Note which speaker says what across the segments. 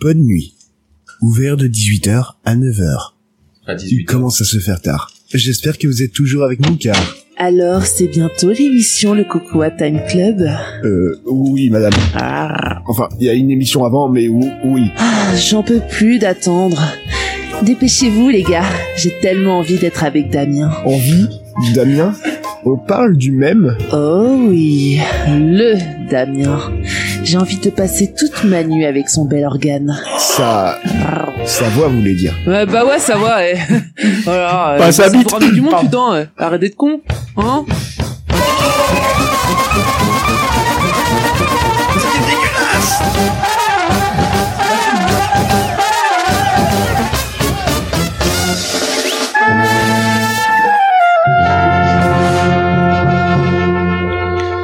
Speaker 1: Bonne nuit. Ouvert de 18h à 9h.
Speaker 2: À 18
Speaker 1: Il commence à se faire tard. J'espère que vous êtes toujours avec nous car...
Speaker 3: Alors, c'est bientôt l'émission Le Coco à Time Club.
Speaker 1: Euh, oui madame.
Speaker 3: Ah,
Speaker 1: Enfin, il y a une émission avant mais ou- oui.
Speaker 3: ah, j'en peux plus d'attendre. Dépêchez-vous, les gars. J'ai tellement envie d'être avec Damien.
Speaker 1: Envie, Damien, on parle du même
Speaker 3: Oh oui, le Damien. J'ai envie de passer toute ma nuit avec son bel organe.
Speaker 1: Sa... Sa voix voulait dire.
Speaker 4: Ouais, bah ouais, ça va, eh. voilà,
Speaker 1: Bah,
Speaker 4: euh,
Speaker 1: ça bite.
Speaker 4: vous rendez du monde, putain, euh. arrête d'être con, hein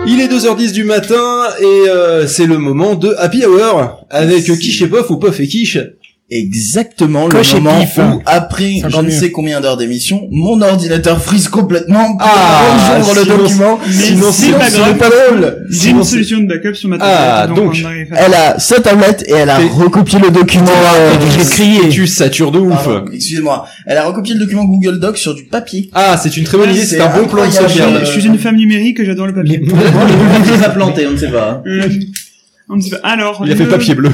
Speaker 2: Il est 2h10 du matin et euh, c'est le moment de Happy Hour avec Quiche et Pof ou Pof et Quiche.
Speaker 5: Exactement le
Speaker 6: Coche et
Speaker 5: moment
Speaker 6: pif.
Speaker 5: où, après
Speaker 6: C'est
Speaker 5: je
Speaker 6: encore
Speaker 5: ne
Speaker 6: mieux.
Speaker 5: sais combien d'heures d'émission, mon ordinateur frise complètement pour
Speaker 2: Ah,
Speaker 5: rejoindre le
Speaker 2: sinon-
Speaker 5: document.
Speaker 2: sinon,
Speaker 5: c'est
Speaker 2: sinon,
Speaker 5: pas
Speaker 2: c'est
Speaker 5: grave.
Speaker 2: pas drôle.
Speaker 6: J'ai
Speaker 2: Sinon,
Speaker 6: une
Speaker 2: c'est-
Speaker 6: solution de backup sur ma tablette.
Speaker 2: Ah, donc,
Speaker 6: on arrive à-
Speaker 5: Elle a sa tablette et elle a
Speaker 2: T'es-
Speaker 5: recopié le document. euh,
Speaker 6: j'ai crié.
Speaker 2: Ah, Tu satures de ouf.
Speaker 5: pardon, Excusez-moi. Elle a recopié le document Google Doc sur du papier.
Speaker 2: Ah, c'est une très bonne idée, c'est
Speaker 5: C'est
Speaker 2: un bon plan de
Speaker 5: incroyable.
Speaker 6: Je suis-
Speaker 2: sauvegarde.
Speaker 6: Je suis une femme numérique et j'adore le papier.
Speaker 5: Elle les a plantés, on ne sait pas.
Speaker 6: Euh, on ne sait pas. Alors,
Speaker 2: Il a fait
Speaker 6: le-
Speaker 2: papier bleu.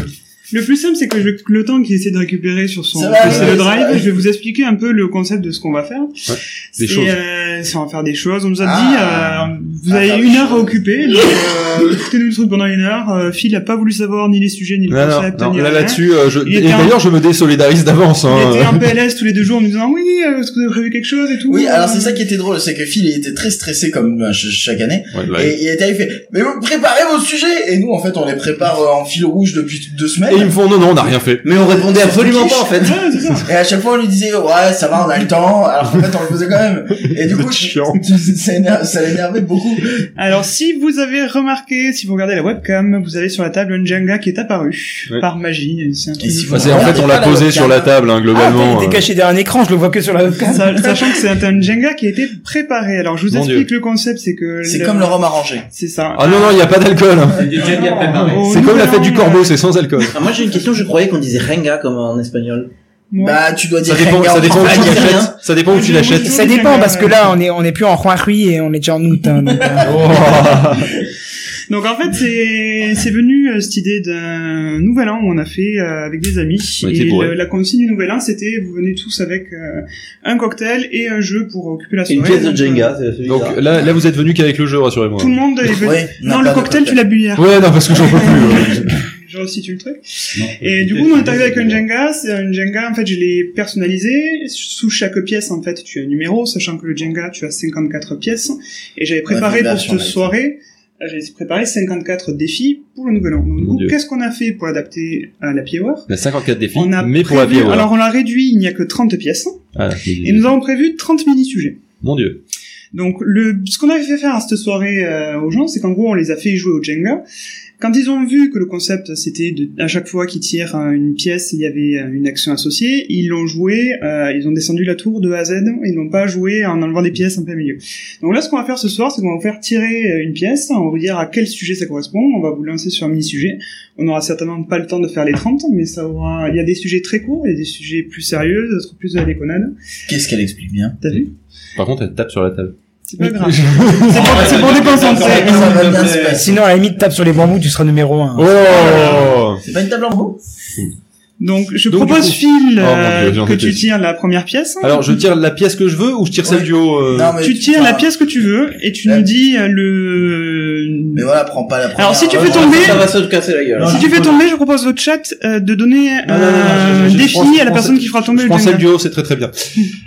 Speaker 6: Le plus simple, c'est que je- le temps qu'il essaie de récupérer sur son
Speaker 5: Ça va,
Speaker 6: PC
Speaker 5: ouais,
Speaker 6: le
Speaker 5: ça va.
Speaker 6: drive, je vais vous expliquer un peu le concept de ce qu'on va faire.
Speaker 2: Des
Speaker 6: Et,
Speaker 2: choses.
Speaker 6: euh, c'est on va faire des choses. On nous a
Speaker 5: Ah.
Speaker 6: dit, euh, vous
Speaker 5: Ah,
Speaker 6: avez
Speaker 5: faire des
Speaker 6: une heure à
Speaker 5: choses.
Speaker 6: occuper, donc euh, écoutez-nous le truc pendant une heure. Euh, Phil a pas voulu savoir ni les sujets, ni le
Speaker 2: Non, non,
Speaker 6: concept,
Speaker 2: non,
Speaker 6: ni
Speaker 2: là,
Speaker 6: rien.
Speaker 2: là-dessus, euh, je...
Speaker 6: Il
Speaker 2: et
Speaker 6: était un-
Speaker 2: d'ailleurs, je me désolidarise d'avance.
Speaker 6: Il était
Speaker 2: Hein.
Speaker 6: en PLS tous les deux jours en nous disant oui, euh, est-ce que vous avez prévu quelque chose et tout.
Speaker 5: Oui, alors c'est ça qui était drôle, c'est que Phil il était très stressé comme euh, ch- chaque année.
Speaker 2: Ouais,
Speaker 7: Bah
Speaker 2: là,
Speaker 5: Et il était là, il fait, mais vous préparez vos sujets Et nous, en fait, on les prépare euh, en fil rouge depuis deux
Speaker 2: Et ils me
Speaker 5: semaines.
Speaker 2: font non, non, on n'a rien fait.
Speaker 5: Mais on répondait absolument pas, en fait.
Speaker 6: Ouais, c'est ça.
Speaker 5: Et à chaque fois, on lui disait, ouais, ça va, on a le temps. Alors qu'en fait, on le faisait quand même. Et du coup,
Speaker 2: Chiant.
Speaker 5: ça éner- ça l'énervait beaucoup.
Speaker 6: Alors, si vous avez remarqué, si vous regardez la webcam, vous avez sur la table un Jenga qui est apparu
Speaker 2: Ouais.
Speaker 6: par magie. C'est un truc
Speaker 5: Et si
Speaker 6: de
Speaker 5: vous-
Speaker 2: Enfin,
Speaker 6: fou.
Speaker 2: c'est- en fait, on l'a
Speaker 5: Pas la
Speaker 2: posé
Speaker 5: webcam.
Speaker 2: sur la table, hein,
Speaker 6: Ah,
Speaker 2: globalement.
Speaker 6: t'as
Speaker 2: euh.
Speaker 6: été caché. caché. J'ai J'ai derrière derrière un écran, je le vois que sur la Sachant que c'est un, un Jenga qui a été préparé. Alors, je vous
Speaker 2: Mon
Speaker 6: explique le concept, c'est que...
Speaker 5: C'est comme le rhum arrangé.
Speaker 6: C'est ça.
Speaker 2: Ah non, non, il n'y a pas d'alcool. hein.
Speaker 5: Ah
Speaker 6: Au
Speaker 2: C'est comme la
Speaker 6: Nouvel
Speaker 2: fête du
Speaker 6: An,
Speaker 2: corbeau, c'est sans alcool.
Speaker 7: Ah, moi j'ai une question, je croyais qu'on disait renga comme en espagnol.
Speaker 6: moi,
Speaker 5: Bah, tu dois dire
Speaker 2: Ça dépend,
Speaker 5: Renga
Speaker 2: ça
Speaker 5: en
Speaker 2: dépend où
Speaker 5: français,
Speaker 2: tu
Speaker 5: il y a rien.
Speaker 2: l'achètes. Ça dépend où tu l'achètes.
Speaker 6: Tout
Speaker 8: Ça
Speaker 6: le
Speaker 8: dépend
Speaker 6: Jenga,
Speaker 8: parce que
Speaker 6: ouais.
Speaker 8: là on est on est plus en juin juillet et on est déjà en août. hein, donc, euh,
Speaker 5: Oh.
Speaker 6: Donc en fait, c'est c'est venu euh, cette idée d'un nouvel an où on a fait euh, avec des amis.
Speaker 2: On était
Speaker 6: et
Speaker 2: bourrés.
Speaker 6: le- la consigne du nouvel an, c'était vous venez tous avec euh, un cocktail et un jeu pour occuper la
Speaker 7: C'est
Speaker 6: soirée.
Speaker 7: une pièce de
Speaker 6: Donc, euh,
Speaker 7: Jenga, c'est c'est
Speaker 2: Donc
Speaker 7: bizarre.
Speaker 2: là, là, vous êtes venu qu'avec le jeu, rassurez-moi.
Speaker 6: Tout le monde est venu.
Speaker 5: Ouais, n'a
Speaker 6: non,
Speaker 5: pas
Speaker 6: le
Speaker 5: de
Speaker 6: cocktail, tu l'as bu hier.
Speaker 2: Ouais, non, parce que j'en peux plus. euh. ouais.
Speaker 6: Je resitue le truc. Et du coup, on est arrivé avec un Jenga. C'est un Jenga, en fait, je l'ai personnalisé. Sous chaque pièce, en fait, tu as un numéro, sachant que le Jenga, tu as 54 pièces. Et j'avais préparé
Speaker 5: Ouais,
Speaker 6: pour
Speaker 5: là, j'en
Speaker 6: cette
Speaker 5: avais fait.
Speaker 6: soirée, euh, j'avais préparé 54 défis pour le nouvel an. Donc, du
Speaker 2: Mon
Speaker 6: coup,
Speaker 2: Dieu.
Speaker 6: qu'est-ce qu'on a fait pour l'adapter à la Hour
Speaker 2: On a 54 défis,
Speaker 6: on a
Speaker 2: mais pour la
Speaker 6: prévu-
Speaker 2: vie, voilà.
Speaker 6: Alors, on l'a réduit, il n'y a que 30 pièces.
Speaker 2: Ah,
Speaker 6: Et nous avons prévu 30 mini-sujets.
Speaker 2: Mon dieu.
Speaker 6: Donc le, ce qu'on avait fait faire à cette soirée euh, aux gens, c'est qu'en gros on les a fait jouer au Jenga. Quand ils ont vu que le concept c'était de, à chaque fois qu'ils tirent euh, une pièce, il y avait euh, une action associée, ils l'ont joué, euh, ils ont descendu la tour de A à Z, ils n'ont pas joué en enlevant des pièces en plein milieu. Donc là ce qu'on va faire ce soir, c'est qu'on va vous faire tirer euh, une pièce, on va vous dire à quel sujet ça correspond, on va vous lancer sur un mini-sujet. On n'aura certainement pas le temps de faire les 30, mais ça aura... il y a des sujets très courts, il y a des sujets plus sérieux, d'autres plus de la déconnade.
Speaker 5: Qu'est-ce qu'elle explique bien
Speaker 6: T'as vu
Speaker 2: Par contre, elle tape sur la table.
Speaker 6: C'est pas grave.
Speaker 2: oh
Speaker 6: C'est pour déconcentrer.
Speaker 5: Ça va bien se passer.
Speaker 8: sinon à la limite tape sur les bambous tu seras numéro 1
Speaker 2: Oh.
Speaker 5: C'est pas une table en haut
Speaker 6: Donc je
Speaker 2: Donc,
Speaker 6: propose
Speaker 2: du coup-
Speaker 6: Phil
Speaker 2: Oh, mon
Speaker 6: euh,
Speaker 2: Dieu, j'ai
Speaker 6: que
Speaker 2: envie de
Speaker 6: tu
Speaker 2: tester.
Speaker 6: tires la première pièce. hein.
Speaker 2: Alors, je tire la pièce que je veux ou je tire celle
Speaker 5: Ouais.
Speaker 2: du haut euh,
Speaker 5: Non, mais
Speaker 6: tu tires
Speaker 5: enfin,
Speaker 6: la pièce que tu veux et tu
Speaker 5: la-
Speaker 6: nous dis euh,
Speaker 5: Mais
Speaker 6: le.
Speaker 5: voilà, prends pas la première.
Speaker 6: Alors, si tu
Speaker 5: Euh,
Speaker 6: fais tomber-
Speaker 7: Ça va se casser la gueule. hein.
Speaker 6: Si tu fais tomber, je propose au chat euh, de donner
Speaker 2: non, non,
Speaker 6: euh,
Speaker 2: je-
Speaker 6: un
Speaker 2: je- je
Speaker 6: défi
Speaker 2: prends- je
Speaker 6: à la
Speaker 2: prends
Speaker 6: personne
Speaker 2: celle-
Speaker 6: qui fera tomber
Speaker 2: Je
Speaker 6: le
Speaker 2: prends celle
Speaker 6: Jenga.
Speaker 2: du haut, c'est très très bien.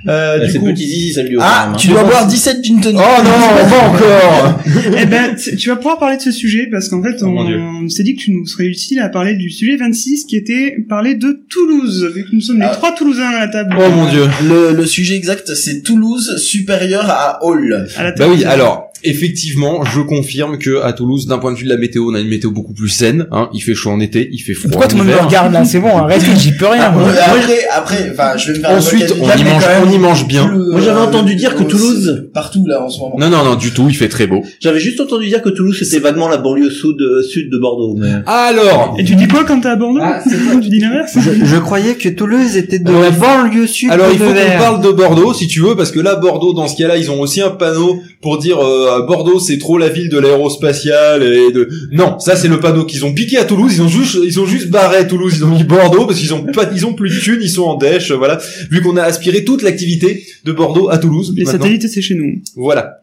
Speaker 2: Euh,
Speaker 7: Ah,
Speaker 2: du
Speaker 7: C'est
Speaker 2: coup...
Speaker 7: petit zizi, celle du haut. quand
Speaker 5: Ah,
Speaker 7: même, hein.
Speaker 5: tu dois boire 17 d'une tenue.
Speaker 2: Oh non, pas encore
Speaker 6: Eh ben, t- tu vas pouvoir parler de ce sujet parce qu'en fait,
Speaker 2: Oh,
Speaker 6: on,
Speaker 2: mon Dieu.
Speaker 6: on s'est dit que tu nous serais utile à parler du sujet 26 qui était parler de Toulouse, vu que nous sommes les
Speaker 5: Ah.
Speaker 6: trois Toulousains à la table.
Speaker 2: Oh mon dieu.
Speaker 5: Le, le sujet exact, c'est Toulouse supérieure à Hall.
Speaker 6: À la
Speaker 2: Bah
Speaker 6: table.
Speaker 2: oui, alors, effectivement, je confirme que à Toulouse, d'un point de vue de la météo, on a une météo beaucoup plus saine. Hein. Il fait chaud en été, il fait froid
Speaker 8: Pourquoi
Speaker 2: en
Speaker 8: tout le monde me
Speaker 2: hiver.
Speaker 8: regarde là C'est bon, arrête, j'y peux rien.
Speaker 7: Ah,
Speaker 8: moi.
Speaker 5: Ah, Ouais, après, après, enfin, je vais me faire
Speaker 2: Ensuite,
Speaker 5: l'avocat du
Speaker 2: on
Speaker 5: diable,
Speaker 2: y
Speaker 5: mais
Speaker 2: mange,
Speaker 5: quand même,
Speaker 2: on y mange bien.
Speaker 5: le-
Speaker 7: Moi, j'avais entendu
Speaker 5: le-
Speaker 7: dire que
Speaker 5: le-
Speaker 7: Toulouse-
Speaker 5: Partout, là, en ce moment.
Speaker 2: Non, non, non, du tout. Il fait très beau.
Speaker 7: J'avais juste entendu dire que Toulouse c'était vaguement la banlieue sud, euh, sud de Bordeaux. Mais...
Speaker 2: Alors,
Speaker 6: Et tu dis quoi quand t'es à Bordeaux
Speaker 5: Ah,
Speaker 6: Tu dis l'inverse
Speaker 9: Je, je croyais que Toulouse était de
Speaker 2: Alors,
Speaker 9: la
Speaker 2: il faut-
Speaker 9: banlieue sud
Speaker 2: alors
Speaker 9: de
Speaker 2: il faut qu'on
Speaker 9: Nevers.
Speaker 2: parle de Bordeaux, si tu veux, parce que là, Bordeaux, dans ce cas-là, ils ont aussi un panneau pour dire euh, Bordeaux, c'est trop la ville de l'aérospatiale et de. Non, ça c'est le panneau qu'ils ont piqué à Toulouse. Ils ont juste, ils ont juste barré Toulouse. Ils ont mis Bordeaux parce qu'ils ont pas, ils ont plus de thunes, ils sont en dèche. euh, Voilà, vu qu'on a aspiré toute l'activité de Bordeaux à Toulouse.
Speaker 6: Les
Speaker 2: maintenant.
Speaker 6: satellites, c'est chez nous.
Speaker 2: Voilà.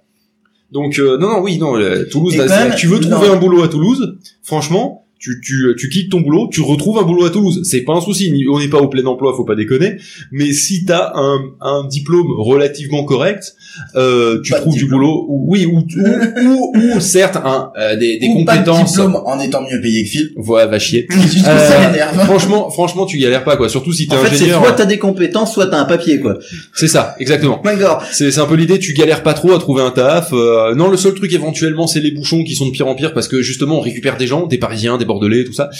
Speaker 2: Donc euh, non non oui non euh, Toulouse
Speaker 5: Et
Speaker 2: là,
Speaker 5: quand
Speaker 2: c'est-
Speaker 5: même,
Speaker 2: tu veux
Speaker 5: non.
Speaker 2: trouver un boulot à Toulouse franchement tu, tu, tu quittes ton boulot tu retrouves un boulot à Toulouse c'est pas un souci ni- on n'est pas au plein emploi faut pas déconner mais si t'as un un diplôme relativement correct euh, tu
Speaker 5: Pas de
Speaker 2: trouves du
Speaker 5: diplôme.
Speaker 2: boulot ou, oui ou ou, ou, ou certes un euh, des, des
Speaker 5: Ou Pas de
Speaker 2: compétences
Speaker 5: diplôme en étant mieux payé que Phil.
Speaker 2: voilà va chier
Speaker 5: C'est juste que
Speaker 2: Euh,
Speaker 5: ça m'énerve.
Speaker 2: franchement franchement tu galères pas quoi surtout si t'es
Speaker 7: En fait, c'est
Speaker 2: ingénieur
Speaker 7: soit t'as des compétences, soit t'as un papier, quoi.
Speaker 2: c'est ça exactement
Speaker 5: Oh
Speaker 7: My God.
Speaker 2: C'est c'est un peu l'idée, tu galères pas trop à trouver un taf. euh, non, le seul truc éventuellement, c'est les bouchons qui sont de pire en pire parce que justement, on récupère des gens, des Parisiens, des Bordelais, tout ça,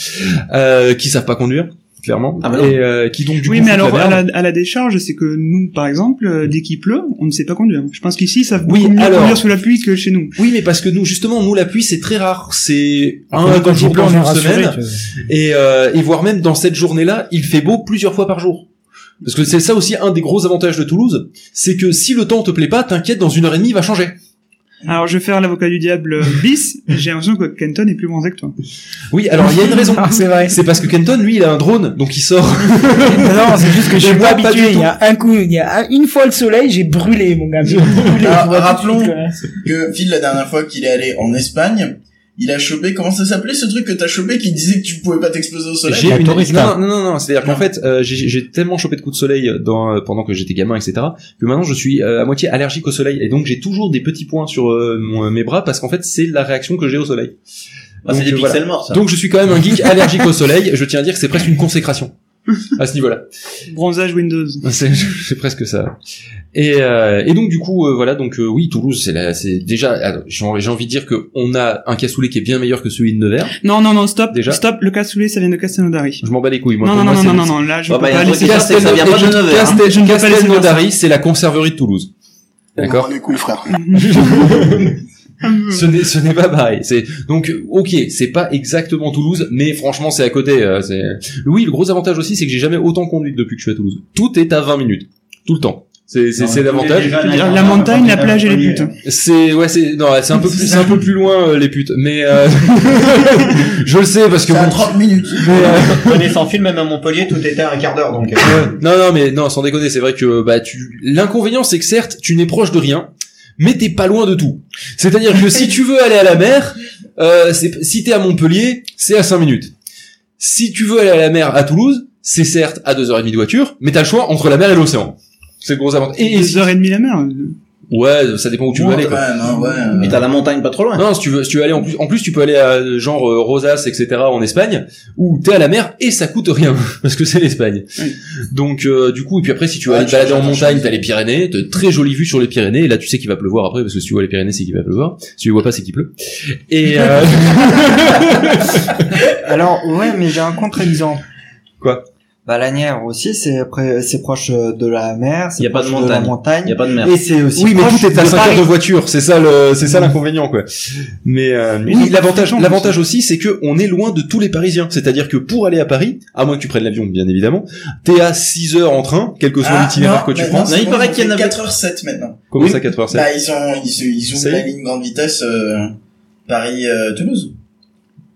Speaker 2: euh, qui savent pas conduire, clairement,
Speaker 7: Ah bah non.
Speaker 2: et euh, qui donc du
Speaker 6: oui,
Speaker 2: coup
Speaker 6: mais
Speaker 2: foutent
Speaker 6: alors
Speaker 2: la
Speaker 6: à
Speaker 2: merde.
Speaker 6: la, à la décharge, c'est que nous, par exemple, euh, dès qu'il pleut, on ne sait pas conduire. Je pense qu'ici, ça
Speaker 2: Oui,
Speaker 6: beaucoup mieux
Speaker 2: alors-
Speaker 6: conduire sous la pluie que chez nous.
Speaker 2: Oui, mais parce que nous, justement, nous la pluie, c'est très rare. C'est
Speaker 7: Hein,
Speaker 2: un
Speaker 8: Ah, Quand
Speaker 2: à deux
Speaker 8: il
Speaker 2: jours
Speaker 8: pleut,
Speaker 2: dans
Speaker 8: on est
Speaker 2: une
Speaker 8: rassuré,
Speaker 2: semaine,
Speaker 8: tu vois.
Speaker 2: et, euh, et voire même dans cette journée-là, il fait beau plusieurs fois par jour. Parce que c'est ça aussi un des gros avantages de Toulouse, c'est que si le temps te plaît pas, t'inquiète, dans une heure et demie, il va changer.
Speaker 6: Alors, je vais faire l'avocat du diable euh, bis. J'ai l'impression que Kenton est plus bronzé que toi.
Speaker 2: Oui, alors il y a une raison.
Speaker 8: Ah, c'est vrai.
Speaker 2: C'est parce que Kenton, lui, il a un drone, donc il sort.
Speaker 8: Non, c'est juste que je
Speaker 2: Et
Speaker 8: suis
Speaker 2: moi,
Speaker 8: pas
Speaker 2: pas du
Speaker 8: habitué. Il
Speaker 2: tout.
Speaker 8: y a un coup, il y a un- une fois le soleil, j'ai brûlé, mon gars. J'ai brûlé.
Speaker 5: Alors,
Speaker 8: Je vois tout de
Speaker 5: rappelons-
Speaker 8: suite, quoi.
Speaker 5: Que Phil, la dernière fois qu'il est allé en Espagne, il a chopé, comment ça s'appelait ce truc que t'as chopé qui disait que tu pouvais pas t'exposer au soleil?
Speaker 2: J'ai
Speaker 9: La
Speaker 2: une non,
Speaker 9: tourista.
Speaker 2: non, non, non, non, c'est-à-dire qu'en fait, euh, j'ai- j'ai tellement chopé de coups de soleil dans, euh, pendant que j'étais gamin, etc., que maintenant je suis euh, à moitié allergique au soleil, et donc j'ai toujours des petits points sur euh, mon- mes bras parce qu'en fait c'est la réaction que j'ai au soleil.
Speaker 7: Ah, c'est
Speaker 2: Donc,
Speaker 7: des
Speaker 2: euh, voilà.
Speaker 7: pixels morts, ça.
Speaker 2: Donc je suis quand même un geek allergique au soleil. Je tiens à dire que c'est presque une consécration à ce niveau-là.
Speaker 6: Bronzage Windows.
Speaker 2: Ah, C'est c'est presque ça. Et, euh, et donc du coup euh, voilà donc euh, oui Toulouse c'est la- c'est déjà alors, j'ai j'ai envie de dire que on a un cassoulet qui est bien meilleur que celui de Nevers.
Speaker 6: Non, non, non, stop.
Speaker 2: Déjà
Speaker 6: Stop. Le cassoulet, ça vient de Castelnaudary.
Speaker 2: Je m'en bats les couilles moi.
Speaker 6: Non,
Speaker 2: Pour
Speaker 6: non, non,
Speaker 2: moi, c'est-
Speaker 6: non, non, non, là, je
Speaker 7: Ah
Speaker 6: peux
Speaker 7: bah, il y a
Speaker 6: pas
Speaker 7: un
Speaker 6: laisser
Speaker 7: truc
Speaker 6: ça.
Speaker 7: à c'est que ça vient pas de
Speaker 2: Castel-
Speaker 7: Nevers, hein.
Speaker 2: Castel-
Speaker 6: Je ne peux pas laisser dire ça.
Speaker 2: Castelnaudary, c'est la conserverie de Toulouse. D'accord.
Speaker 5: les couilles, frère.
Speaker 2: Ce n'est ce n'est pas pareil. C'est donc ok, c'est pas exactement Toulouse, mais franchement c'est à côté. euh, c'est- Oui, le gros avantage aussi, c'est que j'ai jamais autant conduit depuis que je suis à Toulouse. Tout est à 20 minutes, tout le temps. C'est c'est c'est l'avantage.
Speaker 6: La montagne, la
Speaker 2: Ah,
Speaker 6: plage et les putes.
Speaker 2: C'est ouais, c'est non, c'est un peu plus c'est un peu plus loin euh, les putes, mais euh, je le sais parce que
Speaker 5: C'est à
Speaker 2: bon,
Speaker 5: 30 minutes.
Speaker 2: mais, euh,
Speaker 9: Connaissant film, même à Montpellier, tout était à un quart d'heure,
Speaker 7: euh,
Speaker 9: donc.
Speaker 2: Ouais. non, non, mais non, sans déconner, c'est vrai que bah tu. L'inconvénient, c'est que certes, tu n'es proche de rien, mais t'es pas loin de tout. C'est-à-dire que si tu veux aller à la mer, euh, c'est- si t'es à Montpellier, c'est à 5 minutes. Si tu veux aller à la mer à Toulouse, c'est certes à 2h30 de voiture, mais t'as le choix entre la mer et l'océan. C'est le gros avantage. Et, et si-
Speaker 6: Deux heures et demie la mer.
Speaker 2: ouais, ça dépend où tu veux
Speaker 5: Ouais,
Speaker 2: aller.
Speaker 5: quand
Speaker 2: Quoi.
Speaker 5: même, hein, ouais.
Speaker 7: Et t'as la montagne pas trop loin.
Speaker 2: Non, si tu veux, si tu veux aller en plus, en plus tu peux aller à euh, genre euh, Rosas, etc. en Espagne, où t'es à la mer et ça coûte rien parce que c'est l'Espagne.
Speaker 6: Oui.
Speaker 2: Donc euh, du coup, et puis après si tu veux
Speaker 5: Ah,
Speaker 2: aller te
Speaker 5: tu
Speaker 2: balader en
Speaker 5: changes, tu
Speaker 2: montagne,
Speaker 5: changes.
Speaker 2: t'as les Pyrénées, t'as une très jolie vue sur les Pyrénées. Et là, tu sais qu'il va pleuvoir après parce que si tu vois les Pyrénées, c'est qu'il va pleuvoir. Si tu les vois pas, c'est qu'il pleut. Et euh,
Speaker 9: Alors, ouais, mais j'ai un contre-exemple.
Speaker 2: Quoi
Speaker 9: Bah, Lanière aussi, c'est près- c'est proche euh, de la mer,
Speaker 7: Y
Speaker 9: c'est
Speaker 7: a pas
Speaker 9: proche
Speaker 7: de
Speaker 9: de,
Speaker 7: montagne.
Speaker 9: la montagne.
Speaker 7: Y a pas de mer.
Speaker 9: Et c'est aussi
Speaker 2: oui, mais
Speaker 9: proche
Speaker 2: tout est à
Speaker 9: de
Speaker 2: 5 heures
Speaker 9: Paris.
Speaker 2: de voiture. C'est ça le, c'est ça l'inconvénient quoi. Mais euh, oui, l'avantage, l'avantage aussi, c'est que on est loin de tous les Parisiens. C'est-à-dire que pour aller à Paris, à moins que tu prennes l'avion, bien évidemment, t'es à 6 heures en train, quel que soit
Speaker 5: Ah,
Speaker 2: l'itinéraire que
Speaker 5: non,
Speaker 2: tu
Speaker 5: mais
Speaker 2: prends.
Speaker 5: non, c'est
Speaker 7: il
Speaker 5: bon,
Speaker 7: paraît
Speaker 5: ils
Speaker 7: qu'il y en
Speaker 5: ont
Speaker 7: a-
Speaker 5: fait 4h07 maintenant.
Speaker 2: Comment
Speaker 5: Oui.
Speaker 2: ça 4 heures 7
Speaker 5: Bah, ils ont, ils, se- ils ouvrent
Speaker 2: C'est-
Speaker 5: la ligne grande vitesse, euh, Paris-Toulouse.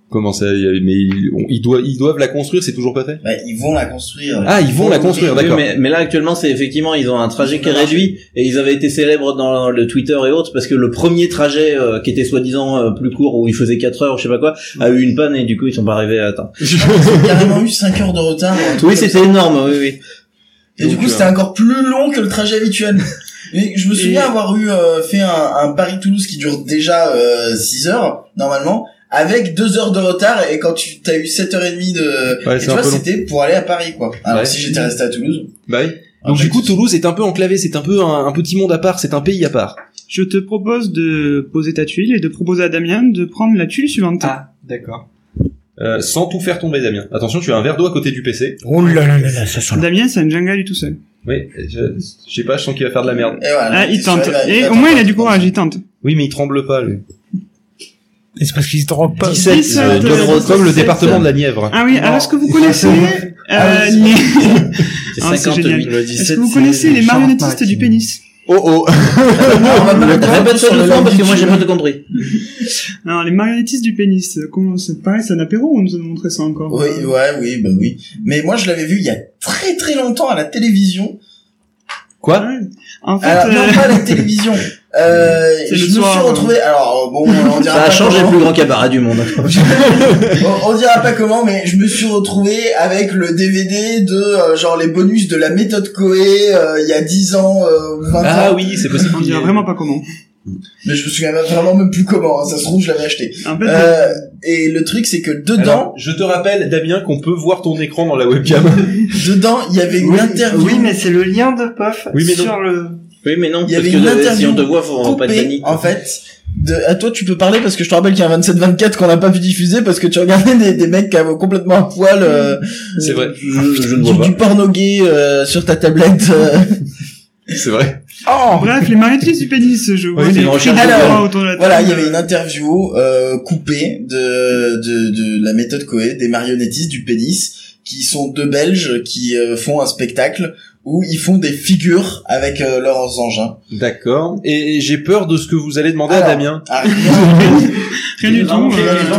Speaker 2: Comment ça il y a- Mais ils, on- ils doivent, ils doivent la construire, c'est toujours pas fait
Speaker 5: bah, ils vont la construire.
Speaker 2: Ah, ils vont la construire,
Speaker 5: l'ouvrir.
Speaker 2: d'accord.
Speaker 7: mais, mais là actuellement c'est effectivement ils ont un trajet qui est
Speaker 5: Ça marche.
Speaker 7: réduit et ils avaient été célèbres dans le Twitter et autres parce que le premier trajet euh, qui était soi-disant euh, plus court où il faisait 4 heures je sais pas quoi a eu une panne et du coup ils sont pas arrivés à temps.
Speaker 5: Ils ont carrément eu 5 heures de retard. ou un truc
Speaker 7: Oui
Speaker 5: comme
Speaker 7: c'était énorme oui oui.
Speaker 5: Et du
Speaker 2: Donc,
Speaker 5: coup,
Speaker 2: euh,
Speaker 5: c'était encore plus long que le trajet habituel. Et je me souviens
Speaker 6: Et-
Speaker 5: avoir eu euh, fait un, un Paris-Toulouse qui dure déjà 6 heures, normalement, avec 2 heures de retard, et quand tu t'as eu 7h30 de...
Speaker 2: Ouais,
Speaker 5: et
Speaker 2: c'est
Speaker 5: tu
Speaker 2: un
Speaker 5: vois,
Speaker 2: peu long.
Speaker 5: c'était pour aller à Paris, quoi. Alors
Speaker 2: Ouais.
Speaker 5: si j'étais resté à Toulouse...
Speaker 2: Bye. Bah Donc
Speaker 5: Après,
Speaker 2: du coup,
Speaker 5: c'est-
Speaker 2: Toulouse est un peu enclavé, c'est un peu un, un petit monde à part, c'est un pays à part.
Speaker 6: Je te propose de poser ta tuile et de proposer à Damien de prendre la tuile suivante.
Speaker 9: Ah, d'accord.
Speaker 2: Euh, sans tout faire tomber, Damien. Attention, tu as un verre d'eau à côté du PC.
Speaker 8: Oh là là là là, ça sent.
Speaker 6: Damien, c'est un Jenga lui tout seul.
Speaker 2: Oui, je, je sais pas, je sens qu'il va faire de la merde.
Speaker 5: Et voilà,
Speaker 6: Ah,
Speaker 5: donc,
Speaker 6: il
Speaker 5: c'est sûr,
Speaker 6: tente.
Speaker 5: va-
Speaker 6: Et
Speaker 5: va
Speaker 6: au moins, il a
Speaker 5: tenter.
Speaker 6: du courage, il tente.
Speaker 2: Oui, mais il tremble pas, lui.
Speaker 8: Et C'est parce qu'ils te rendent pas.
Speaker 2: 17,
Speaker 6: euh,
Speaker 2: John
Speaker 6: euh,
Speaker 2: Ross, comme le département de la Nièvre.
Speaker 6: Ah oui, alors est-ce que vous connaissez euh,
Speaker 5: Ah oui,
Speaker 6: les...
Speaker 7: C'est
Speaker 6: Ah, c'est
Speaker 7: 58.
Speaker 6: génial.
Speaker 7: Le
Speaker 6: Est-ce
Speaker 7: 17,
Speaker 6: que vous
Speaker 7: c'est
Speaker 6: connaissez les
Speaker 7: Charles
Speaker 6: marionnettistes
Speaker 7: Martin.
Speaker 6: du pénis
Speaker 2: Oh oh
Speaker 5: Ah, On va pas mettre
Speaker 7: Répète ça
Speaker 5: sur
Speaker 7: deux
Speaker 5: le
Speaker 7: fois parce que
Speaker 5: lundi,
Speaker 7: moi
Speaker 5: tu
Speaker 7: j'ai
Speaker 5: vois.
Speaker 7: pas tout compris.
Speaker 6: Alors, les marionnettistes du pénis, euh, comment c'est pareil, c'est un apéro ou on nous a montré ça encore
Speaker 5: Oui, ouais, oui, bah oui. Mais moi, je l'avais vu il y a très très longtemps à la télévision.
Speaker 2: Quoi
Speaker 6: Ouais. En fait,
Speaker 5: Alors,
Speaker 6: euh,
Speaker 5: non, pas à la télévision. Euh, je
Speaker 6: le
Speaker 5: me
Speaker 6: soir,
Speaker 5: suis
Speaker 6: hein.
Speaker 5: retrouvé. Alors, bon, on dira
Speaker 7: Ça
Speaker 5: pas
Speaker 7: a changé le
Speaker 5: comment.
Speaker 7: plus grand cabaret du monde.
Speaker 5: on, on dira pas comment, mais je me suis retrouvé avec le DVD de euh, genre les bonus de la méthode Coé euh, il y a 10 ans euh, ou 20 ans.
Speaker 2: Ah oui, c'est possible.
Speaker 6: on dirait vraiment pas comment.
Speaker 5: Mais je me souviens vraiment même plus comment. hein. Ça se trouve, je l'avais acheté.
Speaker 6: En fait,
Speaker 5: Euh, et le truc, c'est que dedans,
Speaker 2: Alors, je te rappelle, Damien, qu'on peut voir ton écran dans la webcam.
Speaker 5: dedans, il y avait une
Speaker 9: Oui,
Speaker 5: interview.
Speaker 9: oui, mais c'est le lien de Puff
Speaker 2: Oui, mais non.
Speaker 9: sur le.
Speaker 7: Oui, mais non,
Speaker 5: Il y
Speaker 7: parce
Speaker 5: avait
Speaker 7: que
Speaker 5: une
Speaker 7: euh, si
Speaker 5: interview
Speaker 7: on te voit, faut pas de
Speaker 5: coupée,
Speaker 7: panique.
Speaker 5: en fait. De, à toi, tu peux parler parce que je te rappelle qu'il y a un 27-24 qu'on n'a pas pu diffuser parce que tu regardais des, des mecs qui avaient complètement à poil. euh,
Speaker 2: C'est vrai.
Speaker 7: Je, Ah, je ne
Speaker 5: du,
Speaker 7: vois pas.
Speaker 5: du porno gay euh, sur ta tablette. euh.
Speaker 2: C'est vrai.
Speaker 8: Oh
Speaker 6: euh, bref, les marionnettistes du pénis, je vois
Speaker 7: c'est
Speaker 6: les
Speaker 7: une
Speaker 6: cris
Speaker 7: recherche
Speaker 6: de
Speaker 5: de-
Speaker 6: joie autour de la table.
Speaker 5: voilà, il y avait une interview euh, coupée de, de, de la méthode Coé, des marionnettistes du pénis, qui sont deux Belges qui euh, font un spectacle où ils font des figures avec euh, leurs engins.
Speaker 2: D'accord. Et j'ai peur de ce que vous allez demander à
Speaker 5: Alors.
Speaker 2: Damien.
Speaker 5: Ah, rien.
Speaker 6: Rien du tout.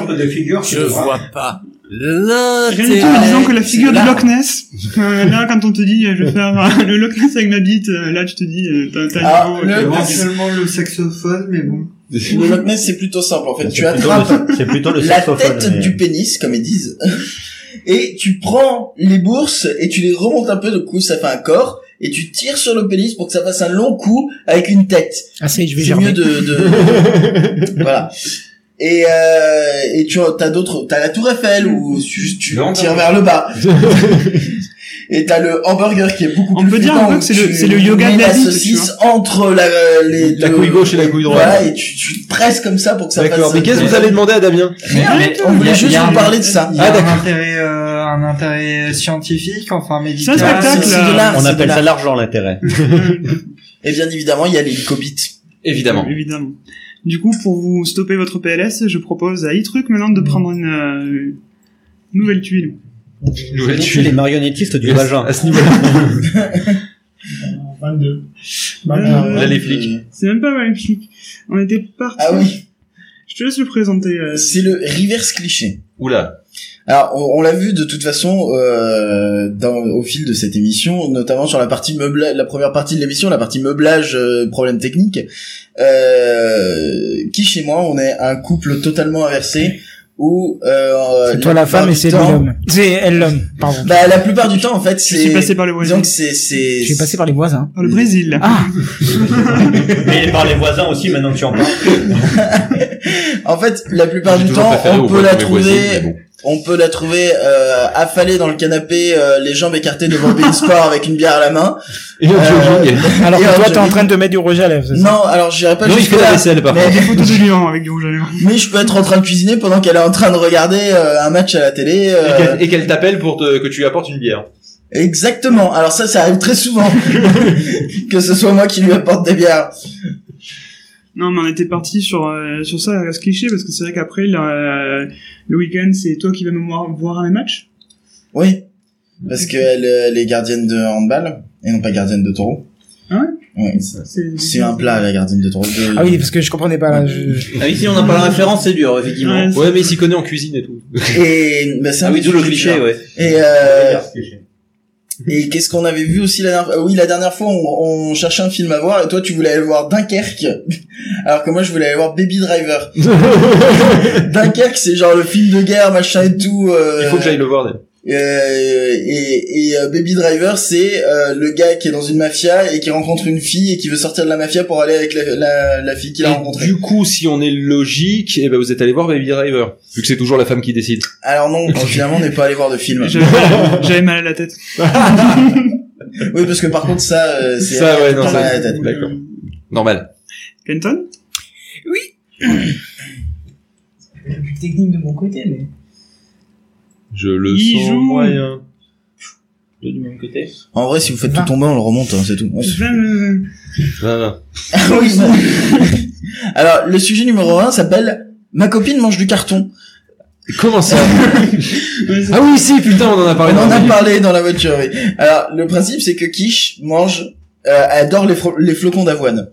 Speaker 6: euh,
Speaker 9: de figure.
Speaker 10: Je vois pas.
Speaker 6: Rien du tout,
Speaker 5: euh,
Speaker 6: mais disons que la figure de
Speaker 10: là.
Speaker 6: Loch Ness, euh, là, quand on te dit, euh, je vais faire euh, le Loch Ness avec ma bite, euh, là, tu te dis, euh, t'as- t'as
Speaker 5: Ah,
Speaker 6: un niveau,
Speaker 5: le-
Speaker 6: euh,
Speaker 5: le-
Speaker 9: seulement le saxophone, mais bon.
Speaker 5: Le Loch Ness, c'est plutôt simple en fait. Tu attrapes
Speaker 7: C'est plutôt le
Speaker 5: la tête du pénis, comme ils disent, et tu prends les bourses et tu les remontes un peu, du coup ça fait un corps, et tu tires sur le pénis pour que ça fasse un long coup avec une tête.
Speaker 8: Ah, ça y est, je vais
Speaker 5: C'est
Speaker 8: germer.
Speaker 5: mieux de, de- voilà. Et euh, et tu t'as d'autres, t'as la Tour Eiffel où juste tu
Speaker 2: Non,
Speaker 5: tires
Speaker 2: non.
Speaker 5: vers le bas. et t'as le hamburger qui est beaucoup
Speaker 6: On
Speaker 5: plus
Speaker 6: peut dire un
Speaker 5: flippant,
Speaker 6: peu
Speaker 5: où
Speaker 6: que c'est le-
Speaker 5: tu
Speaker 6: c'est le yoga
Speaker 5: mets
Speaker 6: de la bite, tu
Speaker 5: saucisse entre la les
Speaker 2: La
Speaker 5: deux-
Speaker 2: couille gauche et la couille droite.
Speaker 5: Voilà et tu, tu te presses comme ça pour que ça fasse.
Speaker 2: D'accord. Mais qu'est-ce que vous allez demander à Damien
Speaker 5: Rien.
Speaker 6: Mais-
Speaker 5: on
Speaker 9: Il y
Speaker 5: voulait
Speaker 9: a- il
Speaker 5: juste
Speaker 9: y a
Speaker 5: vous
Speaker 9: un-
Speaker 5: parler de ça.
Speaker 9: Il y
Speaker 2: Ah,
Speaker 9: a
Speaker 2: d'accord.
Speaker 9: un intérêt, euh, un intérêt scientifique, enfin médical.
Speaker 6: C'est un spectacle,
Speaker 9: C'est-
Speaker 5: c'est
Speaker 6: là.
Speaker 5: de l'art,
Speaker 7: On
Speaker 5: c'est de
Speaker 7: appelle
Speaker 5: l'art.
Speaker 7: ça l'argent, l'intérêt.
Speaker 5: Et bien évidemment, il y a l'hélicobite.
Speaker 2: Évidemment.
Speaker 6: euh, Évidemment. Du coup, pour vous stopper votre PLS, je propose à E-Truc maintenant de prendre une euh, nouvelle tuile.
Speaker 2: Nouvelle
Speaker 7: Tu es les
Speaker 2: tuile.
Speaker 7: marionnettistes du vagin.
Speaker 2: À ce niveau-là.
Speaker 10: 22.
Speaker 9: Bah,
Speaker 6: Euh,
Speaker 2: Là, les flics.
Speaker 6: C'est même pas mal, flic. On était parti.
Speaker 5: Ah oui,
Speaker 6: Je te laisse le présenter. euh,
Speaker 5: c'est le reverse cliché.
Speaker 2: Oula.
Speaker 5: Alors, on, on l'a vu de toute façon euh, dans, au fil de cette émission, notamment sur la partie meubla la première partie de l'émission, la partie meublage, euh, problème technique. Euh, qui chez moi, on est un couple totalement inversé où
Speaker 9: Bah,
Speaker 5: euh,
Speaker 8: C'est toi la femme et
Speaker 5: plupart
Speaker 8: c'est
Speaker 5: du
Speaker 8: lui
Speaker 5: temps-
Speaker 8: l'homme. C'est elle l'homme, pardon.
Speaker 5: Bah, la plupart du temps, en fait,
Speaker 6: Je suis
Speaker 5: c'est
Speaker 6: passé par le Brésil.
Speaker 5: donc c'est c'est
Speaker 8: Je suis passé par les voisins.
Speaker 6: Par le Brésil.
Speaker 8: Ah,
Speaker 7: Mais par les voisins aussi, maintenant que tu en parles.
Speaker 5: en fait la plupart du temps, on peut la trouver On peut la trouver euh, affalée dans le canapé, euh, les jambes écartées devant le sport avec une bière à la main.
Speaker 2: Et un
Speaker 5: Euh,
Speaker 2: jogging.
Speaker 8: alors
Speaker 5: Et
Speaker 8: que toi
Speaker 5: alors,
Speaker 8: t'es en
Speaker 5: j'avais-
Speaker 8: train de te mettre du rouge à lèvres. c'est ça
Speaker 5: Non, alors j'irai pas
Speaker 2: Non, il
Speaker 5: jusque
Speaker 2: fait la
Speaker 5: là.
Speaker 2: vaisselle, par contre.
Speaker 5: Mais,
Speaker 6: Des photos de Lyon avec du rouge à lèvres.
Speaker 5: mais je peux être en train de cuisiner pendant qu'elle est en train de regarder euh, un match à la télé. euh,
Speaker 2: Et qu'elle- Et qu'elle t'appelle pour te- que tu lui apportes une bière.
Speaker 5: Exactement. Alors ça, ça arrive très souvent que ce soit moi qui lui apporte des bières.
Speaker 6: Non, mais on était parti sur euh, sur ça, à ce cliché, parce que c'est vrai qu'après la- le week-end, c'est toi qui vas me voir, voir un match.
Speaker 5: Oui, parce qu'elle euh, elle est gardienne de handball et non pas gardienne de taureau.
Speaker 6: Ah
Speaker 5: Ouais, c'est-
Speaker 6: C'est
Speaker 5: c'est un plat la gardienne de taureau. De-
Speaker 8: Ah oui, parce que je comprenais pas. Là, je...
Speaker 7: Ah oui, si on n'a pas la référence, c'est dur, effectivement.
Speaker 6: Ouais,
Speaker 2: Ouais, mais il s'y connaît en cuisine et tout.
Speaker 5: Et bah, c'est un
Speaker 7: Ah oui,
Speaker 5: petit
Speaker 7: d'où le
Speaker 5: truc,
Speaker 7: cliché,
Speaker 5: hein.
Speaker 7: ouais.
Speaker 5: Et
Speaker 2: Mmh.
Speaker 5: euh, Et qu'est-ce qu'on avait vu aussi la dernière fois Oui, la dernière fois, on, on cherchait un film à voir et toi, tu voulais aller voir Dunkerque, alors que moi, je voulais aller voir Baby Driver. Dunkerque, c'est genre le film de guerre, machin et tout. euh,
Speaker 2: Il faut que j'aille le voir. d'ailleurs.
Speaker 5: euh, et et, euh, Baby Driver, c'est euh, le gars qui est dans une mafia et qui rencontre une fille et qui veut sortir de la mafia pour aller avec la, la, la fille qu'il a
Speaker 2: Et
Speaker 5: rencontrée.
Speaker 2: Du coup, si on est logique, eh ben vous êtes allé voir Baby Driver, vu que c'est toujours la femme qui décide. Oh,
Speaker 5: Alors non, finalement, on n'est pas allé voir de film.
Speaker 6: J'avais j'avais mal à la tête.
Speaker 5: Oui, parce que par contre, ça, euh, c'est
Speaker 2: Ça, ouais, non,
Speaker 5: plein
Speaker 2: ça,
Speaker 5: dans la tête.
Speaker 2: D'accord. Normal.
Speaker 6: Kenton
Speaker 8: Technique de mon côté, mais.
Speaker 2: Je le
Speaker 6: Il
Speaker 2: sens
Speaker 6: joue.
Speaker 2: moyen.
Speaker 7: Deux du même côté.
Speaker 5: En vrai, si vous faites tout tomber, on le remonte, hein, c'est tout.
Speaker 6: Euh,
Speaker 2: Voilà.
Speaker 5: Ah oui, ça. Alors, le sujet numéro un s'appelle Ma copine mange du carton.
Speaker 2: Comment ça
Speaker 6: ouais, c'est-
Speaker 2: Ah oui, si, putain, on en a parlé.
Speaker 5: on en
Speaker 2: dans
Speaker 5: a
Speaker 2: le-
Speaker 5: parlé dans la voiture, oui. Alors, le principe, c'est que Quiche mange, euh, adore les, fro- les flocons d'avoine.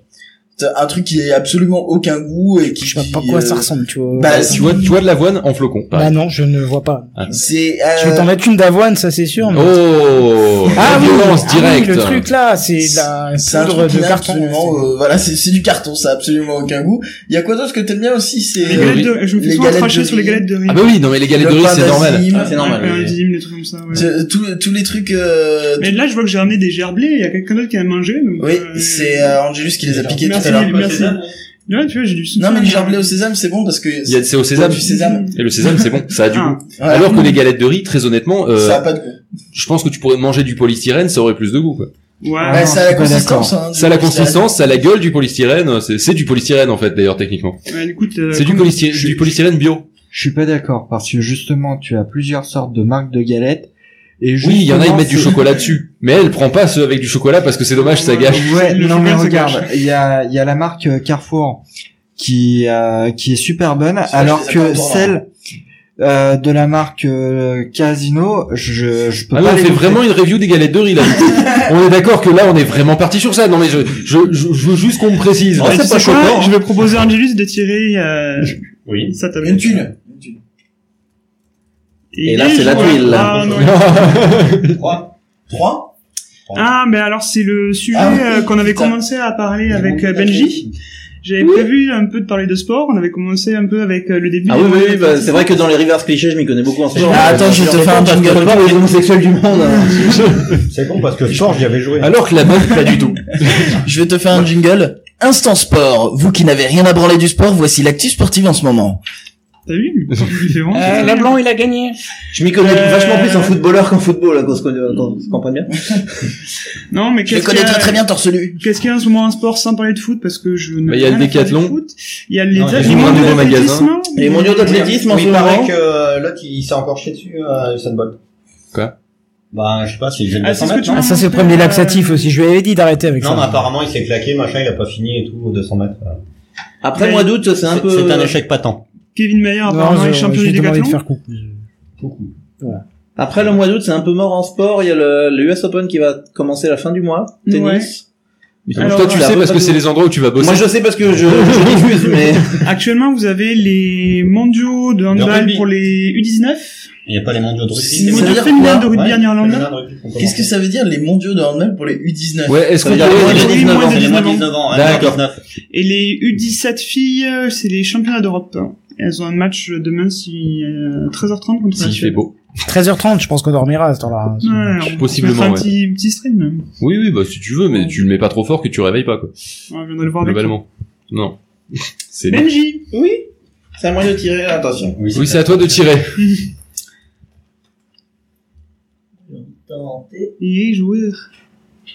Speaker 5: C'est un truc qui a absolument aucun goût et qui...
Speaker 8: Je vois pas à quoi
Speaker 5: euh,
Speaker 8: ça ressemble, tu vois.
Speaker 5: bah,
Speaker 2: Tu vois, tu vois de l'avoine en flocon.
Speaker 8: Bah non, je ne vois pas.
Speaker 5: C'est...
Speaker 8: Je vais
Speaker 5: euh,
Speaker 8: t'en mettre une d'avoine, ça c'est sûr. mais-
Speaker 2: Oh
Speaker 8: ah,
Speaker 2: la
Speaker 8: oui,
Speaker 2: violence
Speaker 8: ah oui,
Speaker 2: directe.
Speaker 8: le truc là, c'est de la
Speaker 5: c'est un
Speaker 8: poudre
Speaker 5: truc qui
Speaker 8: de
Speaker 5: n'a
Speaker 8: carton.
Speaker 5: absolument,
Speaker 8: c'est-
Speaker 5: euh, voilà, c'est c'est du carton, ça a absolument aucun goût. Il y a quoi d'autre que t'aimes bien aussi, c'est
Speaker 6: les
Speaker 2: Euh,
Speaker 6: galettes de, je me
Speaker 5: les
Speaker 6: fais souvent
Speaker 5: galettes
Speaker 6: cracher
Speaker 5: de
Speaker 6: sur les
Speaker 5: riz.
Speaker 6: galettes de riz.
Speaker 2: Ah bah oui, non mais les galettes de
Speaker 5: le
Speaker 2: riz,
Speaker 5: pain
Speaker 2: c'est normal.
Speaker 5: d'Azim,
Speaker 7: Ah, c'est normal.
Speaker 6: Ouais,
Speaker 7: oui.
Speaker 6: les dîmes, les trucs comme ça, ouais.
Speaker 5: bah c'est- tous, tous les trucs, euh,
Speaker 6: Mais là, je vois que j'ai ramené des gerblés, il y a quelqu'un d'autre qui a mangé. donc,
Speaker 5: Oui,
Speaker 6: euh,
Speaker 5: c'est euh, Angelus qui les a piqués tout
Speaker 6: Merci,
Speaker 5: à l'heure.
Speaker 6: merci. Ouais, tu vois, j'ai du
Speaker 5: Non, mais les gerblés
Speaker 6: gerblé
Speaker 5: au sésame, c'est bon parce que
Speaker 2: Il y a- C'est au
Speaker 5: c'est
Speaker 2: sésame.
Speaker 5: du sésame.
Speaker 2: Et le sésame, c'est bon, ça a du
Speaker 6: Ah.
Speaker 2: goût. Alors que les galettes de riz, très honnêtement, euh,
Speaker 5: ça a pas de goût.
Speaker 2: je pense que tu pourrais manger du polystyrène, ça aurait plus de goût. Quoi.
Speaker 6: Ouais.
Speaker 5: ouais,
Speaker 9: non,
Speaker 5: ça a la
Speaker 9: je suis pas
Speaker 5: consistance. Hein,
Speaker 2: Ça a la
Speaker 5: du-
Speaker 2: consistance, ça a la gueule du polystyrène, c'est c'est du polystyrène en fait d'ailleurs techniquement.
Speaker 6: Ouais, écoute, euh,
Speaker 2: C'est du,
Speaker 6: comme-
Speaker 2: polystyrène, du polystyrène bio.
Speaker 9: Je suis pas d'accord parce que justement, tu as plusieurs sortes de marques de galettes et
Speaker 2: Oui, il y en a, ils
Speaker 9: justement,
Speaker 2: mettent du
Speaker 9: c'est-
Speaker 2: chocolat dessus. Mais elle prend pas ceux avec du chocolat parce que c'est dommage, ça gâche.
Speaker 9: Ouais,
Speaker 6: Le
Speaker 9: non mais
Speaker 6: chocolat, ça
Speaker 9: regarde,
Speaker 6: gâche.
Speaker 9: il y a il y a la marque euh, Carrefour qui euh, qui est super bonne
Speaker 5: Ça, je
Speaker 9: alors
Speaker 5: les ai pas
Speaker 9: que
Speaker 5: encore, là.
Speaker 9: celle euh, de la marque euh, Casino, je je
Speaker 2: Ah
Speaker 9: peux pas
Speaker 2: non, on
Speaker 9: les
Speaker 2: fait
Speaker 9: goûter.
Speaker 2: vraiment une review des galettes de riz là. on est d'accord que là, on est vraiment parti sur ça. Non mais je, je, je, je veux juste qu'on me précise.
Speaker 6: Ouais, tu sais quoi, hein.
Speaker 2: hein.
Speaker 5: hein.
Speaker 6: Je vais proposer à Angelus de tirer euh,
Speaker 7: Oui.
Speaker 6: sa
Speaker 5: Une
Speaker 6: tablette.
Speaker 5: tuile. Une tuile.
Speaker 7: Et là, c'est la
Speaker 6: voilà.
Speaker 7: tuile.
Speaker 6: Ah, non.
Speaker 5: Trois. Trois.
Speaker 6: Ah, mais alors, c'est le sujet
Speaker 5: Ah oui,
Speaker 6: euh, qu'on avait
Speaker 5: putain.
Speaker 6: commencé à parler
Speaker 5: Et
Speaker 6: avec
Speaker 5: bon,
Speaker 6: euh, Benji. J'avais prévu un peu de parler de sport. On avait commencé un peu avec euh, le début.
Speaker 7: Ah
Speaker 6: des
Speaker 7: oui, oui,
Speaker 6: moyens
Speaker 7: oui,
Speaker 6: de
Speaker 7: bah,
Speaker 6: transport.
Speaker 7: c'est vrai que dans les reverse clichés, je m'y connais beaucoup en ce moment.
Speaker 5: Ah, attends, je vais te faire un
Speaker 9: Je
Speaker 5: jingle.
Speaker 9: connais pas les homosexuels du monde. hein.
Speaker 10: C'est con parce que Georges y avait joué.
Speaker 2: Alors que la meuf, pas du tout.
Speaker 5: Je vais te faire un jingle. Instant sport. Vous qui n'avez rien à branler du sport, voici l'actu sportive en ce moment.
Speaker 6: T'as vu? Il fait vraiment-
Speaker 8: Euh, la blanc, il a gagné.
Speaker 7: Je m'y connais
Speaker 6: Euh,
Speaker 7: vachement plus en footballeur qu'en football, hein, qu'on se connaît- qu'on se comprenne bien.
Speaker 6: Non, mais
Speaker 5: Je les
Speaker 6: qu'est-ce
Speaker 5: connais
Speaker 6: qu'il y a-
Speaker 5: très très bien torse nu.
Speaker 6: Qu'est-ce qu'il y a en ce moment un sport sans parler de foot parce que je ne
Speaker 2: Bah, il y a
Speaker 6: rien
Speaker 2: le
Speaker 6: à faire
Speaker 2: décathlon.
Speaker 6: du foot. Il y a les
Speaker 7: Non, il y a
Speaker 6: les
Speaker 2: les
Speaker 6: mondiaux
Speaker 2: mondiaux
Speaker 6: d'athlétisme.
Speaker 2: magasins.
Speaker 7: Les mondiaux d'athlétisme en
Speaker 10: Oui,
Speaker 7: ce
Speaker 10: il paraît
Speaker 7: moment.
Speaker 10: que euh, l'autre il s'est encore chié dessus à Usain Bolt.
Speaker 2: Quoi
Speaker 10: Bah, je sais pas, c'est Usain
Speaker 6: Ah,
Speaker 10: Bolt.
Speaker 6: c'est
Speaker 10: en
Speaker 6: ce que
Speaker 10: mètres,
Speaker 6: tu
Speaker 10: non
Speaker 6: m'as
Speaker 8: Ah, ça c'est le
Speaker 6: montré,
Speaker 8: premier
Speaker 6: euh,
Speaker 8: laxatif aussi. Je lui avais dit d'arrêter avec
Speaker 10: Non, mais
Speaker 8: ça.
Speaker 10: apparemment il s'est claqué, machin, il a pas fini et tout, au 200 mètres.
Speaker 7: Après, mois d'août, c'est un peu.
Speaker 10: échec patent.
Speaker 6: Kevin Mayer
Speaker 8: Non,
Speaker 6: apparemment
Speaker 8: je-
Speaker 6: est champion
Speaker 8: je lui
Speaker 6: du
Speaker 8: ai demandé de
Speaker 6: décathlon.
Speaker 8: faire coucou.
Speaker 7: Après, le mois d'août, c'est un peu mort en sport. Il y a le, le US Open qui va commencer la fin du mois. Tennis.
Speaker 2: Donc,
Speaker 6: Alors,
Speaker 2: toi, tu
Speaker 5: euh,
Speaker 7: ça
Speaker 2: sais
Speaker 7: va
Speaker 2: parce
Speaker 7: pas
Speaker 2: que
Speaker 7: nous-
Speaker 2: c'est les endroits où tu vas bosser.
Speaker 7: Moi, je sais parce que je, je diffuse, mais.
Speaker 6: Actuellement, vous avez les mondiaux de
Speaker 10: Le
Speaker 6: handball
Speaker 10: rugby.
Speaker 6: pour les U19,
Speaker 10: Il y a pas les mondiaux de
Speaker 5: C'est
Speaker 10: rugby.
Speaker 6: les
Speaker 5: ça veut
Speaker 6: mondiaux
Speaker 5: dire
Speaker 6: féminins de
Speaker 5: quoi
Speaker 6: rugby en Irlande.
Speaker 5: Qu'est-ce que ça veut dire les mondiaux de handball pour les U19
Speaker 2: Ouais, est-ce
Speaker 7: Ça
Speaker 2: qu'on
Speaker 7: veut dire
Speaker 2: pourrait-
Speaker 7: moins de
Speaker 2: les-
Speaker 6: les
Speaker 7: 19
Speaker 6: moins
Speaker 7: ans,
Speaker 6: de
Speaker 7: c'est les moins de
Speaker 6: 19
Speaker 7: 19 ans. hein,
Speaker 2: D'accord.
Speaker 7: 19.
Speaker 6: Et les U17 filles, euh, c'est les championnats d'Europe. Elles ont un match demain si euh, 13h30 contre la
Speaker 2: S'il fait
Speaker 6: Suède.
Speaker 2: beau.
Speaker 8: 13h30, je pense qu'on dormira à ce temps-là.
Speaker 6: Ouais, alors, on
Speaker 2: Possiblement,
Speaker 6: se fera un
Speaker 2: ouais.
Speaker 6: petit, petit stream.
Speaker 2: Oui, oui, bah si tu veux, mais tu le mets pas trop fort que tu réveilles pas, quoi.
Speaker 6: On viendra le voir avec toi.
Speaker 2: Globalement. Non. C'est
Speaker 6: Benji.
Speaker 7: Oui. C'est à moi de tirer, attention.
Speaker 2: Oui, c'est à toi de tirer.
Speaker 6: Et joueur.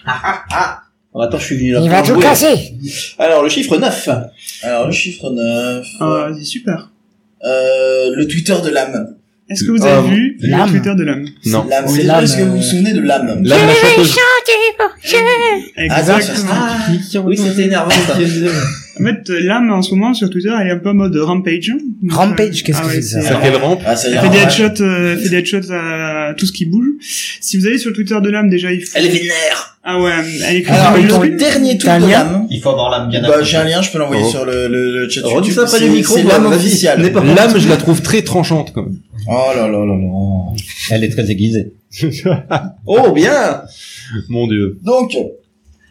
Speaker 7: Alors, attends, je suis venu là.
Speaker 8: Il va
Speaker 7: pour
Speaker 8: tout
Speaker 7: jouer.
Speaker 8: casser.
Speaker 7: Alors, le chiffre 9.
Speaker 5: Alors le chiffre 9.
Speaker 6: Ah, c'est super.
Speaker 5: Euh, le Twitter de l'âme.
Speaker 6: Est-ce que vous
Speaker 2: Ah,
Speaker 6: avez vu
Speaker 8: l'âme.
Speaker 6: le Twitter de l'âme
Speaker 2: Non.
Speaker 5: L'âme.
Speaker 8: C'est
Speaker 5: Je sais
Speaker 8: l'âme,
Speaker 5: pas Est-ce que vous
Speaker 8: euh,
Speaker 5: vous souvenez de l'âme
Speaker 2: Là, la chanteuse.
Speaker 5: Attends, ça se
Speaker 6: Exactement.
Speaker 5: trouve.
Speaker 7: Oui, c'était énervant, ça.
Speaker 6: En fait, l'âme en ce moment sur Twitter, elle est un peu en mode rampage. Donc,
Speaker 8: Rampage,
Speaker 6: euh,
Speaker 8: qu'est-ce
Speaker 6: ah
Speaker 8: que
Speaker 6: ouais,
Speaker 8: c'est ça
Speaker 2: Ça qu'elle rampe.
Speaker 5: Ah, ça y est.
Speaker 6: Elle fait des headshots, euh, elle fait des headshots à tout ce qui bouge. Si vous allez sur le Twitter de l'âme, déjà, il faut...
Speaker 7: Elle est vénère.
Speaker 6: Ah ouais, elle écrit
Speaker 5: Alors,
Speaker 6: sur le
Speaker 5: dans
Speaker 6: Twitter.
Speaker 5: le dernier tweet
Speaker 8: T'as un
Speaker 5: de
Speaker 8: lien
Speaker 5: l'âme.
Speaker 10: Il faut avoir l'âme bien
Speaker 5: Bah, j'ai un lien, je peux l'envoyer
Speaker 2: Oh.
Speaker 5: sur le, le, le chat
Speaker 7: Redis
Speaker 5: YouTube.
Speaker 7: ça près du
Speaker 5: C'est-
Speaker 7: micro,
Speaker 5: C'est
Speaker 7: quoi.
Speaker 5: l'âme
Speaker 7: Vas-y.
Speaker 5: officielle.
Speaker 7: N'aie pas
Speaker 2: L'âme, je la trouve très tranchante, quand même.
Speaker 5: Oh là là là là.
Speaker 10: Elle est très aiguisée.
Speaker 7: Oh, bien.
Speaker 2: Mon dieu.
Speaker 5: Donc,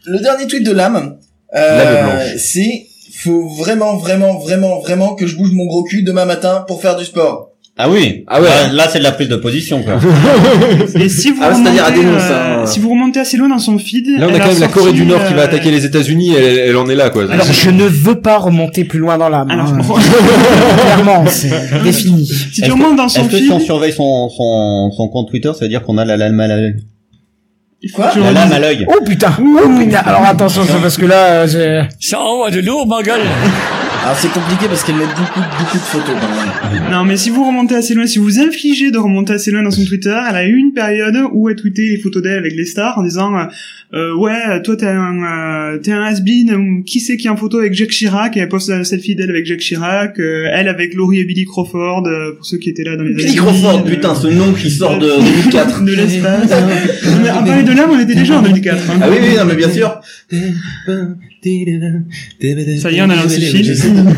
Speaker 5: le dernier tweet de l'âme,
Speaker 2: L'âme
Speaker 5: euh,
Speaker 2: blanche.
Speaker 5: c'est faut vraiment, vraiment, vraiment, vraiment que je bouge mon gros cul demain matin pour faire du sport.
Speaker 10: Ah oui.
Speaker 2: Ah ouais.
Speaker 10: Là, là, c'est de la prise de position, quoi.
Speaker 6: Et si vous
Speaker 7: Ah,
Speaker 6: remontez,
Speaker 7: c'est-à-dire à dénoncer,
Speaker 6: euh,
Speaker 7: hein.
Speaker 6: si vous remontez assez loin dans son feed,
Speaker 2: Là,
Speaker 6: elle
Speaker 2: on a quand même la
Speaker 6: sorti,
Speaker 2: Corée du Nord qui va
Speaker 6: euh,
Speaker 2: attaquer les États-Unis. Elle, elle en est là, quoi.
Speaker 8: Alors, je ne veux pas remonter plus loin dans l'âme.
Speaker 6: Alors,
Speaker 8: hein. Clairement, c'est défini.
Speaker 6: si tu remontes dans son
Speaker 10: Est-ce que si
Speaker 6: feed,
Speaker 10: on surveille son, son, son compte Twitter, ça veut dire qu'on a la l'âme à la
Speaker 5: Quoi
Speaker 10: La lame à l'œil.
Speaker 8: Oh putain Oh putain Alors attention, c'est parce que là, euh, j'ai-
Speaker 11: Ça envoie de lourd, ma gueule
Speaker 5: Alors c'est compliqué parce qu'elle met beaucoup, beaucoup de photos quand même.
Speaker 6: Non, mais si vous remontez assez loin, si vous vous infligez de remonter assez loin dans son Twitter, elle a eu une période où elle tweetait les photos d'elle avec les stars en disant euh, euh, ouais, toi t'es un euh, t'es un has-been, ou qui c'est qui est en photo avec Jacques Chirac Et elle poste un selfie d'elle avec Jacques Chirac, euh, elle avec Laurie et Billy Crawford euh, pour ceux qui étaient là dans les
Speaker 7: Billy
Speaker 6: années
Speaker 7: Crawford,
Speaker 6: 2000,
Speaker 7: putain,
Speaker 6: euh,
Speaker 7: ce nom qui sort de 2004.
Speaker 6: de l'espace. hein. Non, mais en parler de l'âme, on était déjà en 2004. hein.
Speaker 7: Ah oui, oui, non, mais bien sûr.
Speaker 6: Ça y est, on a lancé le film.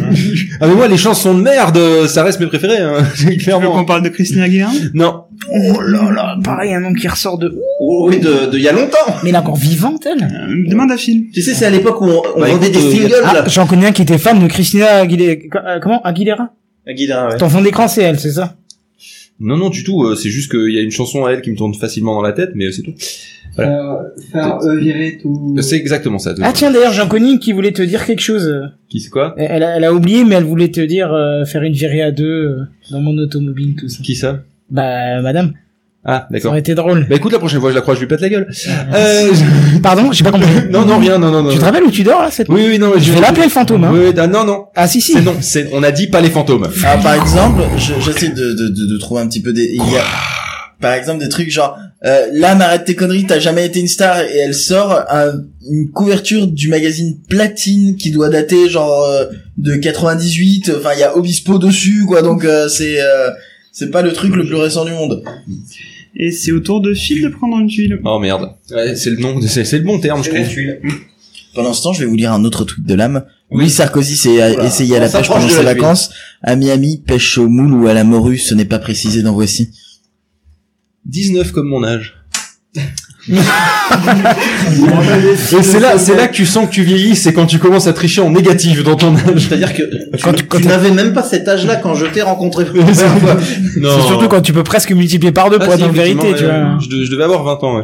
Speaker 2: Ah mais moi les chansons de merde, euh, ça reste mes préférés, hein.
Speaker 6: Tu veux qu'on
Speaker 2: clairement.
Speaker 6: parle de Christina Aguilera
Speaker 2: Non.
Speaker 8: Oh là là, pareil, un nom qui ressort de...
Speaker 7: Oh, oui, de, de il y a longtemps.
Speaker 8: Mais elle est encore vivante, elle
Speaker 6: Euh, Demande à Phil.
Speaker 7: Tu sais, c'est à l'époque où on, on
Speaker 10: Bah,
Speaker 7: vendait
Speaker 10: écoute,
Speaker 7: des
Speaker 10: euh,
Speaker 7: singles,
Speaker 8: Ah,
Speaker 7: là.
Speaker 8: j'en connais un qui était fan de Christina Aguilera... euh, Comment Aguilera
Speaker 7: Aguilera, ouais.
Speaker 8: Ton fond d'écran, c'est elle, c'est ça
Speaker 2: Non non du tout. euh, c'est juste qu'il y a une chanson à elle qui me tourne facilement dans la tête, mais euh, c'est tout.
Speaker 9: Faire euh, virer tout.
Speaker 2: C'est exactement ça.
Speaker 8: Ah tiens, d'ailleurs, j'en connais une qui voulait te dire quelque chose.
Speaker 2: Qui c'est quoi
Speaker 8: Elle, elle a, elle a oublié, mais elle voulait te dire euh, faire une virée à deux euh, dans mon automobile, tout ça.
Speaker 2: Qui ça
Speaker 8: Bah, madame,
Speaker 2: Ah
Speaker 8: ça
Speaker 2: d'accord.
Speaker 8: aurait été drôle.
Speaker 2: Bah écoute la prochaine fois je la croise je lui pète la gueule. Euh,
Speaker 8: Pardon, j'ai pas compris.
Speaker 2: non non rien non non non.
Speaker 8: Tu te rappelles où tu dors, là, cette...
Speaker 2: Oui oui non. mais
Speaker 8: Je vais l'appeler le fantôme, hein.
Speaker 2: Oui, oui, ah, non non.
Speaker 8: Ah si, si.
Speaker 2: C'est non. C'est on a dit pas les fantômes.
Speaker 5: Alors Ah, par exemple, je- j'essaie de, de, de, de trouver un petit peu des. Il y a, par exemple des trucs genre euh, l'âme arrête tes conneries, t'as jamais été une star et elle sort un- une couverture du magazine Platine qui doit dater genre euh, de 98. Enfin il y a Obispo dessus quoi donc euh, c'est euh, c'est pas le truc le plus récent du monde.
Speaker 6: Et c'est au tour de Phil de prendre une tuile.
Speaker 2: Oh merde. Ouais, c'est le nom. C'est c'est le bon terme je trouve.
Speaker 5: Pendant ce temps, je vais vous lire un autre tweet de l'âme. Oui, Sarkozy s'est a-
Speaker 7: Oula,
Speaker 5: essayé à
Speaker 7: on
Speaker 5: la pêche
Speaker 7: s'approche
Speaker 5: pendant
Speaker 7: de
Speaker 5: ses
Speaker 7: la tuile.
Speaker 5: vacances. À Miami, pêche au moule ou à la morue, ce n'est pas précisé dans Voici.
Speaker 2: 19 comme mon âge. Et c'est là, c'est là que tu sens que tu vieillis, c'est quand tu commences à tricher en négative dans ton âge.
Speaker 7: C'est-à-dire que tu,
Speaker 8: Ah,
Speaker 7: tu n'avais même pas cet âge-là quand je t'ai rencontré.
Speaker 2: Non.
Speaker 8: C'est surtout quand tu peux presque multiplier par deux
Speaker 2: Ah,
Speaker 8: pour
Speaker 2: si,
Speaker 8: être en vérité,
Speaker 2: effectivement,
Speaker 8: tu
Speaker 2: euh,
Speaker 8: vois.
Speaker 2: Je, de- je devais avoir 20 ans. ouais.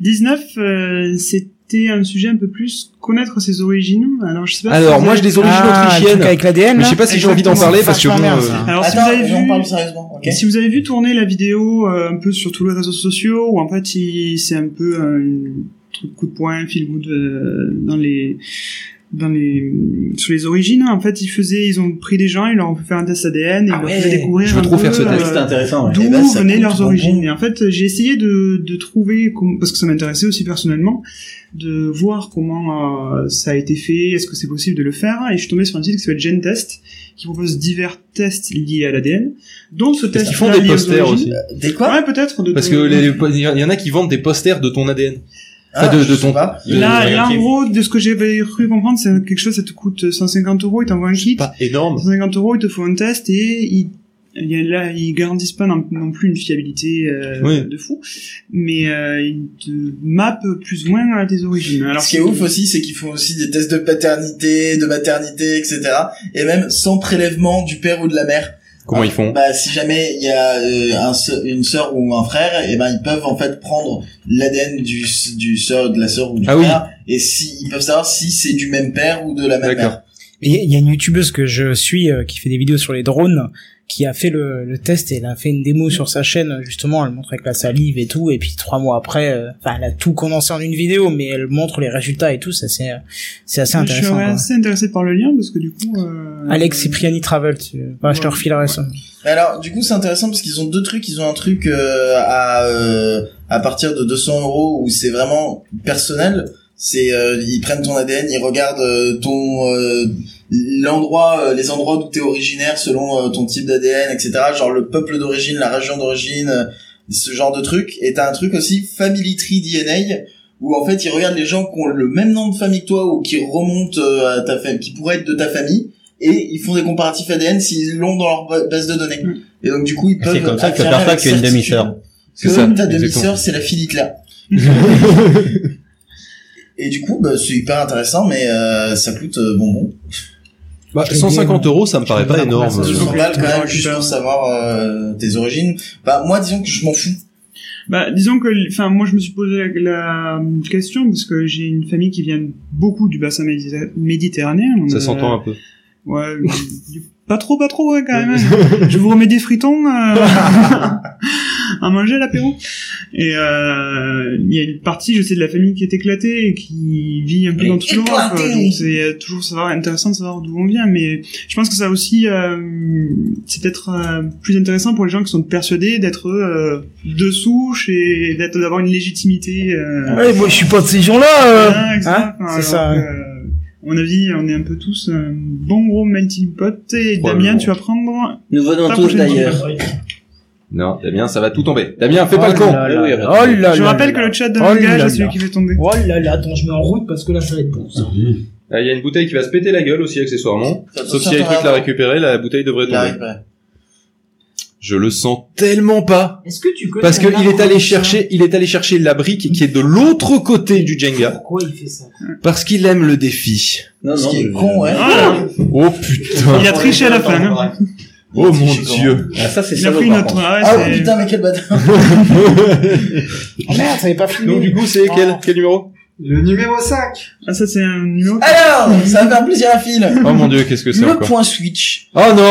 Speaker 6: 19, euh, c'était un sujet un peu plus connaître ses origines. Alors, je sais pas
Speaker 2: Alors
Speaker 6: si
Speaker 2: moi
Speaker 6: vous
Speaker 2: j'ai
Speaker 6: avez-
Speaker 2: des origines
Speaker 8: Ah, le truc
Speaker 2: autrichiennes,
Speaker 8: avec l'ADN,
Speaker 2: mais je
Speaker 8: là
Speaker 2: sais pas si j'ai envie d'en
Speaker 8: Exactement,
Speaker 2: parler
Speaker 8: c'est
Speaker 2: parce que bon.
Speaker 8: vachement bien,
Speaker 2: euh,
Speaker 8: ça.
Speaker 6: Alors, si
Speaker 5: Attends,
Speaker 6: vous avez
Speaker 5: on
Speaker 6: vu,
Speaker 5: parle sérieusement. ok
Speaker 6: si vous avez vu tourner la vidéo euh, un peu sur tous les réseaux sociaux, où en fait, il- c'est un peu un truc coup de poing, feel good euh, dans les dans les sur les origines en fait ils faisaient ils ont pris des gens ils leur ont fait faire un test ADN et
Speaker 7: Ah
Speaker 6: ils leur
Speaker 7: ouais,
Speaker 6: faisaient découvrir
Speaker 2: je veux
Speaker 6: un
Speaker 2: trop
Speaker 6: peu,
Speaker 2: faire ce
Speaker 6: euh,
Speaker 2: test.
Speaker 7: C'était Ah, intéressant, ouais.
Speaker 5: Eh
Speaker 6: D'où
Speaker 5: ben, ça
Speaker 6: venaient
Speaker 5: coûte
Speaker 6: leurs
Speaker 5: trop
Speaker 6: origines.
Speaker 5: bon.
Speaker 6: Et en fait, j'ai essayé de, de trouver, com- parce que ça m'intéressait aussi personnellement, de voir comment euh, ça a été fait, est-ce que c'est possible de le faire. Et je suis tombé sur un site qui s'appelle GenTest, qui propose divers tests liés à l'ADN, dont ce
Speaker 2: Est-ce
Speaker 6: test
Speaker 2: qu'ils font des
Speaker 6: lié aux
Speaker 2: posters
Speaker 6: origines.
Speaker 2: aussi
Speaker 5: Des quoi
Speaker 6: Ouais, peut-être. de-
Speaker 2: Parce
Speaker 6: de-
Speaker 2: que les- il y en a qui vendent des posters de ton ADN.
Speaker 5: Ah,
Speaker 2: de- de
Speaker 5: je sais
Speaker 2: ton-
Speaker 5: pas.
Speaker 10: de-
Speaker 6: Là,
Speaker 10: de-
Speaker 6: là, en
Speaker 10: de-
Speaker 6: gros, de ce que j'avais cru comprendre, c'est quelque chose, ça te coûte 150 euros, ils t'envoient un kit.
Speaker 5: Bah,
Speaker 2: Pas énorme.
Speaker 6: 150 euros, ils te font un test et ils, il y a- là, ils garantissent pas non, non plus une fiabilité euh,
Speaker 2: Oui.
Speaker 6: de fou, mais euh, ils te mappent plus ou moins à tes origines. Alors,
Speaker 5: Ce qui est ouf aussi, c'est qu'ils font aussi des tests de paternité, de maternité, etc. Et même sans prélèvement du père ou de la mère.
Speaker 2: Comment ils font
Speaker 5: Bah, si jamais il y a euh, un se- une sœur ou un frère, et ben ils peuvent en fait prendre l'ADN du s- du sœur, de la sœur ou du
Speaker 2: Ah oui.
Speaker 5: frère, et si ils peuvent savoir si c'est du même père ou de la même
Speaker 2: D'accord.
Speaker 5: mère.
Speaker 8: Il y, a- il y a une youtubeuse que je suis euh, qui fait des vidéos sur les drones, qui a fait le, le test et elle a fait une démo sur sa chaîne, justement, elle montre avec la salive et tout, et puis trois mois après, euh, enfin, elle a tout condensé en une vidéo, mais elle montre les résultats et tout, ça c'est euh, c'est assez
Speaker 6: je
Speaker 8: intéressant.
Speaker 6: serais
Speaker 8: quoi.
Speaker 6: assez intéressé par le lien parce que du coup, euh,
Speaker 8: Alex et Priani Travel, tu- enfin, je te
Speaker 6: Ouais.
Speaker 8: refilerai ça.
Speaker 5: Mais alors, du coup, c'est intéressant parce qu'ils ont deux trucs. Ils ont un truc euh, à euh, à partir de 200 euros où c'est vraiment personnel. C'est euh, ils prennent ton ADN, ils regardent euh, ton euh, l'endroit, euh, les endroits d'où t'es originaire selon euh, ton type d'ADN, etc. Genre le peuple d'origine, la région d'origine, euh, ce genre de truc. Et t'as un truc aussi Family Tree DNA où en fait ils regardent les gens qui ont le même nom de famille que toi ou qui remontent euh, à ta famille, qui pourraient être de ta famille. Et ils font des comparatifs ADN s'ils l'ont dans leur ba- base de données.
Speaker 6: Mm.
Speaker 5: Et donc du coup ils peuvent.
Speaker 10: C'est comme ça que tu
Speaker 5: affirmer
Speaker 10: aperçois
Speaker 5: avec
Speaker 10: qu'il y a une
Speaker 5: certitude
Speaker 10: demi-sœur.
Speaker 2: C'est
Speaker 5: que
Speaker 2: ça,
Speaker 5: Ta
Speaker 2: exactement.
Speaker 5: demi-sœur, c'est la fille d'Hitler. Et du coup, bah, c'est hyper intéressant, mais euh, ça coûte euh, bonbon.
Speaker 2: Bah, 150 euros, ça me paraît pas
Speaker 8: donne la
Speaker 2: énorme.
Speaker 8: conversation.
Speaker 2: Euh,
Speaker 5: 200 balles quand même,
Speaker 6: Ouais,
Speaker 5: juste
Speaker 6: putain.
Speaker 5: pour savoir euh, tes origines. Bah moi, disons que je m'en fous.
Speaker 6: Bah, disons que, enfin, moi, je me suis posé la, la euh, question parce que j'ai une famille qui vient beaucoup du bassin méditer- méditerranéen. Euh, On a-
Speaker 2: Ça s'entend un peu.
Speaker 6: Ouais, pas trop, pas trop, ouais, quand même. je vous remets des fritons. euh. à manger à l'apéro. Et euh, il y a une partie, je sais, de la famille qui est éclatée et qui vit un peu dans toute l'Europe.
Speaker 5: éclatée.
Speaker 6: Donc c'est euh, toujours savoir, intéressant de savoir d'où on vient. Mais je pense que ça aussi, euh, c'est peut-être euh, plus intéressant pour les gens qui sont persuadés d'être euh, de souche et d'être d'avoir une légitimité. euh,
Speaker 8: Ouais, moi, je suis pas de ces gens-là. euh.
Speaker 6: voilà, etc.
Speaker 8: Hein
Speaker 6: Enfin,
Speaker 8: c'est ça.
Speaker 6: Ah, alors que, euh, à mon avis, on est un peu tous un bon gros melting pot. Et Damien,
Speaker 2: Probablement.
Speaker 6: tu vas prendre.
Speaker 7: Nous venons
Speaker 6: Ta
Speaker 7: tous
Speaker 6: prochaine
Speaker 7: d'ailleurs.
Speaker 2: Non, Damien, ça va tout tomber. Eh Damien, fais pas le
Speaker 8: Oh
Speaker 2: con.
Speaker 8: là là.
Speaker 7: Oui, oui,
Speaker 8: Oh là
Speaker 6: je
Speaker 8: là
Speaker 6: rappelle
Speaker 8: là
Speaker 6: que le chat de
Speaker 8: Oh
Speaker 6: langage
Speaker 8: là
Speaker 6: à celui
Speaker 8: là.
Speaker 6: qui fait tomber.
Speaker 8: Oh là là, attends, je mets en route parce que là, ça va être bon. Ça.
Speaker 2: Ah, Il y a une bouteille qui va se péter la gueule aussi, accessoirement. Sauf si Eric l'a récupérée, la bouteille devrait
Speaker 5: Il arrive,
Speaker 2: tomber.
Speaker 5: ouais.
Speaker 2: Je le sens tellement pas.
Speaker 11: Est-ce que tu connais
Speaker 2: Parce
Speaker 11: la
Speaker 2: qu'il est allé
Speaker 11: marque
Speaker 2: chercher, il est allé chercher la brique qui est de l'autre côté du Jenga.
Speaker 11: Pourquoi il fait ça
Speaker 2: Parce qu'il aime le défi.
Speaker 7: Non,
Speaker 5: Ce
Speaker 7: non,
Speaker 5: qui est
Speaker 7: je-
Speaker 5: con, ouais.
Speaker 6: Ah,
Speaker 2: Oh putain.
Speaker 6: il a triché à la fin. hein.
Speaker 2: Oh mon dieu.
Speaker 7: Ah, ça, c'est
Speaker 6: Il a
Speaker 7: salaud,
Speaker 6: pris une
Speaker 7: par
Speaker 6: autre.
Speaker 7: contre.
Speaker 6: Ah, ouais,
Speaker 5: Ah
Speaker 6: c'est-
Speaker 5: putain, mais quel bâtard.
Speaker 8: Oh merde, ça n'est pas filmé.
Speaker 2: Donc du coup, c'est quel, quel numéro
Speaker 9: Le numéro 5
Speaker 6: ah, ça c'est un numéro.
Speaker 8: Ah,
Speaker 5: Alors, ça va faire plaisir à Phil.
Speaker 2: Oh mon dieu, qu'est-ce que c'est
Speaker 5: Le
Speaker 2: encore
Speaker 5: point Switch.
Speaker 2: Oh non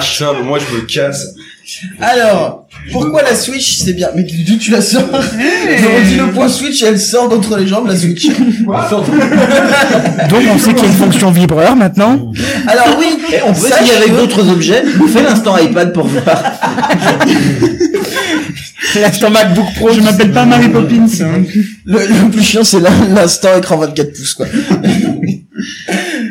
Speaker 1: Putain, mais moi je me casse.
Speaker 5: Alors, pourquoi la Switch c'est bien Mais d'où tu la sors On dit le point Switch et elle sort d'entre les jambes la Switch.
Speaker 8: Donc on sait qu'il y a une fonction vibreur maintenant.
Speaker 5: Alors oui,
Speaker 7: Eh, on peut
Speaker 5: sache
Speaker 7: essayer avec
Speaker 5: que-
Speaker 7: d'autres objets. Fais l'instant iPad pour voir.
Speaker 8: L'instant MacBook Pro.
Speaker 6: Je m'appelle pas Mary Poppins. hein.
Speaker 5: Le, le plus chiant, c'est l'in- l'instant écran 24 pouces, quoi.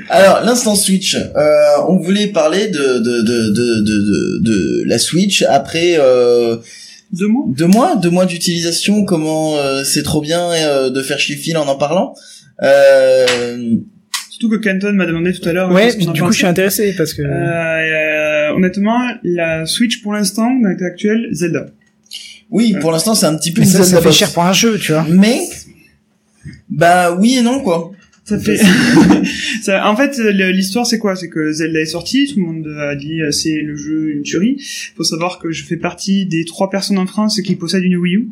Speaker 5: Alors, l'instant Switch. Euh, on voulait parler de, de, de, de, de, de, de la Switch après euh,
Speaker 6: Deux mots.
Speaker 5: deux mois, deux mois d'utilisation. Comment euh, c'est trop bien euh, de faire chez Phil en en parlant. Euh,
Speaker 6: Surtout que Canton m'a demandé tout à l'heure. euh,
Speaker 8: Ouais,
Speaker 6: ce qu'on en
Speaker 8: du coup, je suis
Speaker 6: pensait.
Speaker 8: intéressé parce que.
Speaker 6: Euh, euh, honnêtement, la Switch pour l'instant, dans l'état actuel, Zelda.
Speaker 5: oui, pour l'instant, c'est un petit peu
Speaker 8: Mais
Speaker 5: une
Speaker 8: ça,
Speaker 5: zone
Speaker 8: ça fait
Speaker 5: d'abosse.
Speaker 8: cher pour un jeu, tu vois.
Speaker 5: Mais bah oui et non quoi.
Speaker 6: Ça fait. ça, en fait, le- l'histoire c'est quoi C'est que Zelda est sortie, tout le monde a dit euh, c'est le jeu une tuerie. Faut savoir que je fais partie des trois personnes en France qui possèdent une Wii U.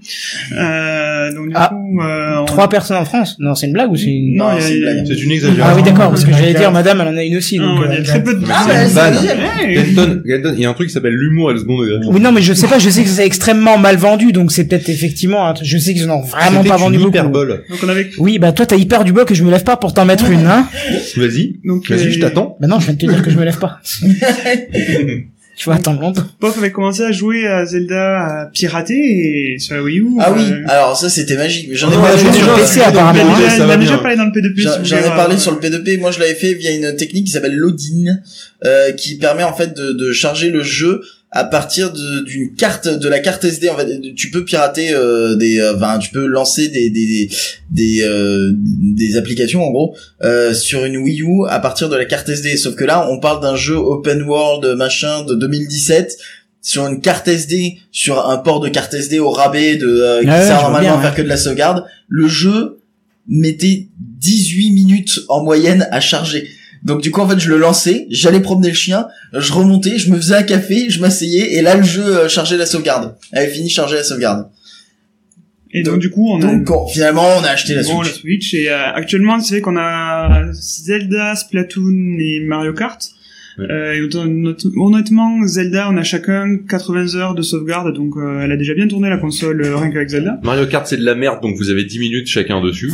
Speaker 6: Euh, donc du
Speaker 8: Ah.
Speaker 6: coup, euh, on-
Speaker 8: Trois personnes en France. Non, c'est une blague ou c'est une.
Speaker 6: Non,
Speaker 5: Non,
Speaker 6: il y a-
Speaker 5: c'est une blague.
Speaker 2: C'est une
Speaker 8: Ah
Speaker 2: exagération.
Speaker 8: oui, d'accord, parce que
Speaker 6: Non,
Speaker 8: j'allais
Speaker 6: non,
Speaker 8: dire,
Speaker 6: non.
Speaker 8: madame, elle en a une aussi.
Speaker 6: Non,
Speaker 8: donc,
Speaker 6: il y a
Speaker 8: euh,
Speaker 6: très peu de.
Speaker 5: Ah
Speaker 2: C'est
Speaker 5: bah
Speaker 2: une
Speaker 5: c'est
Speaker 2: vanne.
Speaker 5: deuxième.
Speaker 6: Hey
Speaker 2: Kenton, Kenton, il y a un truc qui s'appelle l'humour et le second degré.
Speaker 8: Oui, non, mais je sais pas, je sais que c'est extrêmement mal vendu, donc c'est peut-être effectivement, un truc- je sais qu'ils en ont vraiment
Speaker 2: C'était
Speaker 8: pas vendu
Speaker 2: une
Speaker 8: beaucoup.
Speaker 2: hyperbole.
Speaker 6: donc on avait.
Speaker 8: Oui, bah toi t'as hyper du bloc et je me lève pas pour t'en mettre une, hein.
Speaker 2: Vas-y,
Speaker 6: Donc,
Speaker 2: vas-y,
Speaker 6: euh,
Speaker 2: je t'attends.
Speaker 8: Bah non, je viens de te dire que je me lève pas. tu vas attendre longtemps.
Speaker 6: Pof avait commencé à jouer à Zelda piraté et sur la Wii U.
Speaker 5: Ah oui,
Speaker 6: euh,
Speaker 5: alors ça c'était magique, mais j'en ai
Speaker 2: On en
Speaker 5: parlé
Speaker 2: a fait
Speaker 5: sur-
Speaker 8: déjà. PC, apparemment,
Speaker 6: on a
Speaker 8: hein,
Speaker 6: déjà-
Speaker 2: ça
Speaker 6: on
Speaker 2: va
Speaker 6: a déjà
Speaker 2: bien.
Speaker 6: parlé dans le P2P. si
Speaker 5: J'en
Speaker 6: vous
Speaker 5: j'en ai
Speaker 6: voulez,
Speaker 5: parlé
Speaker 6: euh,
Speaker 5: sur le P2P, moi je l'avais fait via une technique qui s'appelle l'Odin, euh, qui permet en fait de, de charger le jeu à partir de- d'une carte, de la carte SD en fait. Tu peux pirater euh, des, euh, enfin, tu peux lancer des des des, euh, des applications en gros euh, sur une Wii U à partir de la carte SD. Sauf que là, on parle d'un jeu open world machin de 2017 sur une carte SD, sur un port de carte SD au rabais de euh, qui
Speaker 8: Ah Ouais, ouais, je
Speaker 5: sert
Speaker 8: vois
Speaker 5: normalement
Speaker 8: bien,
Speaker 5: à faire que de la sauvegarde. Le jeu mettait 18 minutes en moyenne à charger. Donc du coup en fait je le lançais, j'allais promener le chien, je remontais, je me faisais un café, je m'asseyais et là le jeu euh, chargeait la sauvegarde. Elle avait fini de charger la sauvegarde.
Speaker 6: Et donc du coup, on a
Speaker 5: Donc on- finalement on a acheté la
Speaker 6: Mmh. Bon,
Speaker 5: Switch.
Speaker 6: et euh, actuellement c'est vrai qu'on a Zelda, Splatoon et Mario Kart.
Speaker 2: Ouais.
Speaker 6: Euh, et honnêtement- honnêtement, Zelda, on a chacun 80 heures de sauvegarde, donc euh, elle a déjà bien tourné la console euh, rien qu'avec Zelda.
Speaker 2: Mario Kart, c'est de la merde, donc vous avez 10 minutes chacun dessus.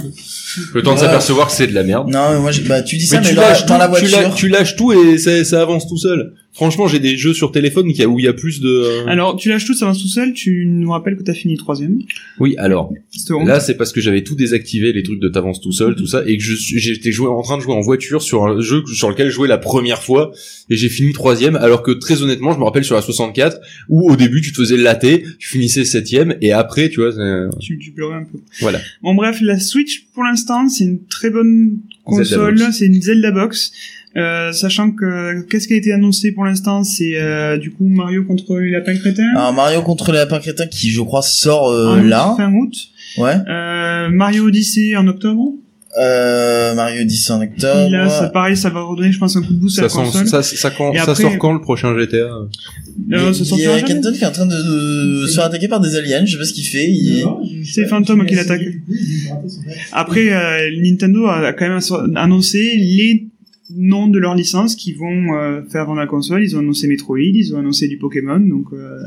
Speaker 2: Le temps de
Speaker 5: Ouais.
Speaker 2: s'apercevoir que c'est de la merde.
Speaker 5: Non mais moi j'ai- bah tu dis ça
Speaker 2: Mais
Speaker 5: mais,
Speaker 2: tu
Speaker 5: dans, la,
Speaker 2: lâches,
Speaker 5: dans la
Speaker 2: tout, tu, lâches,
Speaker 5: voiture.
Speaker 2: tu lâches tout et ça, ça avance tout seul. Franchement, j'ai des jeux sur téléphone qui a- où il y a plus de...
Speaker 6: Alors, tu lâches tout, ça avance tout seul, tu nous rappelles que t'as fini troisième.
Speaker 2: Oui, alors,
Speaker 6: C'était bon.
Speaker 2: là, c'est parce que j'avais tout désactivé, les trucs de t'avances tout seul, tout ça, et que je suis- j'étais joué, en train de jouer en voiture sur un jeu que- sur lequel je jouais la première fois, et j'ai fini troisième, alors que très honnêtement, je me rappelle sur la 64, où au début, tu te faisais latter, tu finissais septième, et après, tu vois, c'est-
Speaker 6: Tu, tu pleurais un peu.
Speaker 2: Voilà.
Speaker 6: Bon bref, la Switch pour l'instant c'est une très bonne console,
Speaker 2: Box.
Speaker 6: c'est une Zelda Box. Euh, sachant que qu'est-ce qui a été annoncé pour l'instant, c'est euh, du coup Mario contre les lapins crétins.
Speaker 5: Alors Mario contre les lapins crétins qui je crois sort euh,
Speaker 6: en août,
Speaker 5: là.
Speaker 6: Fin août.
Speaker 5: Ouais.
Speaker 6: Euh, Mario Odyssey en octobre.
Speaker 5: Euh, Mario 10 en octobre.
Speaker 6: Et là, ça, pareil, ça va redonner, je pense, un coup de boost à
Speaker 2: ça,
Speaker 6: la
Speaker 2: sent-
Speaker 6: console.
Speaker 2: ça, ça, quand-
Speaker 6: Et
Speaker 2: ça
Speaker 6: après-
Speaker 2: sort quand le prochain GTA
Speaker 5: Il
Speaker 6: Euh, ça
Speaker 5: il y
Speaker 6: sortira
Speaker 5: a
Speaker 6: jamais.
Speaker 5: Kenton qui est en train de, de se faire attaquer par des aliens, je sais pas ce qu'il fait. Il...
Speaker 6: C'est Phantom qui l'attaque. Après, euh, Nintendo a quand même annoncé les noms de leurs licences qui vont euh, faire dans la console. Ils ont annoncé Metroid, ils ont annoncé du Pokémon, donc euh,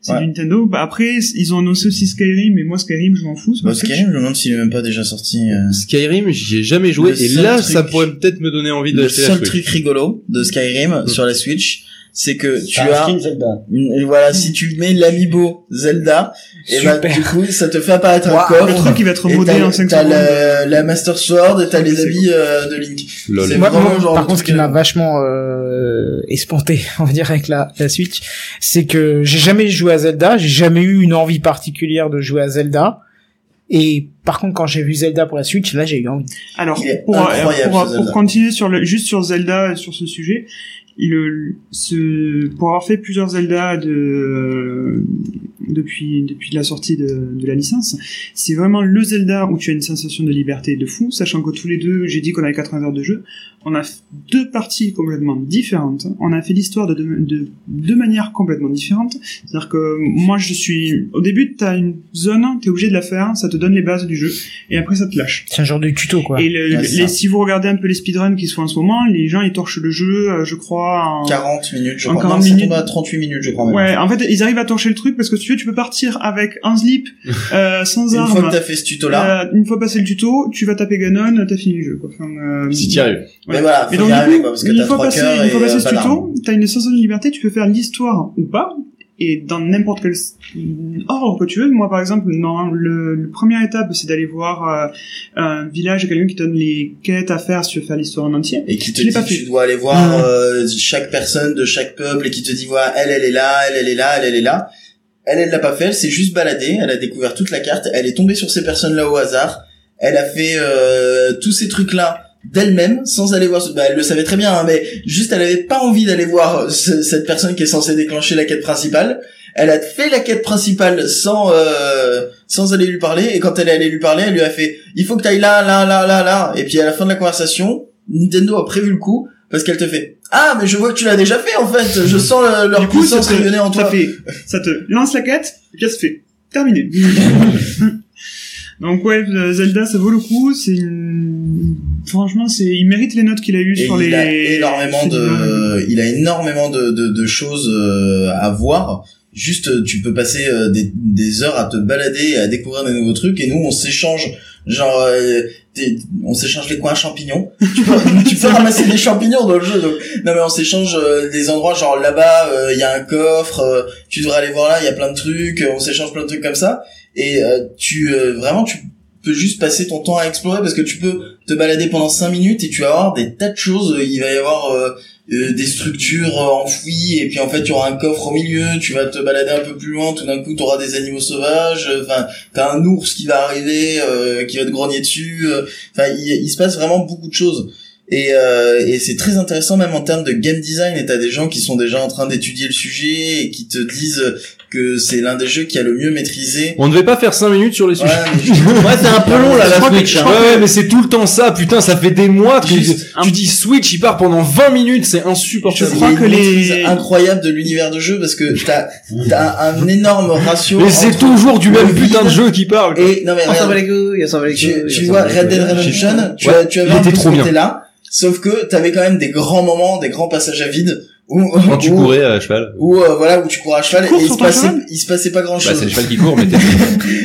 Speaker 6: c'est
Speaker 5: Ouais.
Speaker 6: du Nintendo. Bah, après, ils ont annoncé aussi Skyrim, mais moi Skyrim, je m'en fous. c'est
Speaker 5: Bah,
Speaker 6: parce que
Speaker 5: Skyrim, je me demande s'il est même pas déjà sorti. euh.
Speaker 2: Skyrim, j'y ai jamais joué,
Speaker 5: Le
Speaker 2: et
Speaker 5: seul
Speaker 2: là,
Speaker 5: truc-
Speaker 2: ça pourrait peut-être me donner envie
Speaker 5: Le
Speaker 2: d'acheter la
Speaker 5: seul
Speaker 2: Switch. Mm.
Speaker 5: truc rigolo de Skyrim sur la Switch, c'est que tu as
Speaker 10: Ah, skin Zelda.
Speaker 5: Et voilà, si tu mets l'amiibo Zelda, et bah, du coup, ça te fait apparaître un corps.
Speaker 6: Le truc, il va être
Speaker 5: et
Speaker 6: remodé en
Speaker 5: t'as,
Speaker 6: 5
Speaker 5: t'as
Speaker 6: hein, secondes.
Speaker 5: la, la Master Sword et t'as les habits euh, de Link.
Speaker 2: Lol.
Speaker 5: C'est
Speaker 8: Moi,
Speaker 5: vraiment
Speaker 8: moi,
Speaker 5: genre
Speaker 8: par
Speaker 5: le
Speaker 8: contre, ce
Speaker 5: truc,
Speaker 8: qui
Speaker 5: euh,
Speaker 8: m'a vachement euh, espanté, on va dire, avec la, la Switch, c'est que j'ai jamais joué à Zelda, j'ai jamais eu une envie particulière de jouer à Zelda. Et par contre, quand j'ai vu Zelda pour la Switch, là, j'ai eu envie.
Speaker 6: Alors,
Speaker 5: Il est
Speaker 6: pour, euh,
Speaker 5: incroyable,
Speaker 6: pour-
Speaker 5: ce
Speaker 6: pour
Speaker 5: Zelda.
Speaker 6: continuer sur le, juste sur Zelda, euh, sur ce sujet, le, ce, pour avoir fait plusieurs Zelda de, depuis, depuis la sortie de, de la licence, c'est vraiment le Zelda où tu as une sensation de liberté de fou, sachant que tous les deux, j'ai dit qu'on avait 80 heures de jeu, on a f- deux parties complètement différentes, on a fait l'histoire de deux de, deux manières complètement différentes, c'est-à-dire que moi je suis... Au début, t'as une zone, t'es obligé de la faire, ça te donne les bases du jeu, et après ça te lâche.
Speaker 8: C'est un genre de tuto, quoi.
Speaker 6: Et le-
Speaker 5: Ouais, c'est
Speaker 6: les-
Speaker 5: ça.
Speaker 6: si vous regardez un peu les speedruns qui se font en ce moment, les gens ils torchent le jeu, euh, je crois. En...
Speaker 5: 40 minutes, je
Speaker 6: En
Speaker 5: crois.
Speaker 6: 40
Speaker 5: Non, c'est
Speaker 6: minutes.
Speaker 5: tombé à 38 minutes, je crois. même.
Speaker 6: Ouais, en fait, ils arrivent à torcher le truc parce que si tu veux, tu peux partir avec un slip, euh, sans
Speaker 5: Une
Speaker 6: arme.
Speaker 5: fois que t'as fait ce tuto-là,
Speaker 6: euh, une fois passé le tuto, tu vas taper Ganon, t'as fini le jeu. Quoi. Enfin, euh,
Speaker 2: Si t'y arrives.
Speaker 5: mais ben voilà, faut
Speaker 6: Mais
Speaker 5: y
Speaker 6: donc, du
Speaker 5: arriver,
Speaker 6: coup,
Speaker 5: quoi, parce que
Speaker 6: une
Speaker 5: t'as
Speaker 6: fois
Speaker 5: trois
Speaker 6: passé,
Speaker 5: cœurs
Speaker 6: une
Speaker 5: et
Speaker 6: fois passé
Speaker 5: euh,
Speaker 6: ce
Speaker 5: pas d'armes.
Speaker 6: tuto, t'as une sensation de liberté, tu peux faire l'histoire ou pas, et dans n'importe quel s- ordre que tu veux. Moi, par exemple, dans le, le première étape, c'est d'aller voir euh, un village, quelqu'un qui te donne les quêtes à faire si tu veux faire l'histoire en entier.
Speaker 5: Et qui te
Speaker 6: Je l'ai
Speaker 5: dit
Speaker 6: pas
Speaker 5: que
Speaker 6: fait.
Speaker 5: tu dois aller voir euh, chaque personne de chaque peuple et qui te dit voilà elle elle est là elle elle est là elle elle est là elle elle l'a pas fait elle s'est juste baladée elle a découvert toute la carte elle est tombée sur ces personnes là au hasard elle a fait euh, tous ces trucs là d'elle-même sans aller voir ce- bah, elle le savait très bien hein, mais juste elle avait pas envie d'aller voir euh, ce- cette personne qui est censée déclencher la quête principale elle a fait la quête principale sans euh, sans aller lui parler et quand elle est allée lui parler elle lui a fait il faut que t'ailles là là là là là et puis à la fin de la conversation Nintendo a prévu le coup parce qu'elle te fait ah mais je vois que tu l'as déjà fait en fait je sens le- leur
Speaker 6: Du coup, ça
Speaker 5: puissance
Speaker 6: te,
Speaker 5: rayonner en
Speaker 6: ça
Speaker 5: toi
Speaker 6: fait, ça te lance la quête, et puis ça se fait. Terminé. Donc ouais, euh, Zelda, ça vaut le coup. C'est une- franchement, c'est il mérite les notes qu'il a eues
Speaker 5: Et
Speaker 6: sur les.
Speaker 5: il a énormément de il a énormément de, de, de choses euh, à voir juste euh, tu peux passer euh, des, des heures à te balader et à découvrir des nouveaux trucs et nous on s'échange genre euh, des- on s'échange les coins à champignons tu peux, tu peux ramasser des champignons dans le jeu donc. non mais on s'échange euh, des endroits genre là-bas euh, il y a un coffre euh, tu devrais aller voir là il y a plein de trucs euh, on s'échange plein de trucs comme ça et euh, tu euh, vraiment tu peux juste passer ton temps à explorer parce que tu peux te balader pendant 5 minutes et tu vas avoir des tas de choses. Il va y avoir euh, euh, des structures euh, enfouies et puis en fait tu auras un coffre au milieu. Tu vas te balader un peu plus loin. Tout d'un coup tu auras des animaux sauvages. Enfin t'as un ours qui va arriver, euh, qui va te grogner dessus. euh. Enfin il, il se passe vraiment beaucoup de choses. Et, euh, et c'est très intéressant même en termes de game design. Et t'as des gens qui sont déjà en train d'étudier le sujet et qui te disent que c'est l'un des jeux qui a le mieux maîtrisé.
Speaker 2: On ne devait pas faire 5 minutes sur les sujets.
Speaker 5: Ouais, mais-
Speaker 10: Ouais, c'est un peu long, là, la
Speaker 5: Je crois que-
Speaker 10: Switch,
Speaker 5: je
Speaker 10: hein.
Speaker 5: crois que-
Speaker 2: Ouais, ouais, mais c'est tout le temps ça, putain, ça fait des mois. Tu,
Speaker 5: Juste
Speaker 2: tu dis Switch, il part pendant 20 minutes, c'est insupportable.
Speaker 5: Je crois que les incroyable de l'univers de jeu parce que t'as t'as un énorme ratio.
Speaker 2: Mais c'est
Speaker 5: entre-
Speaker 2: toujours du même
Speaker 5: le vide
Speaker 2: putain de jeu qui parle. quoi.
Speaker 5: Et non mais
Speaker 7: On
Speaker 5: regarde,
Speaker 7: s'en bat Ah, les couilles, on s'en bat les
Speaker 5: Ah, tu, tu
Speaker 7: couilles. on s'en
Speaker 5: vois
Speaker 7: bat les
Speaker 5: Red Dead
Speaker 7: couilles.
Speaker 5: Redemption, tu,
Speaker 2: Ouais,
Speaker 5: as- tu avais
Speaker 2: il
Speaker 5: un
Speaker 2: était
Speaker 5: peu ce
Speaker 2: trop bien.
Speaker 5: côté-là, sauf que t'avais quand même des grands moments, des grands passages à vide où
Speaker 2: Quand tu
Speaker 5: où-
Speaker 2: courais à cheval.
Speaker 5: où, euh, voilà où tu courais à cheval
Speaker 6: cours
Speaker 5: et il
Speaker 6: sur
Speaker 5: se
Speaker 6: ton
Speaker 5: passait
Speaker 6: cheval
Speaker 5: il se passait pas grand
Speaker 2: Bah,
Speaker 5: chose.
Speaker 2: c'est le cheval qui court, mais t'es.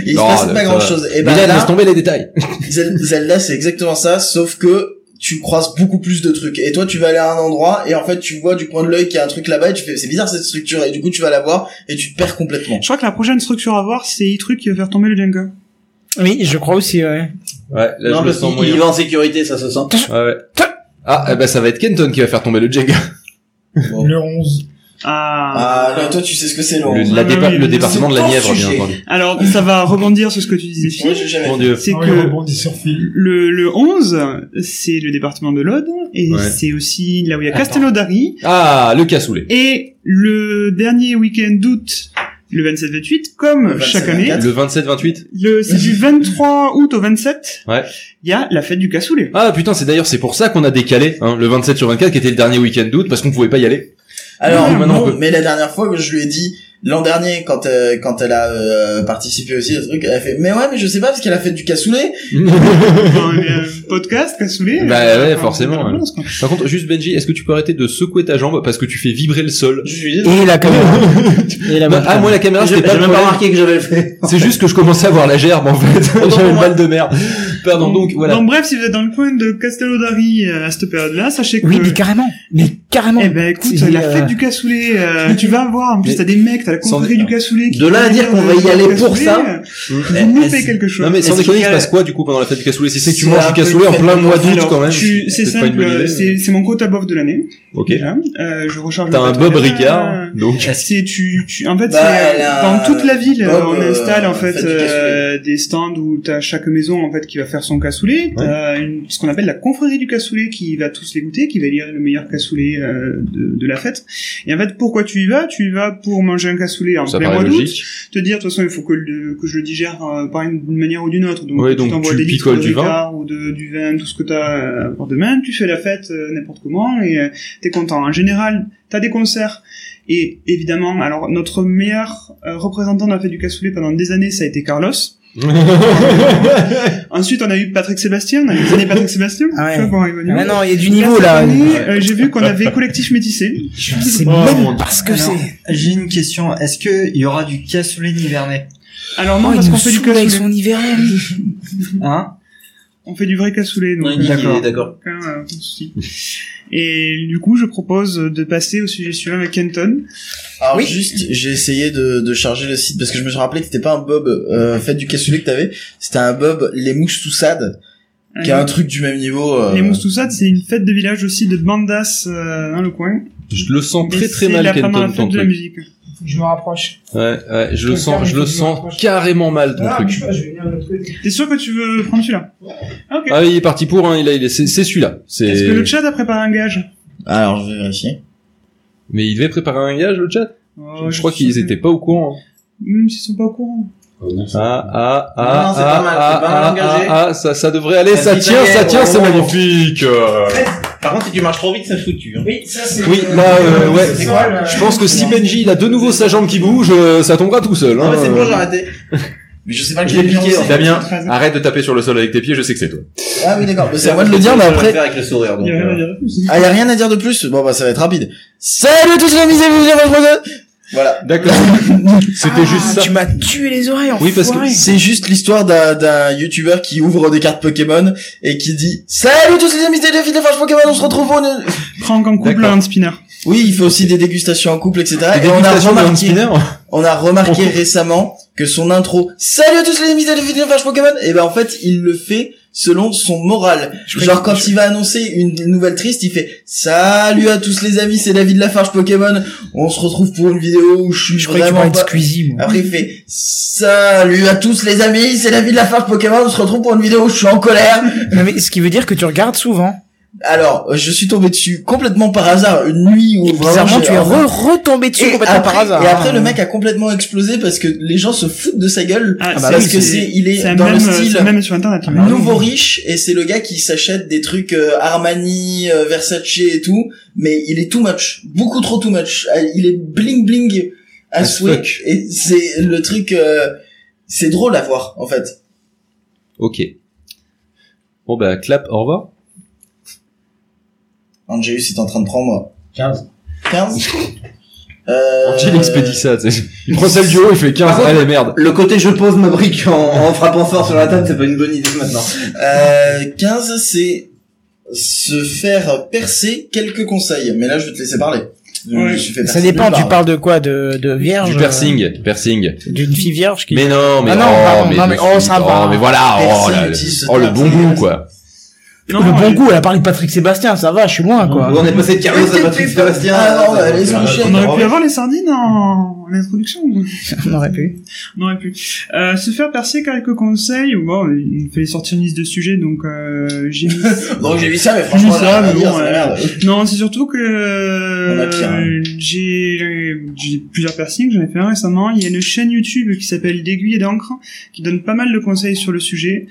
Speaker 5: il se
Speaker 2: Oh,
Speaker 5: passait
Speaker 2: là,
Speaker 5: pas
Speaker 2: ça
Speaker 5: grand
Speaker 2: va.
Speaker 5: chose. Et ben
Speaker 2: Milan,
Speaker 5: là,
Speaker 2: laisse tomber les détails.
Speaker 5: Zel- Zelda, c'est exactement ça, sauf que tu croises beaucoup plus de trucs. Et toi, tu vas aller à un endroit, et en fait, tu vois du coin de l'œil qu'il y a un truc là-bas, et tu fais, c'est bizarre cette structure, et du coup, tu vas la voir, et tu te perds complètement.
Speaker 6: Je crois que la prochaine structure à voir, c'est le truc qui va faire tomber le Jenga.
Speaker 8: Oui, je crois aussi, ouais.
Speaker 2: Ouais, là,
Speaker 7: Non,
Speaker 2: je le
Speaker 7: parce
Speaker 2: sens
Speaker 7: qu'il il
Speaker 2: moyen.
Speaker 7: va en sécurité, ça se sent.
Speaker 2: Ouais, ouais. Ah, eh ben, ça va être Kenton qui va faire tomber le Jenga.
Speaker 8: Le 11.
Speaker 5: Ah,
Speaker 6: Ah.
Speaker 5: là, toi, tu sais ce que c'est, Laurent.
Speaker 2: Le, la
Speaker 6: oui,
Speaker 2: dépa-
Speaker 6: oui,
Speaker 2: le
Speaker 6: oui,
Speaker 2: département
Speaker 5: bah
Speaker 2: de la
Speaker 5: c'est hors
Speaker 2: Nièvre, bien
Speaker 5: sujet.
Speaker 2: entendu.
Speaker 6: Alors ça va rebondir sur ce que tu disais,
Speaker 5: Moi,
Speaker 6: Phil.
Speaker 5: j'ai jamais
Speaker 2: Mon dieu.
Speaker 6: C'est
Speaker 11: Ah, il
Speaker 6: que
Speaker 11: rebondit sur Phil.
Speaker 6: le, le 11, c'est le département de l'Aude, et
Speaker 2: Ouais.
Speaker 6: c'est aussi là où il y a Castelnaudary,
Speaker 2: Ah, le cassoulet.
Speaker 6: Et le dernier week-end d'août, le 27-28, comme
Speaker 5: Le 27-24.
Speaker 6: chaque année,
Speaker 2: Le 27-28.
Speaker 6: le, c'est du 23 août au 27,
Speaker 2: Ouais.
Speaker 6: il y a la fête du cassoulet.
Speaker 2: Ah, putain, c'est d'ailleurs, c'est pour ça qu'on a décalé, hein, le 27 sur 24, qui était le dernier week-end d'août, parce qu'on pouvait pas y aller.
Speaker 5: Alors,
Speaker 2: Oui, maintenant,
Speaker 5: non,
Speaker 2: on peut.
Speaker 5: mais la dernière fois, je lui ai dit, L'an dernier, quand euh, quand elle a euh, participé aussi au truc, elle a fait mais ouais mais je sais pas parce qu'elle a fait du cassoulet.
Speaker 6: Enfin, euh, podcast, cassoulet.
Speaker 2: Bah
Speaker 6: euh,
Speaker 2: ouais,
Speaker 6: enfin,
Speaker 2: forcément,
Speaker 6: c'est la
Speaker 2: ouais.
Speaker 6: balance, quoi.
Speaker 2: Par contre, juste Benji, est-ce que tu peux arrêter de secouer ta jambe parce que tu fais vibrer le sol
Speaker 5: Je lui ai dit,
Speaker 8: Et la caméra. Et la
Speaker 2: Bah, Ah,
Speaker 8: caméra.
Speaker 2: moi la caméra,
Speaker 7: J'ai
Speaker 2: c'était pas
Speaker 7: j'ai
Speaker 2: le
Speaker 7: même pas
Speaker 2: problème.
Speaker 7: remarqué que j'avais le fait.
Speaker 2: C'est juste que je commençais à voir la gerbe en fait. J'avais le mal de mer. Pardon, donc voilà.
Speaker 6: Donc bref, si vous êtes dans le coin de Castellodari euh, à cette période-là, sachez que
Speaker 8: Oui, mais carrément. Mais carrément.
Speaker 6: Eh ben écoute,
Speaker 8: C'est,
Speaker 6: la
Speaker 8: euh,
Speaker 6: fête du cassoulet, euh, tu vas voir, en plus
Speaker 2: Mais-
Speaker 6: t'as des mecs, t'as la confrérie
Speaker 2: Sans-
Speaker 6: du cassoulet. qui
Speaker 7: De là à
Speaker 6: vient,
Speaker 7: dire qu'on
Speaker 6: euh,
Speaker 7: va y
Speaker 6: du
Speaker 7: aller pour
Speaker 6: cassoulet,
Speaker 7: ça,
Speaker 6: euh,
Speaker 2: Mm.
Speaker 7: Eh,
Speaker 6: Vous
Speaker 7: eh,
Speaker 6: loupez quelque chose.
Speaker 2: Non mais sans
Speaker 7: Est-ce
Speaker 2: déconner, il
Speaker 7: qu'il y
Speaker 2: se
Speaker 7: a-
Speaker 2: passe quoi du coup pendant la fête du cassoulet Si c'est que tu
Speaker 5: C'est
Speaker 2: manges
Speaker 5: un
Speaker 2: du
Speaker 5: peu
Speaker 2: cassoulet en
Speaker 5: une
Speaker 2: plein
Speaker 5: fête
Speaker 2: mois d'août
Speaker 6: Alors,
Speaker 2: quand même,
Speaker 6: tu- C'est
Speaker 2: peut-être pas une
Speaker 6: simple,
Speaker 2: bonne idée.
Speaker 6: euh, c'est c'est mon quota bof de l'année.
Speaker 2: Ok.
Speaker 6: Déjà. Euh, je recharge.
Speaker 2: T'as
Speaker 6: le
Speaker 2: un
Speaker 6: quota.
Speaker 2: Bob Ricard,
Speaker 6: Euh,
Speaker 2: donc.
Speaker 6: C'est tu, tu en fait
Speaker 5: Bah,
Speaker 6: c'est
Speaker 5: elle
Speaker 6: euh,
Speaker 5: a
Speaker 6: dans toute la ville
Speaker 5: Bob,
Speaker 6: euh, on
Speaker 5: euh,
Speaker 6: installe en fait
Speaker 5: fête du
Speaker 6: euh, des stands où t'as chaque maison en fait qui va faire son cassoulet t'as une- ce qu'on appelle la confrérie du cassoulet qui va tous les goûter qui va lire le meilleur cassoulet euh, de, de la fête et en fait pourquoi tu y vas tu y vas pour manger un cassoulet en
Speaker 2: Ça
Speaker 6: plein
Speaker 2: paraît
Speaker 6: mois d'août
Speaker 2: logique.
Speaker 6: te dire de toute façon il faut que, le- que je le digère euh, par une, d'une manière ou d'une autre donc,
Speaker 2: Ouais, donc
Speaker 6: t'envoies
Speaker 2: tu
Speaker 6: des litres
Speaker 2: picoles
Speaker 6: de
Speaker 2: du vin.
Speaker 6: Ricard ou de, du vin tout ce que t'as euh, pour demain tu fais la fête euh, n'importe comment et euh, t'es content en général t'as des concerts et évidemment alors notre meilleur euh, représentant de la fête du cassoulet pendant des années ça a été Carlos ensuite on a eu Patrick Sébastien on a eu les années Patrick Sébastien
Speaker 8: Ah ouais.
Speaker 6: tu vois comment il est venu.
Speaker 8: Ah non, il y a du
Speaker 6: Là,
Speaker 8: niveau
Speaker 6: cette
Speaker 8: là.
Speaker 6: année, euh, j'ai vu qu'on avait collectif métissé
Speaker 8: Je sais
Speaker 9: Oh,
Speaker 8: même parce que
Speaker 9: Alors,
Speaker 8: c'est.
Speaker 9: J'ai une question. Est-ce que il y aura du cassoulet d'hivernais
Speaker 6: alors non
Speaker 8: Oh,
Speaker 6: parce
Speaker 8: il
Speaker 6: qu'on
Speaker 8: nous
Speaker 6: fait du
Speaker 8: saoule avec
Speaker 6: cassoulet
Speaker 8: son hiver.
Speaker 9: Hein
Speaker 6: on fait du vrai cassoulet donc,
Speaker 7: Non,
Speaker 6: euh,
Speaker 7: il- il
Speaker 9: D'accord.
Speaker 7: est D'accord.
Speaker 6: Hein, euh, pas de souci. Et du coup, je propose de passer au sujet suivant avec Kenton.
Speaker 5: Alors
Speaker 8: Oui.
Speaker 5: juste, j'ai essayé de, de charger le site parce que je me suis rappelé que c'était pas un Bob euh, fait du cassoulet que t'avais, c'était un Bob les mouches toussades, qui est un truc du même niveau. euh,
Speaker 6: Euh, Les mousses toussades, c'est une fête de village aussi de Bandas euh, dans le coin.
Speaker 2: Je le sens
Speaker 6: Mais
Speaker 2: très très
Speaker 6: c'est
Speaker 2: mal,
Speaker 6: la pendant la
Speaker 2: Kenton, ton
Speaker 6: fête de la
Speaker 2: truc.
Speaker 6: musique.
Speaker 4: Je me rapproche.
Speaker 2: Ouais, ouais, je le
Speaker 4: Je
Speaker 2: sens,
Speaker 4: vais
Speaker 2: je le
Speaker 4: faire une
Speaker 2: sens
Speaker 4: petite
Speaker 2: carrément mal, ton truc.
Speaker 4: je vais venir le truc.
Speaker 6: T'es sûr que tu veux prendre celui-là Ah, Ok.
Speaker 2: Ah, il est parti pour, hein, il a- il est- c'est c'est celui-là.
Speaker 6: Est-ce que
Speaker 2: C'est.
Speaker 6: le chat a préparé un gage
Speaker 5: Alors je vais vérifier.
Speaker 2: Mais il devait préparer un gage, le chat
Speaker 6: Oh,
Speaker 2: Je crois qu'ils
Speaker 6: sais-
Speaker 2: étaient pas au courant. hein.
Speaker 6: Même s'ils sont pas au courant.
Speaker 2: Ah, ah, ah,
Speaker 7: Non, non, c'est
Speaker 2: ah,
Speaker 7: pas mal,
Speaker 2: ah,
Speaker 7: c'est pas mal
Speaker 2: ah,
Speaker 7: engagé.
Speaker 2: ah, ah, ça, ça devrait aller,
Speaker 7: Ça
Speaker 2: ça
Speaker 7: dit
Speaker 2: tient,
Speaker 7: ça y est,
Speaker 2: ça tient, c'est
Speaker 7: bravo.
Speaker 2: magnifique. euh.
Speaker 7: Par contre, si tu marches trop vite, c'est foutu. hein.
Speaker 4: Oui, ça c'est.
Speaker 2: Oui, là, euh, ouais.
Speaker 4: C'est quoi, le-
Speaker 2: Je pense que si Benji il a de nouveau sa jambe qui bouge, euh, ça tombera tout seul.
Speaker 5: Ah
Speaker 2: Hein.
Speaker 5: ouais, c'est bon, j'ai arrêté. Mais je sais pas que
Speaker 2: Je
Speaker 5: je l'ai
Speaker 2: l'ai piqué,
Speaker 5: piqué. en fait.
Speaker 2: Damien. Arrête de taper sur le sol avec tes pieds, je sais que c'est toi.
Speaker 5: Ah oui, d'accord. Mais C'est à
Speaker 7: Parce
Speaker 5: moi de
Speaker 7: que
Speaker 5: le dire,
Speaker 7: tu
Speaker 5: mais
Speaker 7: peux le
Speaker 5: après.
Speaker 7: faire avec le sourire. donc,
Speaker 6: Il y a rien à
Speaker 7: euh,
Speaker 6: dire.
Speaker 5: Ah, y a rien à dire de plus Bon, bah, ça va être rapide. Salut tous les amis, c'est vous, Voilà.
Speaker 2: D'accord. C'était juste ça.
Speaker 8: Tu m'as tué les oreilles.
Speaker 2: Oui, parce que-
Speaker 8: enfoiré.
Speaker 5: C'est juste l'histoire d'un, d'un youtubeur qui ouvre des cartes Pokémon et qui dit Salut tous les amis, c'est Jeffy des Forges Pokémon, on se retrouve pour une...
Speaker 6: Prank en couple
Speaker 2: D'accord.
Speaker 6: un spinner.
Speaker 5: Oui, il fait aussi des dégustations en couple, etc.
Speaker 2: Des
Speaker 5: et on a
Speaker 2: dégustations de hand
Speaker 5: remarqué,
Speaker 2: spinner
Speaker 5: on a remarqué récemment que son intro Salut à tous les amis, c'est Jeffy des Forges Pokémon, et ben en fait, il le fait selon son moral. Genre quand il va annoncer une nouvelle triste, il fait Salut à tous les amis, c'est David Lafarge Pokémon, on se retrouve pour une vidéo où je suis
Speaker 8: Je croyais que tu parlais
Speaker 5: vraiment
Speaker 8: de
Speaker 5: pas... Ah.
Speaker 8: Squeezie, moi.
Speaker 5: Après, il fait Salut à tous les amis, c'est la vie de la farce Pokémon, on se retrouve pour une vidéo où je suis en colère.
Speaker 8: Non, mais ce qui veut dire que tu regardes souvent.
Speaker 5: Alors, euh, je suis tombé dessus complètement par hasard, une nuit où
Speaker 8: Et
Speaker 5: Oh, vraiment,
Speaker 8: bizarrement,
Speaker 5: j'ai-
Speaker 8: tu es re- retombé dessus
Speaker 5: Et
Speaker 8: complètement
Speaker 5: après-
Speaker 8: par hasard.
Speaker 5: Et après, le mec a complètement explosé parce que les gens se foutent de sa gueule.
Speaker 6: Ah,
Speaker 5: bah, parce
Speaker 6: oui,
Speaker 5: que c'est, il est,
Speaker 6: c'est un
Speaker 5: dans
Speaker 6: même,
Speaker 5: le
Speaker 6: euh,
Speaker 5: style
Speaker 6: c'est même Ah sur internet. hein.
Speaker 5: nouveau riche et c'est le gars qui s'achète des trucs euh, Armani, euh, Versace et tout, mais il est too much, beaucoup trop too much. Euh, Il est bling bling
Speaker 6: Ah,
Speaker 5: à
Speaker 2: As
Speaker 5: souhait
Speaker 2: fuck.
Speaker 5: et c'est le truc, euh, c'est drôle à voir en fait.
Speaker 2: Ok. Bon bah clap, au revoir.
Speaker 5: Angelus est en train de prendre
Speaker 10: 15.
Speaker 5: 15. Euh...
Speaker 2: Angel expédie ça, tu sais. Il prend celle du haut, il fait 15,
Speaker 7: Par contre-
Speaker 2: allez merde.
Speaker 7: Le côté je pose ma brique en, en frappant fort sur la table, c'est pas une bonne idée maintenant.
Speaker 5: Euh, 15, c'est se faire percer quelques conseils. Mais là, je vais te laisser parler. Je
Speaker 6: Ouais.
Speaker 5: me suis fait
Speaker 8: Ça
Speaker 5: percer
Speaker 8: dépend,
Speaker 5: nulle part.
Speaker 8: tu parles de quoi De, de vierge
Speaker 2: Du piercing, piercing.
Speaker 8: euh, D'une fille vierge qui...
Speaker 2: Mais non, mais
Speaker 8: Ah non,
Speaker 2: oh,
Speaker 8: pardon,
Speaker 2: mais,
Speaker 8: non, mais
Speaker 2: je
Speaker 8: oh,
Speaker 2: suis-
Speaker 8: ça va.
Speaker 2: oh, mais voilà, oh,
Speaker 5: Personne
Speaker 2: là,
Speaker 5: n'utilise ce
Speaker 2: oh, le
Speaker 5: terme,
Speaker 2: bon
Speaker 5: c'est
Speaker 2: goût
Speaker 5: dégueulasse.
Speaker 2: quoi.
Speaker 8: le bon goût, elle a parlé de Patrick Sébastien, ça va, je suis loin,
Speaker 9: Ah,
Speaker 8: quoi.
Speaker 7: on est passé de Carlos à Patrick Sébastien.
Speaker 5: Ah, non,
Speaker 7: euh,
Speaker 5: allez,
Speaker 7: euh,
Speaker 5: Jean-Michel.
Speaker 6: On aurait pu avoir les sardines en, en introduction.
Speaker 8: On aurait pu.
Speaker 6: On aurait pu. Euh, se faire percer quelques conseils. Bon, il fallait sortir une liste de sujets, donc euh, j'ai mis
Speaker 5: Donc j'ai vu ça, mais franchement,
Speaker 6: ça,
Speaker 5: ça,
Speaker 6: mais
Speaker 5: dire,
Speaker 6: bon,
Speaker 5: c'est la
Speaker 6: ouais.
Speaker 5: merde.
Speaker 6: Non, c'est surtout que
Speaker 5: On a pire, hein.
Speaker 6: euh, j'ai j'ai plusieurs piercings, j'en ai fait un récemment. Il y a une chaîne YouTube qui s'appelle D'aiguille et d'encre qui donne pas mal de conseils sur le sujet.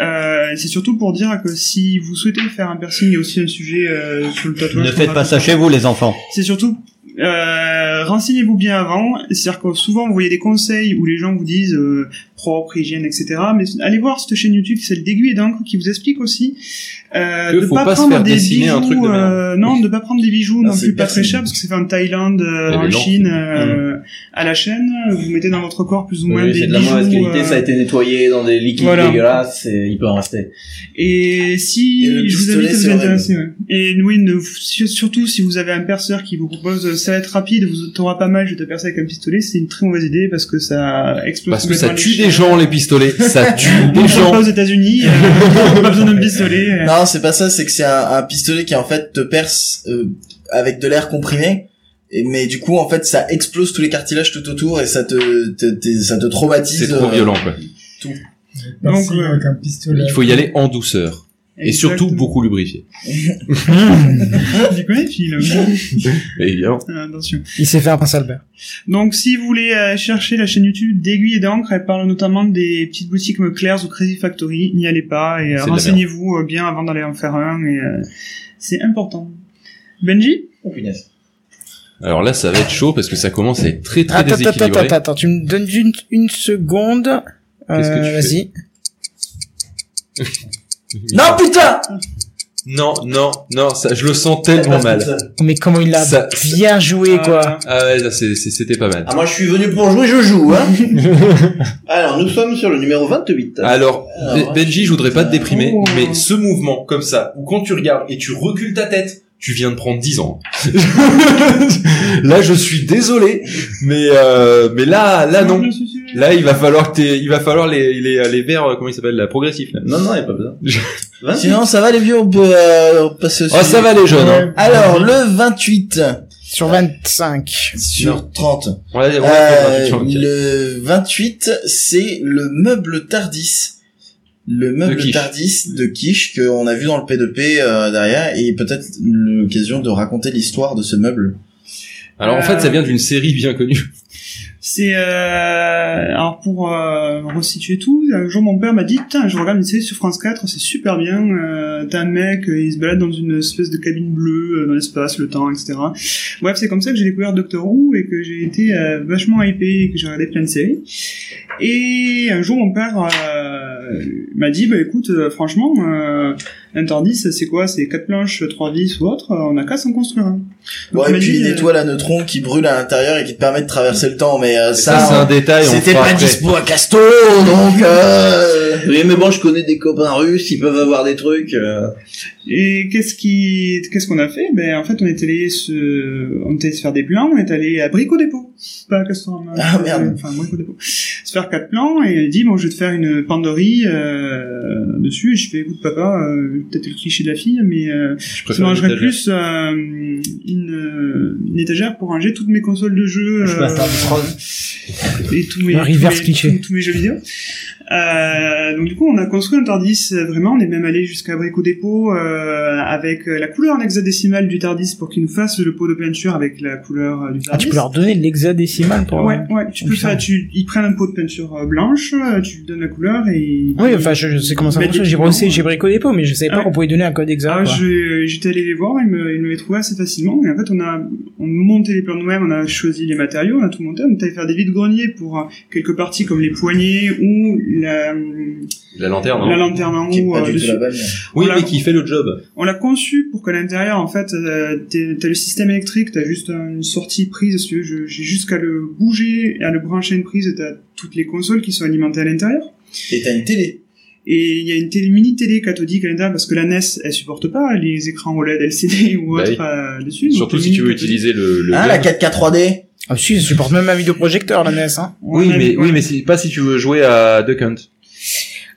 Speaker 6: Euh, c'est surtout pour dire que si vous souhaitez faire un piercing, il y a aussi un sujet euh, sur le tatouage.
Speaker 10: Ne
Speaker 6: qu'on
Speaker 10: faites
Speaker 6: va
Speaker 10: pas ça chez vous, les enfants.
Speaker 6: c'est surtout euh, renseignez-vous bien avant. C'est-à-dire que souvent, vous voyez des conseils où les gens vous disent euh, propre, hygiène, etc. Mais allez voir cette chaîne YouTube, celle d'aiguille et d'encre, qui vous explique aussi euh,
Speaker 2: Que
Speaker 6: de
Speaker 2: faut
Speaker 6: pas,
Speaker 2: pas se
Speaker 6: prendre
Speaker 2: faire
Speaker 6: des
Speaker 2: dessiner
Speaker 6: bijoux,
Speaker 2: un truc de merde.
Speaker 6: euh, non, de pas prendre des bijoux
Speaker 5: Ah,
Speaker 6: non
Speaker 5: c'est
Speaker 6: plus pas très
Speaker 5: pertinent.
Speaker 6: chers parce que c'est fait en Thaïlande, euh,
Speaker 2: Il y a
Speaker 6: en
Speaker 2: des gens-
Speaker 6: Chine, euh, à la chaîne. Vous mettez dans votre corps plus ou moins
Speaker 7: Oui,
Speaker 6: des
Speaker 7: c'est de la
Speaker 6: bijoux,
Speaker 7: mauvaise qualité,
Speaker 6: euh,
Speaker 7: ça a été nettoyé dans des liquides
Speaker 6: voilà.
Speaker 7: dégueulasses, et il peut en rester.
Speaker 6: Et si
Speaker 5: Et le
Speaker 6: je vous invite
Speaker 5: pistolet,
Speaker 6: à vous
Speaker 5: c'est horrible.
Speaker 6: intéresser, ouais. et oui, ne- sur- surtout si vous avez un perceur qui vous propose euh, ça va être rapide, vous t'aura pas mal, je vais te percer avec un pistolet, c'est une très mauvaise idée parce que ça explose.
Speaker 2: Parce que ça
Speaker 6: complètement
Speaker 2: tue
Speaker 6: les
Speaker 2: des
Speaker 6: chiens.
Speaker 2: gens, les pistolets. Ça tue
Speaker 6: On
Speaker 2: des
Speaker 6: ne pas
Speaker 2: gens.
Speaker 6: aux États-Unis, euh, pas besoin d'un pistolet. euh.
Speaker 5: Non, c'est pas ça, c'est que c'est un, un pistolet qui en fait te perce euh, avec de l'air comprimé. Et, mais du coup, en fait, ça explose tous les cartilages tout autour et ça te, te- te- ça te traumatise.
Speaker 2: C'est trop
Speaker 5: euh,
Speaker 2: violent, quoi.
Speaker 6: Donc,
Speaker 4: Donc,
Speaker 6: euh,
Speaker 4: avec un pistolet.
Speaker 2: Il faut y aller en douceur. Et surtout
Speaker 6: Exactement. Ah,
Speaker 2: beaucoup lubrifié.
Speaker 8: Hmm.
Speaker 6: Tu connais, Phil
Speaker 2: Et évidemment.
Speaker 6: Euh, Attention.
Speaker 8: Il s'est fait un prince Albert.
Speaker 6: Donc, si vous voulez euh, chercher la chaîne YouTube d'Aiguille et d'encre, elle parle notamment des petites boutiques comme Claire's ou Crazy Factory. N'y allez pas et euh,
Speaker 2: C'est de la
Speaker 6: renseignez-vous euh, bien avant d'aller en faire un. Et euh, c'est important. Benji
Speaker 7: Oh punaise.
Speaker 2: Alors là, ça va être chaud parce que ça commence à être très très
Speaker 8: Attends, attends, attends,
Speaker 2: déséquilibré.
Speaker 8: attends, attends, tu me donnes une, une seconde. Euh,
Speaker 2: Qu'est-ce que tu fais
Speaker 8: Vas-y.
Speaker 5: Non, putain!
Speaker 2: Non, non, non, ça, je le sens tellement mal.
Speaker 8: Mais comment il l'a
Speaker 2: Ça-
Speaker 8: bien joué, quoi.
Speaker 6: Euh,
Speaker 2: Ah ouais, ça, c'est- c'est- c'était pas mal.
Speaker 7: Ah, moi je suis venu pour jouer, je joue, hein. Alors, nous sommes sur le numéro 28.
Speaker 2: Alors,
Speaker 7: Alors,
Speaker 2: Benji, je voudrais pas te déprimer,
Speaker 6: Oh.
Speaker 2: mais ce mouvement comme ça, où quand tu regardes et tu recules ta tête, tu viens de prendre 10 ans. là, je suis désolé, mais euh, mais là, là non. Là, il va falloir que t'aies- il va falloir les les les verts, euh, comment ils s'appellent, la progressif. Là.
Speaker 7: Non, non, il n'y a pas besoin.
Speaker 2: Hein
Speaker 7: 28.
Speaker 5: Sinon, ça va les vieux, on peut euh, passer au
Speaker 2: Oh, ça
Speaker 5: suivant.
Speaker 2: va les jeunes. hein.
Speaker 5: Alors, le 28
Speaker 8: Sur 25.
Speaker 5: sur
Speaker 2: Non.
Speaker 5: 30.
Speaker 2: On va- on va faire
Speaker 5: Euh,
Speaker 2: 28, ok.
Speaker 5: le 28, c'est le meuble Tardis. Le meuble
Speaker 2: De Quiche.
Speaker 5: Tardis de Quiche qu'on a vu dans le P2P euh, derrière et peut-être l'occasion de raconter l'histoire de ce meuble.
Speaker 2: Alors en fait, ça vient d'une série bien connue.
Speaker 6: C'est euh, alors pour euh, resituer tout. Un jour, mon père m'a dit "Putain, je regarde une série sur France 4, c'est super bien. Euh, T'as un mec, euh, il se balade dans une espèce de cabine bleue euh, dans l'espace, le temps, etc." Bref, c'est comme ça que j'ai découvert Doctor Who et que j'ai été euh, vachement hypé et que j'ai regardé plein de séries. Et un jour, mon père euh, m'a dit "Bah écoute, euh, franchement, euh, interdit, c'est quoi C'est quatre planches, trois vis ou autre On a qu'à s'en construire un." Donc,
Speaker 5: Bon,
Speaker 6: il
Speaker 5: et
Speaker 6: m'a
Speaker 5: puis
Speaker 6: dit,
Speaker 5: une
Speaker 6: euh,
Speaker 5: étoile à neutrons qui brûle à l'intérieur et qui te permet de traverser le temps, mais euh,
Speaker 2: Ça, c'est un
Speaker 5: ça,
Speaker 2: détail. on le
Speaker 5: c'était
Speaker 2: fera
Speaker 5: pas
Speaker 2: après.
Speaker 5: dispo à Casto, donc... Euh...
Speaker 7: Oui, mais bon, je connais des copains russes, ils peuvent avoir des trucs. euh.
Speaker 6: Et qu'est-ce qui, qu'est-ce qu'on a fait Ben en fait, on est allé se, on est allé se faire des plans. On est allé à Brico Dépôt, pas à Castorama. euh,
Speaker 5: Ah, merde.
Speaker 6: Enfin Brico Dépôt. Se faire quatre plans et il dit bon, je vais te faire une pandorie euh, dessus. Et je fais écoute papa, euh, peut-être le cliché de la fille, mais euh,
Speaker 2: Je
Speaker 6: je
Speaker 2: préfère
Speaker 6: mangerais
Speaker 2: l'étage.
Speaker 6: plus euh, une, euh, une étagère pour ranger toutes mes consoles de jeux euh,
Speaker 7: Je passe à Tron.
Speaker 6: et tous mes,
Speaker 8: Un reverse
Speaker 6: tous mes-
Speaker 8: cliché.
Speaker 6: tous- tous mes jeux vidéo. Euh, donc du coup, on a construit un Tardis euh, vraiment. On est même allé jusqu'à Brico Dépôt euh, avec euh, la couleur en hexadécimale du Tardis pour qu'il nous fasse le pot de peinture avec la couleur euh, du Tardis.
Speaker 8: Ah, tu peux leur donner de l'hexadécimal pour...
Speaker 6: Ouais, ouais, tu peux
Speaker 8: Putain.
Speaker 6: faire, tu, ils prennent un pot de peinture euh, blanche, euh, tu lui donnes la couleur et...
Speaker 8: Oui, enfin, je, je sais comment ça
Speaker 6: Mettre
Speaker 8: marche.
Speaker 6: des
Speaker 8: J'ai
Speaker 6: pigments,
Speaker 8: brossé,
Speaker 6: euh.
Speaker 8: j'ai bricolé dépôt, mais je savais
Speaker 6: Ah
Speaker 8: pas
Speaker 6: ouais.
Speaker 8: qu'on pouvait donner un code
Speaker 6: Ah,
Speaker 8: exact. quoi.
Speaker 6: je- j'étais allé les voir, ils me, ils me l'avaient trouvé assez facilement. Et en fait, on a, on monté les plans nous-mêmes, on a choisi les matériaux, on a tout monté. On est allé faire des vides greniers pour euh, quelques parties comme les poignées ou la, euh,
Speaker 2: La lanterne. hein.
Speaker 6: la lanterne en
Speaker 5: Qui est
Speaker 6: haut.
Speaker 5: pas
Speaker 6: euh,
Speaker 5: du tout
Speaker 6: dessus.
Speaker 5: la bagnole.
Speaker 2: Oui,
Speaker 6: la-
Speaker 2: mais qui fait le job.
Speaker 6: On l'a conçu pour qu'à l'intérieur, en fait, euh, t'aies- t'as le système électrique, t'as juste une sortie prise, si tu veux, je- j'ai juste qu'à le bouger, à le brancher à une prise, et t'as toutes les consoles qui sont alimentées à l'intérieur.
Speaker 5: Et t'as une télé.
Speaker 6: Et il y a une télé, mini télé cathodique à l'intérieur, parce que la NES, elle supporte pas les écrans E OLED, LCD ou
Speaker 2: Bah
Speaker 6: autre
Speaker 2: oui.
Speaker 6: euh, dessus. donc
Speaker 2: Surtout
Speaker 6: le
Speaker 2: si
Speaker 6: mini
Speaker 2: tu veux
Speaker 6: cathodique.
Speaker 2: utiliser le. le
Speaker 5: Hein,
Speaker 2: web.
Speaker 5: la 4K 3D
Speaker 8: Ah, si, ça supporte même un vidéoprojecteur, la NES, hein.
Speaker 6: On
Speaker 2: Oui,
Speaker 6: a- ouais.
Speaker 2: mais oui, mais c'est pas si tu veux jouer à Duck Hunt.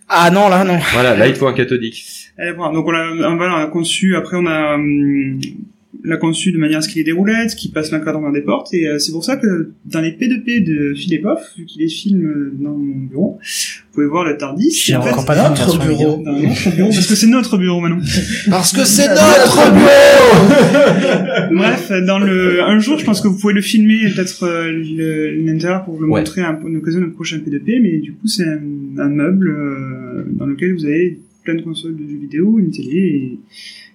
Speaker 8: Ah, non, là, non.
Speaker 2: Voilà, là il te faut un cathodique.
Speaker 6: Allez, voilà. Donc on l'a, on- voilà, on l'a conçu. Après on a hum, l'a conçu de manière à ce qu'il ait des roulettes, qu'il passe l'encadrement des portes. Et euh, c'est pour ça que dans les P2P de Phil et Poff, vu qu'il les filme euh, dans mon bureau, vous pouvez voir le Tardis.
Speaker 8: J'ai
Speaker 6: Et en fait,
Speaker 8: encore pas de version
Speaker 5: notre
Speaker 8: vidéo.
Speaker 5: bureau.
Speaker 6: dans notre bureau, parce que c'est notre bureau maintenant.
Speaker 5: Parce que c'est notre bureau
Speaker 6: Bref, dans le, un jour, je pense que vous pouvez le filmer, peut-être euh, le- l'intérieur pour vous le
Speaker 2: Ouais.
Speaker 6: montrer à une occasion d'un prochain P2P, mais du coup, c'est un, un meuble euh, dans lequel vous avez plein de consoles de jeux vidéo, une télé, et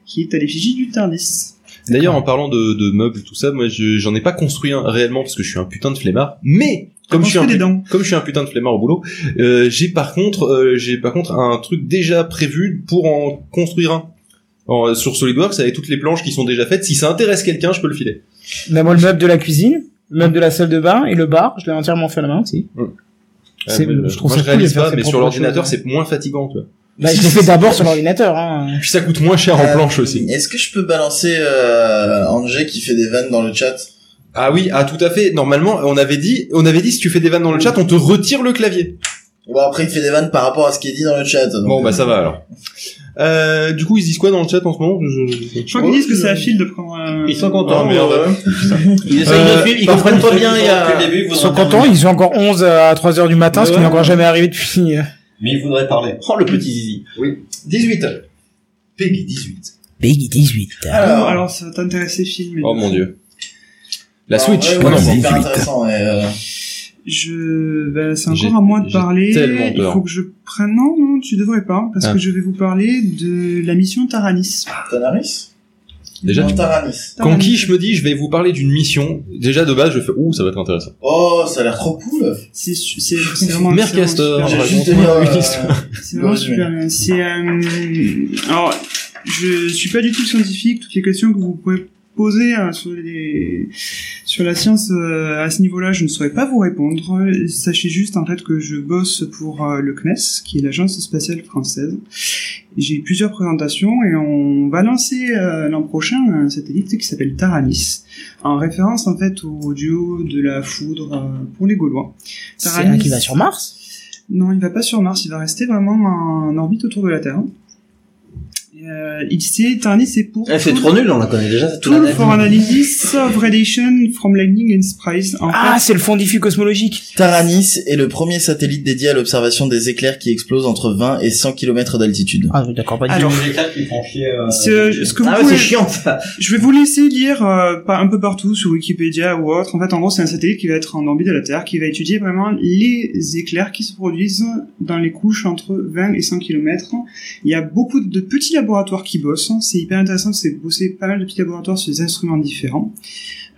Speaker 6: qui est à l'effigie du TARDIS.
Speaker 2: D'ailleurs, en parlant de, de meubles, tout ça, moi, je- j'en ai pas construit un réellement parce que je suis un putain de flemmard. Mais comme je suis un
Speaker 6: Construis des dents.
Speaker 2: comme je suis un putain de flemmard au boulot, euh, j'ai par contre, euh, j'ai par contre un truc déjà prévu pour en construire un. En- euh, sur SolidWorks, avec toutes les planches qui sont déjà faites, si ça intéresse quelqu'un, je peux le filer.
Speaker 8: Bah, moi, le meuble de la cuisine, le meuble de la salle de bain et le bar, je l'ai entièrement fait à la main aussi. C'est-
Speaker 2: mais, euh,
Speaker 8: je trouve
Speaker 2: moi,
Speaker 8: ça
Speaker 2: je
Speaker 8: cool
Speaker 2: réalise
Speaker 8: de faire
Speaker 2: pas,
Speaker 8: ses
Speaker 2: mais sur
Speaker 8: propres
Speaker 2: l'ordinateur,
Speaker 8: choses. hein.
Speaker 2: c'est moins fatigant, tu vois.
Speaker 8: Bah, je l'ai fait d'abord sur l'ordinateur, hein.
Speaker 2: Puis ça coûte moins cher en
Speaker 5: Euh,
Speaker 2: planche aussi.
Speaker 5: Est-ce que je peux balancer euh, Angé qui fait des vannes dans le chat
Speaker 2: Ah oui, ah tout à fait. Normalement, on avait dit, on avait dit si tu fais des vannes dans le chat, on te retire le clavier.
Speaker 5: Bon après il fait des vannes par rapport à ce qui est dit dans le chat. donc,
Speaker 2: Bon bah
Speaker 5: euh,
Speaker 2: ça va alors. Euh, du coup, ils disent quoi dans le chat en ce moment Je-
Speaker 6: Je crois qu'ils disent que c'est à fil de prendre. euh,
Speaker 7: Ils sont
Speaker 2: Ah,
Speaker 7: contents.
Speaker 2: merde.
Speaker 7: euh, Ils essayent
Speaker 2: Euh,
Speaker 7: de suivre, ils
Speaker 2: par
Speaker 7: comprennent
Speaker 2: contre,
Speaker 7: pas bien. Il y a...
Speaker 8: Ils sont contents, ils sont encore 11 à 3 heures du matin, ce qui
Speaker 7: Ouais.
Speaker 8: n'est encore jamais arrivé depuis. euh,
Speaker 10: Mais il voudrait parler.
Speaker 7: Oh, le petit zizi.
Speaker 2: 18. Peggy 18.
Speaker 8: Peggy 18.
Speaker 5: Alors,
Speaker 6: Alors, Ah, alors, ça va t'intéresser, film. mais-
Speaker 2: Oh mon dieu. La
Speaker 5: alors,
Speaker 2: Switch. Oh,
Speaker 5: Bah, ouais, ouais,
Speaker 2: non,
Speaker 5: c'est
Speaker 2: bon.
Speaker 5: hyper intéressant. mais, euh,
Speaker 6: Je, ben, c'est
Speaker 2: J'ai-
Speaker 6: encore à moi de
Speaker 2: j'ai
Speaker 6: parler.
Speaker 2: tellement
Speaker 6: Il
Speaker 2: peur.
Speaker 6: faut que je prenne. Non, non, tu devrais pas, parce
Speaker 2: Ah.
Speaker 6: que je vais vous parler de la mission Taranis.
Speaker 5: Tanaris
Speaker 2: Déjà,
Speaker 5: Non,
Speaker 2: tu-
Speaker 5: Taranis.
Speaker 2: quand Kish me dit, je vais vous parler d'une mission. Déjà de base, je fais, ouh, ça va être intéressant.
Speaker 5: Oh, ça a l'air trop cool.
Speaker 6: C'est, su- c'est, c'est vraiment.
Speaker 2: Mère
Speaker 6: c'est vraiment
Speaker 2: Castor.
Speaker 6: super.
Speaker 2: on
Speaker 5: J'ai
Speaker 2: raconte
Speaker 5: juste aimé,
Speaker 2: une
Speaker 5: euh,
Speaker 2: histoire.
Speaker 6: C'est vraiment super bien. C'est, euh, alors, je suis pas du tout scientifique. Toutes les questions que vous pouvez poser euh, sur les, sur la science euh, à ce niveau-là, je ne saurais pas vous répondre. Sachez juste en fait que je bosse pour euh, le CNES, qui est l'agence spatiale française. J'ai eu plusieurs présentations et on va lancer euh, l'an prochain un satellite qui s'appelle Taranis, en référence en fait au duo de la foudre euh, pour les Gaulois.
Speaker 8: C'est un qui va sur Mars
Speaker 6: Non, il va pas sur Mars, il va rester vraiment en orbite autour de la Terre. hein. Euh, il s'est Tarnis, c'est pour
Speaker 7: Eh, C'est trop nul, on la connaît déjà. c'est
Speaker 6: Tool
Speaker 7: la date.
Speaker 6: for Analysis of Radiation from Lightning and Surprise. En
Speaker 8: Ah,
Speaker 6: fait,
Speaker 8: c'est le fond diffus cosmologique.
Speaker 5: Taranis est le premier satellite dédié à l'observation des éclairs qui explosent entre 20 et 100 km d'altitude.
Speaker 8: Ah, oui, d'accord, pas du tout.
Speaker 6: Alors,
Speaker 10: Les éclats qui font chier, euh,
Speaker 6: ce, ce que vous
Speaker 7: Ah ouais,
Speaker 6: pouvez-
Speaker 7: c'est chiant ça.
Speaker 6: je vais vous laisser lire euh, par- un peu partout sur Wikipédia ou autre. En fait, en gros, c'est un satellite qui va être en orbite de la Terre, qui va étudier vraiment les éclairs qui se produisent dans les couches entre 20 et 100 km. Il y a beaucoup de petits laboratoires qui bossent. hein. C'est hyper intéressant, c'est bosser pas mal de petits laboratoires sur des instruments différents.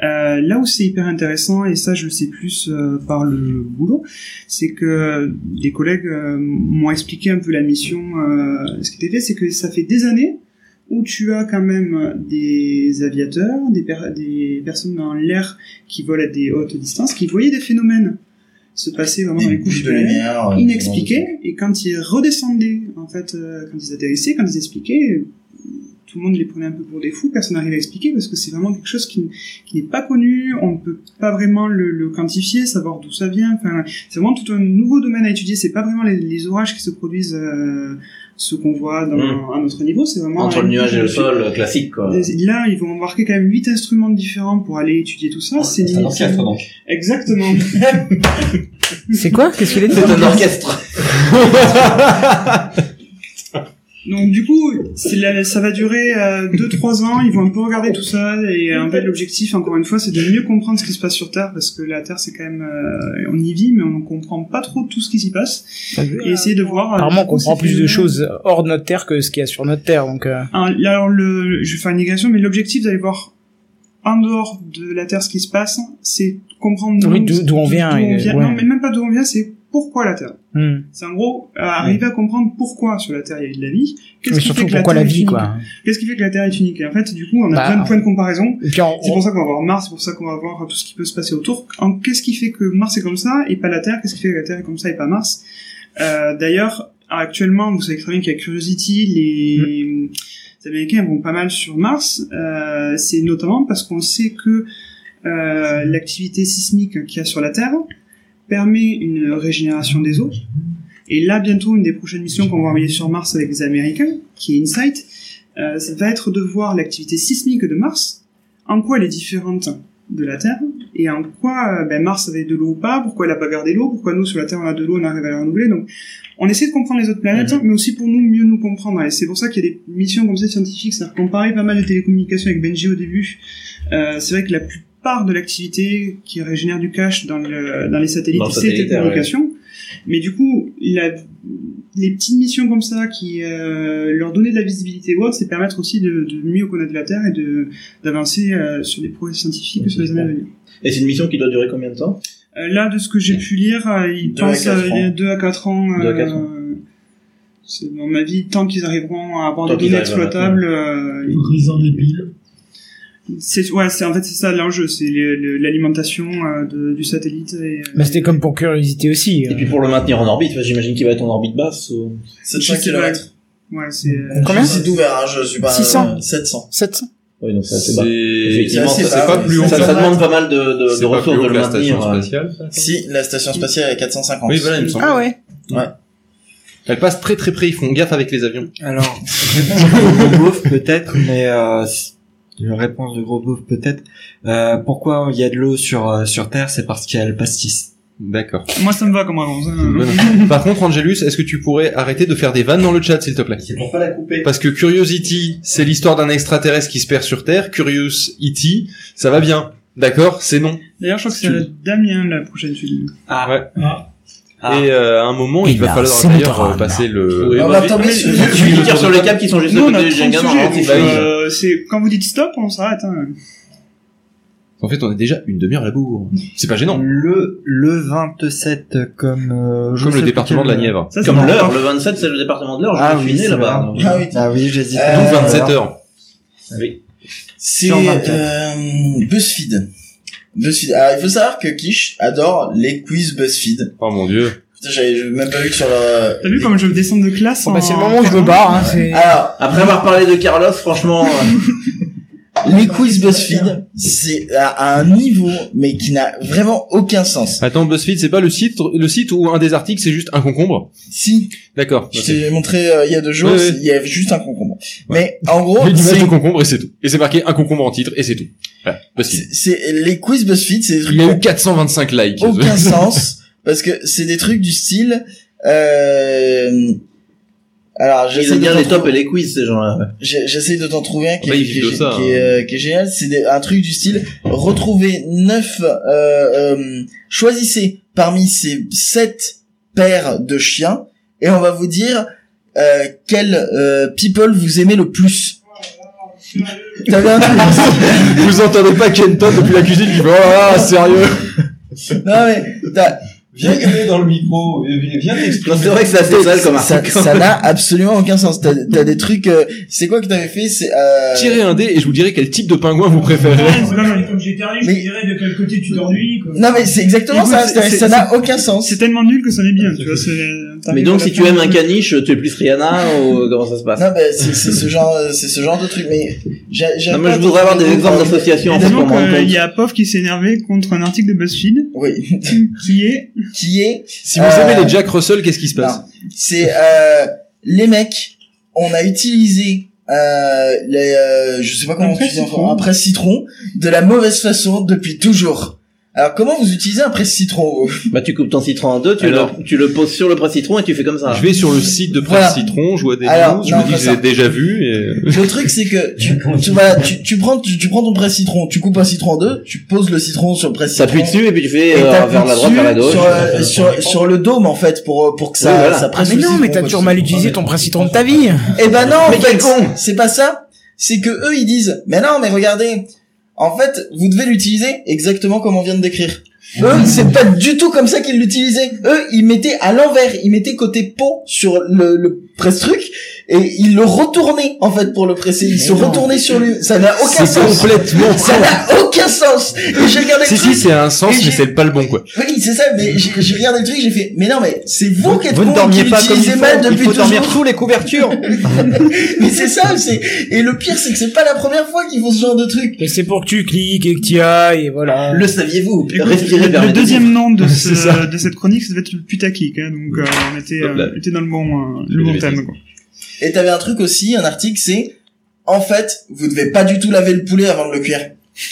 Speaker 6: Euh, là où c'est hyper intéressant, et ça je le sais plus euh, par le boulot, c'est que des collègues euh, m'ont expliqué un peu la mission. euh, ce qui était fait, c'est que ça fait des années où tu as quand même des aviateurs, des, per- des personnes dans l'air qui volent à des hautes distances, qui voyaient des phénomènes se passer vraiment dans
Speaker 5: Des
Speaker 6: les couches
Speaker 5: bouches de
Speaker 6: planétaires
Speaker 5: lumière. euh,
Speaker 6: inexpliqué et quand ils redescendaient en fait euh, quand ils atterrissaient quand ils expliquaient euh, tout le monde les prenait un peu pour des fous personne n'arrive à expliquer parce que c'est vraiment quelque chose qui, n- qui n'est pas connu on ne peut pas vraiment le, le quantifier savoir d'où ça vient enfin c'est vraiment tout un nouveau domaine à étudier c'est pas vraiment les, les orages qui se produisent euh, ce qu'on voit dans,
Speaker 7: Mm.
Speaker 6: à notre niveau c'est vraiment
Speaker 7: Entre le nuage et le sol, euh, classique quoi.
Speaker 6: Des- Là, ils vont embarquer quand même huit instruments différents pour aller étudier tout ça. C'est
Speaker 10: C'est un orchestre, donc.
Speaker 6: exactement.
Speaker 8: C'est quoi Qu'est-ce qu'il a dit
Speaker 7: C'est un orchestre.
Speaker 6: Donc du coup, c'est la- ça va durer 2-3 ans, ils vont un peu regarder tout ça, et euh, en fait l'objectif, encore une fois, c'est de mieux comprendre ce qui se passe sur Terre, parce que la Terre, c'est quand même... euh, on y vit, mais on ne comprend pas trop tout ce qui s'y passe, et essayer de voir... euh,
Speaker 8: Apparemment, on
Speaker 6: du coup,
Speaker 8: comprend
Speaker 6: ces
Speaker 8: plus de
Speaker 6: phénomènes.
Speaker 8: choses hors de notre Terre que ce qu'il y a sur notre Terre, donc... euh,
Speaker 6: Alors, là, alors, le, je vais faire une négation, mais l'objectif d'aller voir en dehors de la Terre ce qui se passe, c'est comprendre...
Speaker 8: Oui,
Speaker 6: nous,
Speaker 8: d'où- d'où on vient, et de- ouais.
Speaker 6: Non, mais même pas d'où on vient, c'est pourquoi la Terre.
Speaker 8: hmm.
Speaker 6: C'est en gros euh, arriver à comprendre pourquoi sur la Terre il y a eu de la vie,
Speaker 8: Mais
Speaker 6: qu'est-ce qui fait
Speaker 8: surtout,
Speaker 6: que la
Speaker 8: pourquoi
Speaker 6: Terre
Speaker 8: la
Speaker 6: est
Speaker 8: vie,
Speaker 6: unique.
Speaker 8: quoi
Speaker 6: Qu'est-ce qui fait que la Terre est unique Et En fait, du coup, on a
Speaker 8: Bah,
Speaker 6: plein de points de comparaison.
Speaker 8: Et puis, on-
Speaker 6: C'est pour ça qu'on va voir Mars, c'est pour ça qu'on va voir tout ce qui peut se passer autour. En- Qu'est-ce qui fait que Mars est comme ça et pas la Terre Qu'est-ce qui fait que la Terre est comme ça et pas Mars Euh, D'ailleurs, actuellement, vous savez très bien qu'il y a Curiosity, les... les Américains vont pas mal sur Mars. Euh, c'est notamment parce qu'on sait que euh, l'activité sismique qu'il y a sur la Terre permet une régénération des eaux. Et là, bientôt, une des prochaines missions qu'on va envoyer sur Mars avec les Américains, qui est InSight, euh, ça va être de voir l'activité sismique de Mars, en quoi elle est différente de la Terre, et en quoi euh, ben, Mars avait de l'eau ou pas, pourquoi elle a pas gardé l'eau, pourquoi nous, sur la Terre, on a de l'eau, on arrive à la renouveler. Donc, on essaie de comprendre les autres planètes,
Speaker 7: Mhm.
Speaker 6: mais aussi pour nous mieux nous comprendre. Et c'est pour ça qu'il y a des missions comme ça scientifiques, c'est-à-dire qu'on parlait pas mal de télécommunications avec Benji au début. Euh, c'est vrai que la plupart de l'activité qui régénère du cash dans, le, dans les satellites,
Speaker 7: Dans le
Speaker 6: c'est
Speaker 7: satellite,
Speaker 6: télécommunications. Mais du coup, la- les petites missions comme ça qui euh, leur donner de la visibilité ou autre, c'est permettre aussi de, de mieux connaître la Terre et de d'avancer euh, sur des progrès scientifiques sur les années à venir.
Speaker 7: Et c'est une mission qui doit durer combien de temps
Speaker 6: Euh, là, de ce que j'ai pu lire, euh, ils
Speaker 7: Deux à
Speaker 6: pensent
Speaker 7: quatre
Speaker 6: euh, il y a
Speaker 7: ans.
Speaker 6: deux à 4 ans.
Speaker 7: Deux à quatre
Speaker 6: euh, c'est Dans ma vie, tant qu'ils arriveront à avoir
Speaker 7: Tant
Speaker 6: des
Speaker 7: qu'ils
Speaker 6: données
Speaker 7: arrivent à
Speaker 6: exploitables, euh,
Speaker 11: Brisant des piles.
Speaker 6: c'est ouais, c'est en fait c'est ça l'enjeu, c'est le- le- l'alimentation euh, de- du satellite. Et, euh,
Speaker 8: Bah, c'était comme pour curiosité aussi. euh.
Speaker 7: Et puis pour le maintenir en orbite, j'imagine qu'il va être en orbite basse. Ou...
Speaker 5: 700
Speaker 6: Je sais pas.
Speaker 5: km.
Speaker 6: Ouais, c'est. euh,
Speaker 8: Combien
Speaker 5: C'est ouvert, hein, je suis pas.
Speaker 8: 600.
Speaker 5: euh, 700.
Speaker 8: 700
Speaker 7: Oui, donc ça, c'est bas.
Speaker 2: Effectivement,
Speaker 7: Effectivement,
Speaker 5: c'est
Speaker 7: ça,
Speaker 5: pas-
Speaker 2: c'est pas
Speaker 5: oui,
Speaker 2: plus haut.
Speaker 5: c'est
Speaker 7: ça, ça
Speaker 5: pas-
Speaker 7: demande pas mal de,
Speaker 2: C'est
Speaker 7: de, de
Speaker 2: pas plus
Speaker 7: ressources
Speaker 2: haut
Speaker 7: de
Speaker 2: que
Speaker 7: le
Speaker 2: la station
Speaker 7: maintenir. euh.
Speaker 2: spatiale. ça
Speaker 5: Si, la station spatiale est à 450.
Speaker 2: Oui, voilà, il me semble.
Speaker 8: Ah ouais.
Speaker 2: Elle passe très très près, ils font gaffe avec les avions.
Speaker 9: Alors, réponse de gros beauf peut-être, mais euh, c'est- une réponse de gros beauf peut-être. Euh, pourquoi il y a de l'eau sur euh, sur Terre C'est parce qu'il y a le pastis.
Speaker 2: D'accord.
Speaker 6: Moi, ça me va comme avance. hein.
Speaker 2: Par contre, Angelus, est-ce que tu pourrais arrêter de faire des vannes dans le chat, s'il te plaît
Speaker 10: C'est pour pas la couper.
Speaker 2: Parce que Curiosity, c'est l'histoire d'un extraterrestre qui se perd sur Terre. Curious E.T., ça va bien. D'accord, c'est non.
Speaker 6: D'ailleurs, je crois que c'est
Speaker 2: Tu-
Speaker 6: Damien la prochaine film.
Speaker 9: Ah.
Speaker 2: Ouais.
Speaker 11: Ah.
Speaker 9: Ah.
Speaker 2: Et euh, à un moment, il
Speaker 8: Et
Speaker 2: va
Speaker 8: là,
Speaker 2: falloir
Speaker 8: c'est
Speaker 2: d'ailleurs
Speaker 8: drame.
Speaker 2: euh, passer le...
Speaker 7: Oui,
Speaker 5: On
Speaker 7: bah,
Speaker 5: va tomber sur.
Speaker 7: Tu lui tires sur les câbles qui sont juste à
Speaker 6: Nous, on a
Speaker 7: côté du
Speaker 6: 30
Speaker 7: Jenga
Speaker 6: sujets,
Speaker 7: normalement,
Speaker 6: donc,
Speaker 7: c'est pas-
Speaker 6: euh, c'est quand vous dites stop, on s'arrête. Hein.
Speaker 2: En fait, on est déjà une demi-heure à la bourre. C'est pas gênant.
Speaker 9: Le le 27 comme euh, je
Speaker 2: Comme
Speaker 9: sais
Speaker 2: le
Speaker 9: plus
Speaker 2: département de
Speaker 9: quel-
Speaker 2: la Nièvre.
Speaker 6: Ça, c'est
Speaker 7: Comme
Speaker 6: marrant.
Speaker 7: l'heure, le 27, c'est le département de l'heure.
Speaker 9: Ah
Speaker 7: je
Speaker 9: oui,
Speaker 7: suis né
Speaker 9: c'est
Speaker 7: là-bas.
Speaker 9: vrai.
Speaker 5: Ah oui.
Speaker 9: Ah oui, j'hésite.
Speaker 5: Euh,
Speaker 2: Donc
Speaker 5: Alors.
Speaker 2: 27 heures.
Speaker 5: C'est
Speaker 9: Sur 24.
Speaker 5: euh, BuzzFeed. BuzzFeed. Alors, il faut savoir que Kish adore les quiz BuzzFeed.
Speaker 2: Oh mon dieu.
Speaker 5: Putain, j'avais j'avais même pas vu que sur leur...
Speaker 6: T'as vu comme je descends de classe
Speaker 8: Bon,
Speaker 6: en-
Speaker 8: bah, c'est le moment où je me barre. Hein, c'est-
Speaker 5: Alors,
Speaker 7: Après avoir parlé de Carlos, franchement, euh,
Speaker 5: les quiz BuzzFeed, c'est à, à un niveau, mais qui n'a vraiment aucun sens.
Speaker 2: Attends, BuzzFeed, c'est pas le site, le site où un des articles, c'est juste un concombre
Speaker 5: Si,
Speaker 2: D'accord.
Speaker 5: je t'ai montré euh, il y a deux jours,
Speaker 2: Ouais, ouais.
Speaker 5: il y avait juste un concombre. Mais en
Speaker 2: Il
Speaker 5: gros,
Speaker 2: y a une image
Speaker 5: c'est-
Speaker 2: de concombre et c'est tout. Et c'est marqué un concombre en titre et c'est tout. Voilà, BuzzFeed.
Speaker 5: c'est c'est- les quiz BuzzFeed, c'est des
Speaker 2: Il
Speaker 5: trucs
Speaker 2: y a
Speaker 5: qui
Speaker 2: eu 425 likes.
Speaker 5: n'ont aucun sens, parce que c'est des trucs du style... Euh... Alors,
Speaker 7: ils
Speaker 5: j'essaie
Speaker 7: aiment
Speaker 5: de
Speaker 7: bien
Speaker 5: t'en
Speaker 7: les tops
Speaker 5: trouver-
Speaker 7: et les quiz, ces gens-là.
Speaker 5: J'ai- J'essaie de t'en trouver un qui,
Speaker 2: Ah bah,
Speaker 5: est,
Speaker 2: ils
Speaker 5: qui, est,
Speaker 2: vivent de
Speaker 5: gé-
Speaker 2: ça,
Speaker 5: qui est, euh, qui est génial. C'est des- un truc du style retrouvez neuf, euh, euh, choisissez parmi ces sept paires de chiens et on va vous dire euh, quel euh, people vous aimez le plus. T'avais un truc
Speaker 2: Vous entendez pas Kenton depuis la cuisine qui fait oh là là, sérieux.
Speaker 5: Non mais t'as-
Speaker 10: Viens gueuler dans le micro.
Speaker 2: euh,
Speaker 10: Viens viens t'exprimer.
Speaker 7: Non, c'est vrai que c'est assez sale comme
Speaker 5: ça
Speaker 7: article.
Speaker 5: ça n'a absolument aucun sens. T'as t'as des trucs. euh, c'est quoi que t'avais fait C'est euh,
Speaker 2: Tirez un dé et je vous dirai quel type de pingouin vous préférez.
Speaker 4: c'est pas mal. Comme j'ai terminé, je
Speaker 5: Mais-
Speaker 4: te dirais de quel côté tu t'ennuies. quoi.
Speaker 5: Non mais c'est exactement
Speaker 6: Écoute,
Speaker 5: ça.
Speaker 6: c'est-
Speaker 5: c'est-
Speaker 6: c'est-
Speaker 5: Ça n'a aucun sens.
Speaker 6: C'est tellement nul que ça n'est bien, tu vois. c'est-
Speaker 7: Mais
Speaker 6: t'arrives
Speaker 7: donc,
Speaker 6: à
Speaker 7: si
Speaker 6: la
Speaker 7: tu
Speaker 6: fin.
Speaker 7: aimes un caniche, tu es plus Rihanna ou comment ça se passe
Speaker 5: Non, mais c'est c'est ce genre, euh, c'est ce genre de truc. Mais j'ai, j'ai
Speaker 7: Non,
Speaker 5: pas
Speaker 7: mais je voudrais avoir des
Speaker 5: trouvé-
Speaker 7: exemples d'associations en fait pour
Speaker 6: Disons
Speaker 7: me rendre
Speaker 6: qu'il y
Speaker 7: compte.
Speaker 6: a Pof qui s'est énervé contre un article de BuzzFeed
Speaker 5: Oui,
Speaker 6: qui est
Speaker 5: qui est
Speaker 2: Si vous
Speaker 5: Euh,
Speaker 2: aimez les Jack Russell, qu'est-ce qui se passe
Speaker 5: non, c'est euh, les mecs. On a utilisé euh, les, euh, je sais pas comment
Speaker 6: Un
Speaker 5: on
Speaker 6: presse
Speaker 5: utilise
Speaker 6: citron.
Speaker 5: encore, un presse citron de la mauvaise façon depuis toujours. Alors comment vous utilisez un presse citron vous
Speaker 7: Bah, tu coupes ton citron en deux, tu,
Speaker 2: Alors.
Speaker 7: le, tu le poses sur le presse citron et tu fais comme ça.
Speaker 2: Je vais sur le site de Presse
Speaker 5: Voilà.
Speaker 2: Citron, je vois des
Speaker 5: Alors,
Speaker 2: news, je
Speaker 5: non,
Speaker 2: me dis
Speaker 5: pas
Speaker 2: que j'ai
Speaker 5: ça.
Speaker 2: déjà vu et... euh,
Speaker 5: Le truc c'est que tu, tu, voilà, tu, tu prends tu, tu prends ton presse citron, tu coupes un citron en deux, tu poses le citron sur le presse citron.
Speaker 7: T'appuies dessus et puis tu fais
Speaker 5: Et
Speaker 7: euh,
Speaker 5: t'appuies
Speaker 7: vers la droite, vers la
Speaker 5: dessus
Speaker 7: gauche.
Speaker 5: sur, euh, sur, sur le dôme en fait pour euh, pour que ça
Speaker 7: Oui, voilà.
Speaker 5: ça
Speaker 8: Ah
Speaker 5: presse
Speaker 8: mais
Speaker 5: le
Speaker 8: non,
Speaker 5: citron,
Speaker 8: mais t'as
Speaker 5: quoi,
Speaker 8: toujours
Speaker 5: c'est-
Speaker 8: mal utilisé ton principe de ta vie.
Speaker 5: Eh ben non, en
Speaker 7: Mais quel
Speaker 5: fait,
Speaker 7: con
Speaker 5: c'est pas ça. C'est que eux, ils disent, mais non, mais regardez, en fait, vous devez l'utiliser exactement comme on vient de décrire. Eux, c'est pas du tout comme ça qu'ils l'utilisaient. Eux, ils mettaient à l'envers, ils mettaient côté pot sur le, le presse-truc et ils le retournaient en fait pour le presser. Ils se retournaient sur lui. Ça n'a aucun
Speaker 2: C'est
Speaker 5: sens.
Speaker 2: complètement
Speaker 5: Ça n'a aucun sens. Et j'ai regardé
Speaker 2: Si
Speaker 5: le truc.
Speaker 2: si, c'est un sens,
Speaker 5: Et
Speaker 2: mais
Speaker 5: j'ai-
Speaker 2: c'est pas le bon quoi.
Speaker 5: Oui, c'est ça. Mais j'ai j'ai regardé le truc, j'ai fait, mais non, mais c'est vous qui êtes
Speaker 9: Vous ne
Speaker 5: con et
Speaker 9: dormiez
Speaker 5: qui
Speaker 9: pas comme il
Speaker 5: l'utilisez mal
Speaker 9: faut. Il
Speaker 5: depuis
Speaker 9: faut dormir
Speaker 5: toujours.
Speaker 9: sous les couvertures.
Speaker 5: Mais c'est ça, c'est et le pire c'est que c'est pas la première fois qu'ils font ce genre de truc.
Speaker 8: Mais c'est pour que tu cliques et que tu ailles et voilà.
Speaker 7: Le saviez-vous
Speaker 6: Écoute,
Speaker 7: Respirer
Speaker 6: le,
Speaker 7: vers
Speaker 6: le
Speaker 7: les
Speaker 6: deuxième nom de, ce-
Speaker 2: C'est ça.
Speaker 6: de cette chronique, ça devait être le putaclic, hein, donc euh, on était,
Speaker 2: Hop là.
Speaker 6: euh, on était dans le bon, euh, le
Speaker 2: J'ai
Speaker 6: bon
Speaker 2: des
Speaker 6: thème.
Speaker 2: bêtises.
Speaker 6: Quoi.
Speaker 5: Et t'avais un truc aussi, un article, c'est en fait vous devez pas du tout laver le poulet avant de le cuire.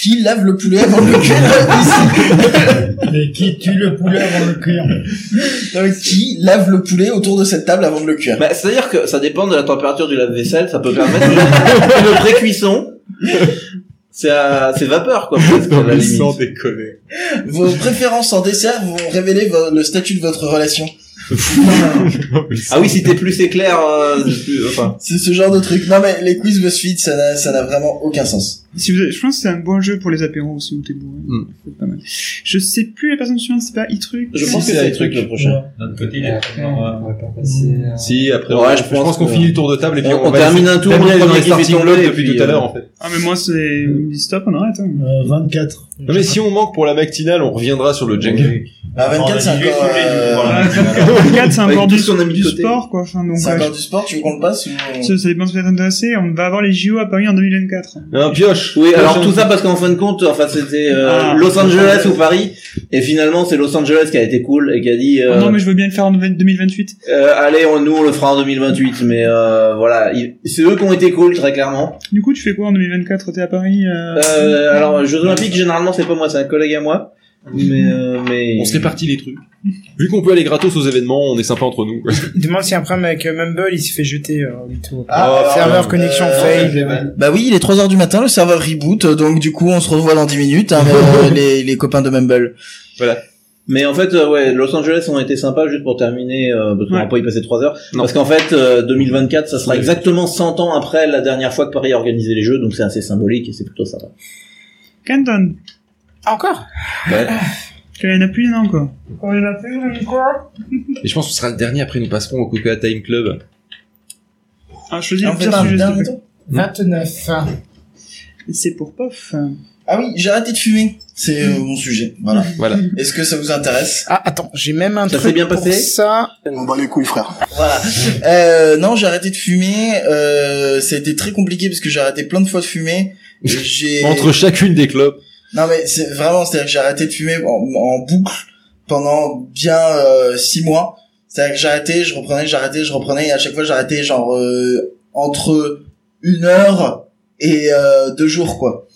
Speaker 5: Qui lave le poulet avant de le cuire
Speaker 11: Mais qui tue le poulet avant le cuire
Speaker 5: ici Non, mais Qui lave le poulet autour de cette table avant de le cuire
Speaker 7: Bah, c'est-à-dire que ça dépend de la température du lave-vaisselle, ça peut permettre le le pré-cuisson. C'est à, c'est vapeur, quoi, presque, à la limite.
Speaker 2: déconner.
Speaker 5: Vos préférences en dessert vont révéler vo- le statut de votre relation.
Speaker 7: ah oui, si t'es plus éclair, euh, plus- enfin.
Speaker 5: C'est ce genre de truc. Non mais les quiz BuzzFeed, ça n'a, ça n'a vraiment aucun sens.
Speaker 6: Si vous avez- je pense que c'est un bon jeu pour les apéros aussi où t'es bourré. C'est pas mal. Je sais plus la personne suivante, c'est pas iTruc.
Speaker 7: Hmm. Je pense que c'est truc le prochain.
Speaker 10: D'un côté, il y a-
Speaker 9: On va pas passer, euh,
Speaker 2: Si, après,
Speaker 7: Ouais,
Speaker 2: on- je
Speaker 7: je pense
Speaker 2: pense, qu'on
Speaker 7: que-
Speaker 2: finit le tour de table et puis
Speaker 7: on-
Speaker 2: on,
Speaker 7: on
Speaker 2: va
Speaker 7: termine
Speaker 2: laisser
Speaker 7: un tour,
Speaker 2: Damien
Speaker 7: on
Speaker 2: est
Speaker 7: prend
Speaker 2: dans
Speaker 7: les
Speaker 2: les
Speaker 7: qui
Speaker 2: starting
Speaker 7: vont
Speaker 2: blocks
Speaker 7: tomber,
Speaker 2: depuis
Speaker 7: puis,
Speaker 2: tout à
Speaker 7: euh,
Speaker 2: l'heure, en fait.
Speaker 6: Ah mais moi c'est il me dit stop, on arrête. Hein.
Speaker 11: Euh, 24.
Speaker 2: Non, mais si on manque pour la matinale, on reviendra sur le Jenga.
Speaker 5: À 24, Bah, c'est encore,
Speaker 10: Enfin, on a dit les sujets, du coup,
Speaker 5: euh,
Speaker 10: voilà.
Speaker 6: 24 c'est un
Speaker 7: Avec
Speaker 6: bord
Speaker 7: tout
Speaker 6: du,
Speaker 7: ce qu'on a mis de
Speaker 6: du
Speaker 7: côté.
Speaker 6: sport quoi. Enfin, donc,
Speaker 5: c'est
Speaker 6: euh,
Speaker 5: encore du sport. Tu veux qu'on le passe ou
Speaker 6: ça, ça dépend si vous êtes intéressé. On va avoir les JO à Paris en 2024.
Speaker 2: Un pioche.
Speaker 7: Oui, alors
Speaker 2: Pioche.
Speaker 7: tout ça parce qu'en fin de compte, enfin c'était euh,
Speaker 6: Ah.
Speaker 7: Los Angeles ou Paris, et finalement c'est Los Angeles qui a été cool et qui a dit euh,
Speaker 6: Oh non mais je veux bien le faire en 2028.
Speaker 7: euh, allez, on, nous on le fera en 2028, mais euh, voilà, ils- c'est eux qui ont été cool très clairement.
Speaker 6: Du coup tu fais quoi en 2024 T'es à Paris euh...
Speaker 7: Euh, alors Jeux Olympiques généralement c'est pas moi, c'est un collègue à moi, mais euh, mais
Speaker 2: On se répartit les trucs. Vu qu'on peut aller gratos aux événements, on est sympa entre nous.
Speaker 8: Demande si un problème avec euh, Mumble, il s'est fait jeter euh, et tout.
Speaker 5: Ah, alors,
Speaker 8: serveur
Speaker 5: euh,
Speaker 8: connexion
Speaker 5: euh,
Speaker 8: fail.
Speaker 5: Bah oui, il est 3h du matin, le serveur reboot, euh, donc du coup on se revoit dans 10 minutes, hein, euh, les, les copains de Mumble.
Speaker 7: Mais en fait, euh, ouais, Los Angeles ont été sympas juste pour terminer, euh, parce qu'on va
Speaker 6: Ouais.
Speaker 7: pas y passer trois heures.
Speaker 2: Non.
Speaker 7: Parce qu'en fait, euh, 2024, ça sera
Speaker 2: Oui.
Speaker 7: exactement 100 ans après la dernière fois que Paris a organisé les Jeux, donc c'est assez symbolique et c'est plutôt sympa.
Speaker 6: Canton.
Speaker 8: Ah, encore
Speaker 6: Il y en a plus non quoi.
Speaker 11: Quand il a fait une quoi
Speaker 2: Et je pense que ce sera le dernier, après nous passerons au Coca Time Club.
Speaker 6: Ah choisis
Speaker 5: On
Speaker 6: le
Speaker 5: fait
Speaker 6: pire
Speaker 5: un
Speaker 6: sujet. s'il te
Speaker 5: dernier
Speaker 6: plaît.
Speaker 5: tour
Speaker 8: 29.
Speaker 6: C'est pour pof.
Speaker 5: Ah oui, j'ai arrêté de fumer. C'est euh, mon sujet, voilà.
Speaker 2: Voilà.
Speaker 5: Est-ce que ça vous intéresse
Speaker 8: Ah, attends, j'ai même un
Speaker 7: Ça s'est
Speaker 8: truc
Speaker 7: bien passé
Speaker 8: pour ça.
Speaker 5: On bat les couilles, frère. Voilà. Euh, non, j'ai arrêté de fumer. Euh, ça a été très compliqué parce que j'ai arrêté plein de fois de fumer. J'ai
Speaker 2: Entre chacune des clubs.
Speaker 5: Non mais c'est vraiment, c'est-à-dire que j'ai arrêté de fumer en, en boucle pendant bien euh, six mois. C'est-à-dire que j'arrêtais, je reprenais, j'arrêtais, je reprenais, et à chaque fois j'arrêtais genre euh, entre une heure et euh, deux jours quoi.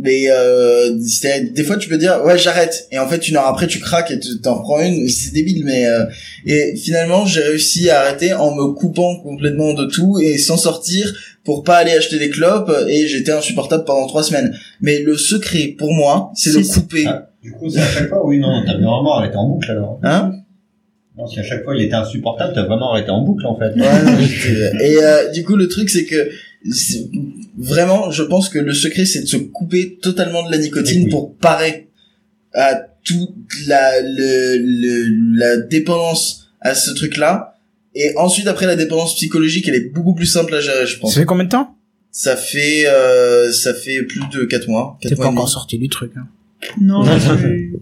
Speaker 5: Mais euh, c'est- des fois tu peux dire ouais j'arrête et en fait une heure après tu craques et tu t'en prends une c'est débile mais euh, et finalement j'ai réussi à arrêter en me coupant complètement de tout et sans sortir pour pas aller acheter des clopes et j'étais insupportable pendant trois semaines mais le secret pour moi c'est de
Speaker 6: Si,
Speaker 5: couper
Speaker 10: Ah. Du coup, c'est à chaque fois, oui, non, t'as vraiment arrêté en boucle alors.
Speaker 5: hein
Speaker 10: Non, si à chaque fois il était insupportable, t'as vraiment arrêté en boucle en fait.
Speaker 5: Ouais, non, j'étais- et euh, du coup le truc c'est que c'est- vraiment je pense que le secret c'est de se couper totalement de la
Speaker 10: Des
Speaker 5: nicotine
Speaker 10: couilles.
Speaker 5: pour parer à toute la le, le- la dépendance à ce truc là et ensuite après la dépendance psychologique elle est beaucoup plus simple à gérer je
Speaker 8: Ça
Speaker 5: pense
Speaker 8: fait combien de temps
Speaker 5: ça fait euh, ça fait plus de 4 mois
Speaker 8: T'es
Speaker 5: quatre mois
Speaker 8: pas
Speaker 5: et demi.
Speaker 8: encore sorti du truc. Hein.
Speaker 6: Non. c'est-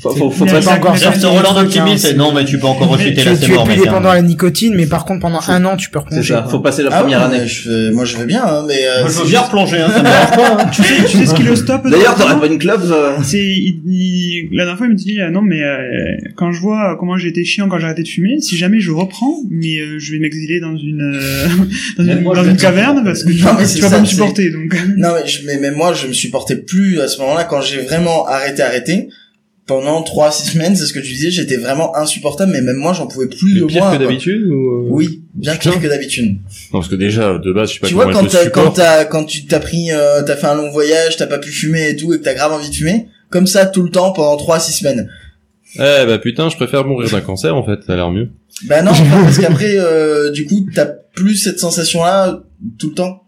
Speaker 7: Faut, faut, faut
Speaker 6: Mais
Speaker 7: pas
Speaker 6: ça-
Speaker 7: s'en-
Speaker 6: encore
Speaker 7: sorti
Speaker 8: du
Speaker 7: Roland
Speaker 8: truc,
Speaker 7: Optimus,
Speaker 8: hein,
Speaker 7: c'est-
Speaker 8: c'est-
Speaker 10: non, mais tu peux encore
Speaker 8: Tu,
Speaker 10: refuter
Speaker 8: tu
Speaker 10: la
Speaker 8: es
Speaker 10: mort,
Speaker 8: plus dépendant à la nicotine, mais par contre pendant un an tu peux
Speaker 7: C'est
Speaker 8: replonger.
Speaker 7: ça,
Speaker 8: quoi.
Speaker 7: faut passer la
Speaker 5: Ah
Speaker 7: première
Speaker 5: ouais,
Speaker 7: année.
Speaker 5: je veux- moi je veux bien hein, mais euh,
Speaker 10: Moi, je veux
Speaker 5: c'est-
Speaker 10: bien replonger, hein, ça me dérange pas. hein.
Speaker 6: tu, sais, tu sais ce qui le stoppe
Speaker 7: D'ailleurs, t'aurais
Speaker 6: notamment
Speaker 7: pas une club euh,
Speaker 6: C'est il- il- la dernière fois il me dit ah non mais euh, quand je vois comment j'ai été chiant quand j'ai arrêté de fumer, si jamais je reprends, mais euh, je vais m'exiler dans une euh, dans
Speaker 10: Même
Speaker 6: une,
Speaker 10: moi,
Speaker 6: dans
Speaker 10: je
Speaker 6: une
Speaker 10: vais-
Speaker 6: caverne parce que tu,
Speaker 5: Non, mais
Speaker 6: tu
Speaker 5: c'est
Speaker 6: vas
Speaker 5: ça,
Speaker 6: pas me
Speaker 5: c'est-
Speaker 6: supporter donc.
Speaker 5: Non, mais, je, mais même moi, je me supportais plus à ce moment-là. Quand j'ai vraiment arrêté, arrêté, pendant trois, six semaines, c'est ce que tu disais, j'étais vraiment insupportable, mais même moi, j'en pouvais plus de
Speaker 2: Mais pire
Speaker 5: moi.
Speaker 2: que
Speaker 5: quoi.
Speaker 2: d'habitude ou... euh,
Speaker 5: Oui, bien
Speaker 2: Putain.
Speaker 5: pire que d'habitude.
Speaker 12: Non, parce que déjà, de base, je sais pas
Speaker 5: Tu vois,
Speaker 12: comment
Speaker 5: quand
Speaker 12: elle te
Speaker 5: t'as, quand
Speaker 12: supporte.
Speaker 5: t'as, quand tu t'as pris, euh, t'as fait un long voyage, t'as pas pu fumer et tout, et que t'as grave envie de fumer, comme ça, tout le temps, pendant trois, six semaines.
Speaker 12: Eh bah putain, je préfère mourir d'un cancer en fait, ça a l'air mieux.
Speaker 5: Bah non, parce qu'après, euh, du coup, t'as plus cette sensation-là tout le temps.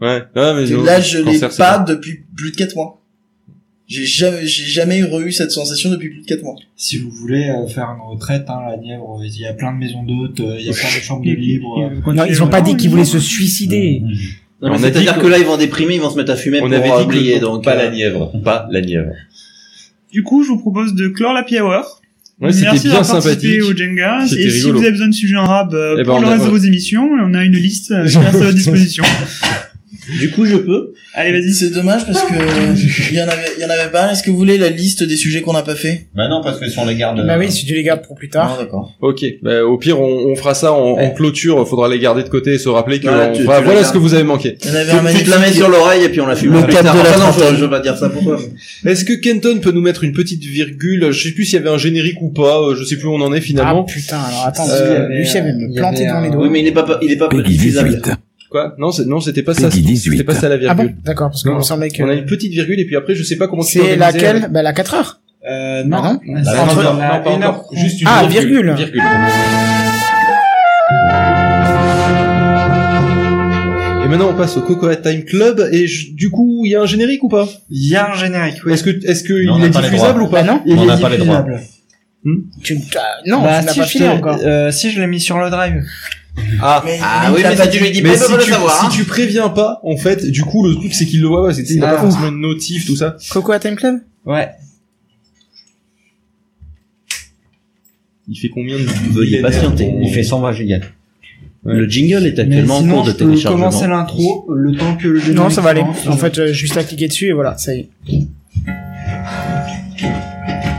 Speaker 12: Ouais, ah, mais non,
Speaker 5: Là, je l'ai
Speaker 12: cancer, c'est
Speaker 5: pas depuis plus de quatre mois. J'ai jamais, j'ai jamais eu cette sensation depuis plus de quatre mois.
Speaker 9: Si vous voulez euh, faire une retraite, hein, la Nièvre, il y a plein de maisons d'hôtes, euh, il y a plein de chambres de
Speaker 6: euh,
Speaker 9: libres.
Speaker 8: Non, ils ont pas dit qu'ils voulaient se suicider.
Speaker 7: non, mais
Speaker 12: On a
Speaker 7: C'est-à-dire
Speaker 12: dit
Speaker 7: que
Speaker 12: que-
Speaker 7: là, ils vont déprimer, ils vont se mettre à fumer
Speaker 12: On
Speaker 7: pour
Speaker 12: avait
Speaker 7: euh,
Speaker 12: dit que
Speaker 7: oublier.
Speaker 12: le-
Speaker 7: donc,
Speaker 12: pas
Speaker 7: euh,
Speaker 12: la Nièvre, pas la Nièvre.
Speaker 6: Du coup, je vous propose de clore l'happy hour.
Speaker 12: Ouais, c'était
Speaker 6: Merci
Speaker 12: bien
Speaker 6: d'avoir participé
Speaker 12: sympathique.
Speaker 6: au Jenga.
Speaker 12: C'était
Speaker 6: Et si
Speaker 12: rigolo.
Speaker 6: vous avez besoin de sujets en rab euh,
Speaker 12: Eh ben,
Speaker 6: pour
Speaker 12: on
Speaker 6: le
Speaker 12: a-
Speaker 6: reste de vos émissions, on a une liste euh, qui reste à votre disposition.
Speaker 7: Du coup, je peux.
Speaker 6: Allez, vas-y.
Speaker 5: C'est dommage parce que il y en avait, il y en avait pas. Est-ce que vous voulez la liste des sujets qu'on n'a pas fait
Speaker 10: Bah non, parce que si on les
Speaker 9: Euh,
Speaker 10: garde.
Speaker 8: Bah oui, si tu les gardes pour plus
Speaker 5: Non,
Speaker 8: tard.
Speaker 5: d'accord.
Speaker 2: Ok. Bah, au pire, on, on fera ça en, en clôture. Faudra les garder de côté et se rappeler que
Speaker 7: Voilà,
Speaker 2: on
Speaker 7: tu-
Speaker 2: fera-
Speaker 7: tu
Speaker 2: voilà
Speaker 7: les
Speaker 2: ce que vous avez manqué.
Speaker 5: Il y en avait
Speaker 7: Tu,
Speaker 5: un
Speaker 7: tu
Speaker 5: magnifique.
Speaker 7: te la mets sur l'oreille et puis on la fume.
Speaker 5: Le
Speaker 7: Ah,
Speaker 5: cap
Speaker 7: putain,
Speaker 5: de la
Speaker 7: enfin, non,
Speaker 5: trentaine.
Speaker 7: je veux pas dire ça pour toi.
Speaker 2: Est-ce que Kenton peut nous mettre une petite virgule Je sais plus s'il y avait un générique ou pas. euh, Je sais plus où on en est
Speaker 8: Ah
Speaker 2: finalement.
Speaker 8: putain, alors attends,
Speaker 2: Euh,
Speaker 8: parce que
Speaker 9: il y
Speaker 8: lui, il
Speaker 9: avait-
Speaker 8: avait me
Speaker 9: il y
Speaker 8: planter
Speaker 9: avait
Speaker 8: dans
Speaker 9: un-
Speaker 8: les
Speaker 7: Oui,
Speaker 8: doigts.
Speaker 7: mais il est pas, il est pas utilisable.
Speaker 2: Quoi Non, c'est- non, c'était pas ça. C'était pas ça la
Speaker 8: Ah bon
Speaker 2: virgule.
Speaker 8: D'accord, parce qu'il
Speaker 2: Non,
Speaker 8: me semblait que...
Speaker 2: On a une petite virgule et puis après, je sais pas comment tu
Speaker 8: C'est
Speaker 2: l'organisais.
Speaker 8: laquelle Bah la 4 heures.
Speaker 9: Euh, non.
Speaker 8: Ah non
Speaker 9: Ça
Speaker 8: Entre-
Speaker 9: va,
Speaker 8: non,
Speaker 9: la-
Speaker 8: pas encore.
Speaker 9: énorme-
Speaker 8: Juste une Ah, virgule. virgule.
Speaker 2: Et maintenant, on passe au Cocoa Time Club. Et je- du coup, il y a un générique ou pas
Speaker 9: Il y a un générique.
Speaker 2: Est-ce que, est-ce que
Speaker 10: Non, on
Speaker 2: il
Speaker 10: n'a
Speaker 2: est
Speaker 10: pas les
Speaker 2: diffusable
Speaker 10: droits.
Speaker 2: ou pas
Speaker 10: Bah non.
Speaker 2: Il
Speaker 10: On
Speaker 2: est
Speaker 10: n'a pas les droits.
Speaker 2: diffusable.
Speaker 8: Tu, ah, non,
Speaker 9: Bah,
Speaker 8: tu n'as
Speaker 9: si,
Speaker 8: pas
Speaker 9: je
Speaker 8: filé
Speaker 9: te-
Speaker 8: encore.
Speaker 9: euh, si je l'ai mis sur le drive.
Speaker 2: Ah,
Speaker 9: Ah oui, mais si tu lui dis pas, il peut
Speaker 2: si
Speaker 9: pas le
Speaker 2: tu-
Speaker 9: savoir,
Speaker 2: Si
Speaker 9: hein.
Speaker 2: tu préviens pas, en fait, du coup, le truc c'est qu'il le voit pas. C'est il a
Speaker 9: Ah.
Speaker 2: pas forcément une notif, tout ça.
Speaker 8: Cocoa Time Club.
Speaker 9: Ouais.
Speaker 2: Il fait combien de
Speaker 7: Veuillez patienter, il fait 120 gigas. Le jingle est
Speaker 9: Mais
Speaker 7: actuellement en
Speaker 9: sinon,
Speaker 7: cours de
Speaker 9: je peux
Speaker 7: téléchargement.
Speaker 9: commencer l'intro euh, le temps que le générique
Speaker 8: Non, ça va aller.
Speaker 9: commence.
Speaker 8: En fait, euh, juste à cliquer dessus et voilà, ça y est.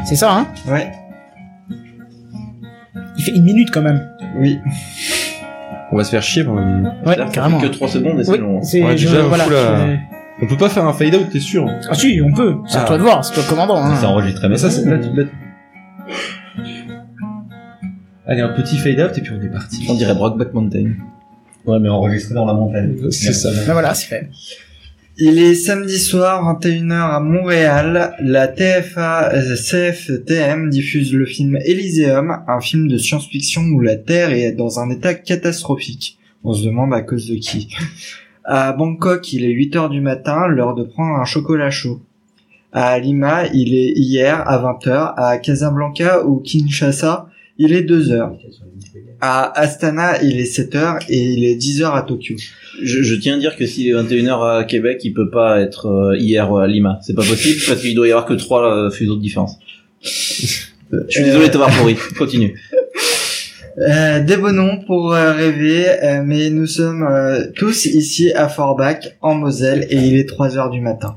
Speaker 8: C'est ça, hein
Speaker 9: Ouais.
Speaker 8: Il fait une minute quand même.
Speaker 9: Oui.
Speaker 2: On va se faire chier. pendant une minute.
Speaker 8: Ouais,
Speaker 7: Là,
Speaker 8: carrément.
Speaker 7: que trois secondes et c'est
Speaker 8: Oui,
Speaker 7: long.
Speaker 8: c'est-
Speaker 2: Ouais,
Speaker 8: je-
Speaker 2: déjà,
Speaker 8: voilà,
Speaker 2: fou, là.
Speaker 8: je-
Speaker 2: hein. On peut pas faire un fade out, t'es sûr
Speaker 8: Ah si, on peut. C'est à
Speaker 2: Ah.
Speaker 8: toi de voir, c'est toi le commandant. Hein.
Speaker 10: C'est enregistré,
Speaker 2: Mais
Speaker 10: mais
Speaker 2: ça, c'est là, tu- là, tu- Allez, un petit fade out et puis on est parti.
Speaker 7: On dirait Brockback Mountain.
Speaker 10: Ouais, mais enregistré dans la montagne.
Speaker 2: C'est ça.
Speaker 8: Là voilà, c'est fait.
Speaker 9: Il est samedi soir, 21h à Montréal. La TFA, euh, CFTM diffuse le film Elysium, un film de science-fiction où la Terre est dans un état catastrophique. On se demande à cause de qui. À Bangkok, il est 8h du matin, l'heure de prendre un chocolat chaud. À Lima, il est hier à 20h. À Casablanca ou Kinshasa, il est 2h. À Astana, il est 7h et il est 10h à Tokyo.
Speaker 7: Je, je tiens à dire que s'il est 21h à Québec, il peut pas être euh, hier à Lima. C'est pas possible parce qu'il doit y avoir que trois euh, fuseaux de différence. Je suis
Speaker 2: Euh.
Speaker 7: désolé de t'avoir pourri. Continue.
Speaker 9: Euh, des beaux noms pour euh, rêver, euh, mais nous sommes euh, tous ici à Forbach, en Moselle, et il est 3 heures du matin.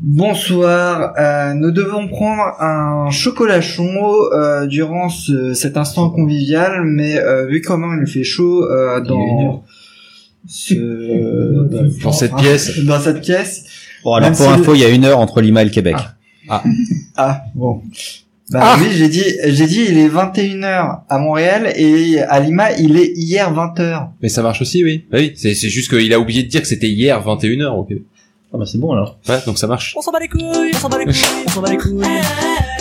Speaker 9: Bonsoir, euh, nous devons prendre un chocolat chaud euh, durant ce- cet instant convivial, mais euh, vu comment il fait chaud euh, dans, ce-
Speaker 2: Dans cette pièce.
Speaker 9: dans cette pièce,
Speaker 10: Bon, alors
Speaker 9: Même
Speaker 10: pour
Speaker 9: si
Speaker 10: info,
Speaker 9: le-
Speaker 10: il y a une heure entre Lima et le Québec.
Speaker 9: ah, bon. Bah
Speaker 2: Ah.
Speaker 9: oui, j'ai dit, j'ai dit, il est 21h à Montréal et à Lima, il est hier 20h.
Speaker 2: Mais ça marche aussi, oui. Bah oui, c'est c'est juste qu'il a oublié de dire que c'était hier 21h. ok.
Speaker 7: Ah bah c'est bon alors.
Speaker 2: Ouais, donc ça marche.
Speaker 13: On s'en bat les couilles, on s'en bat les couilles, on s'en bat les couilles.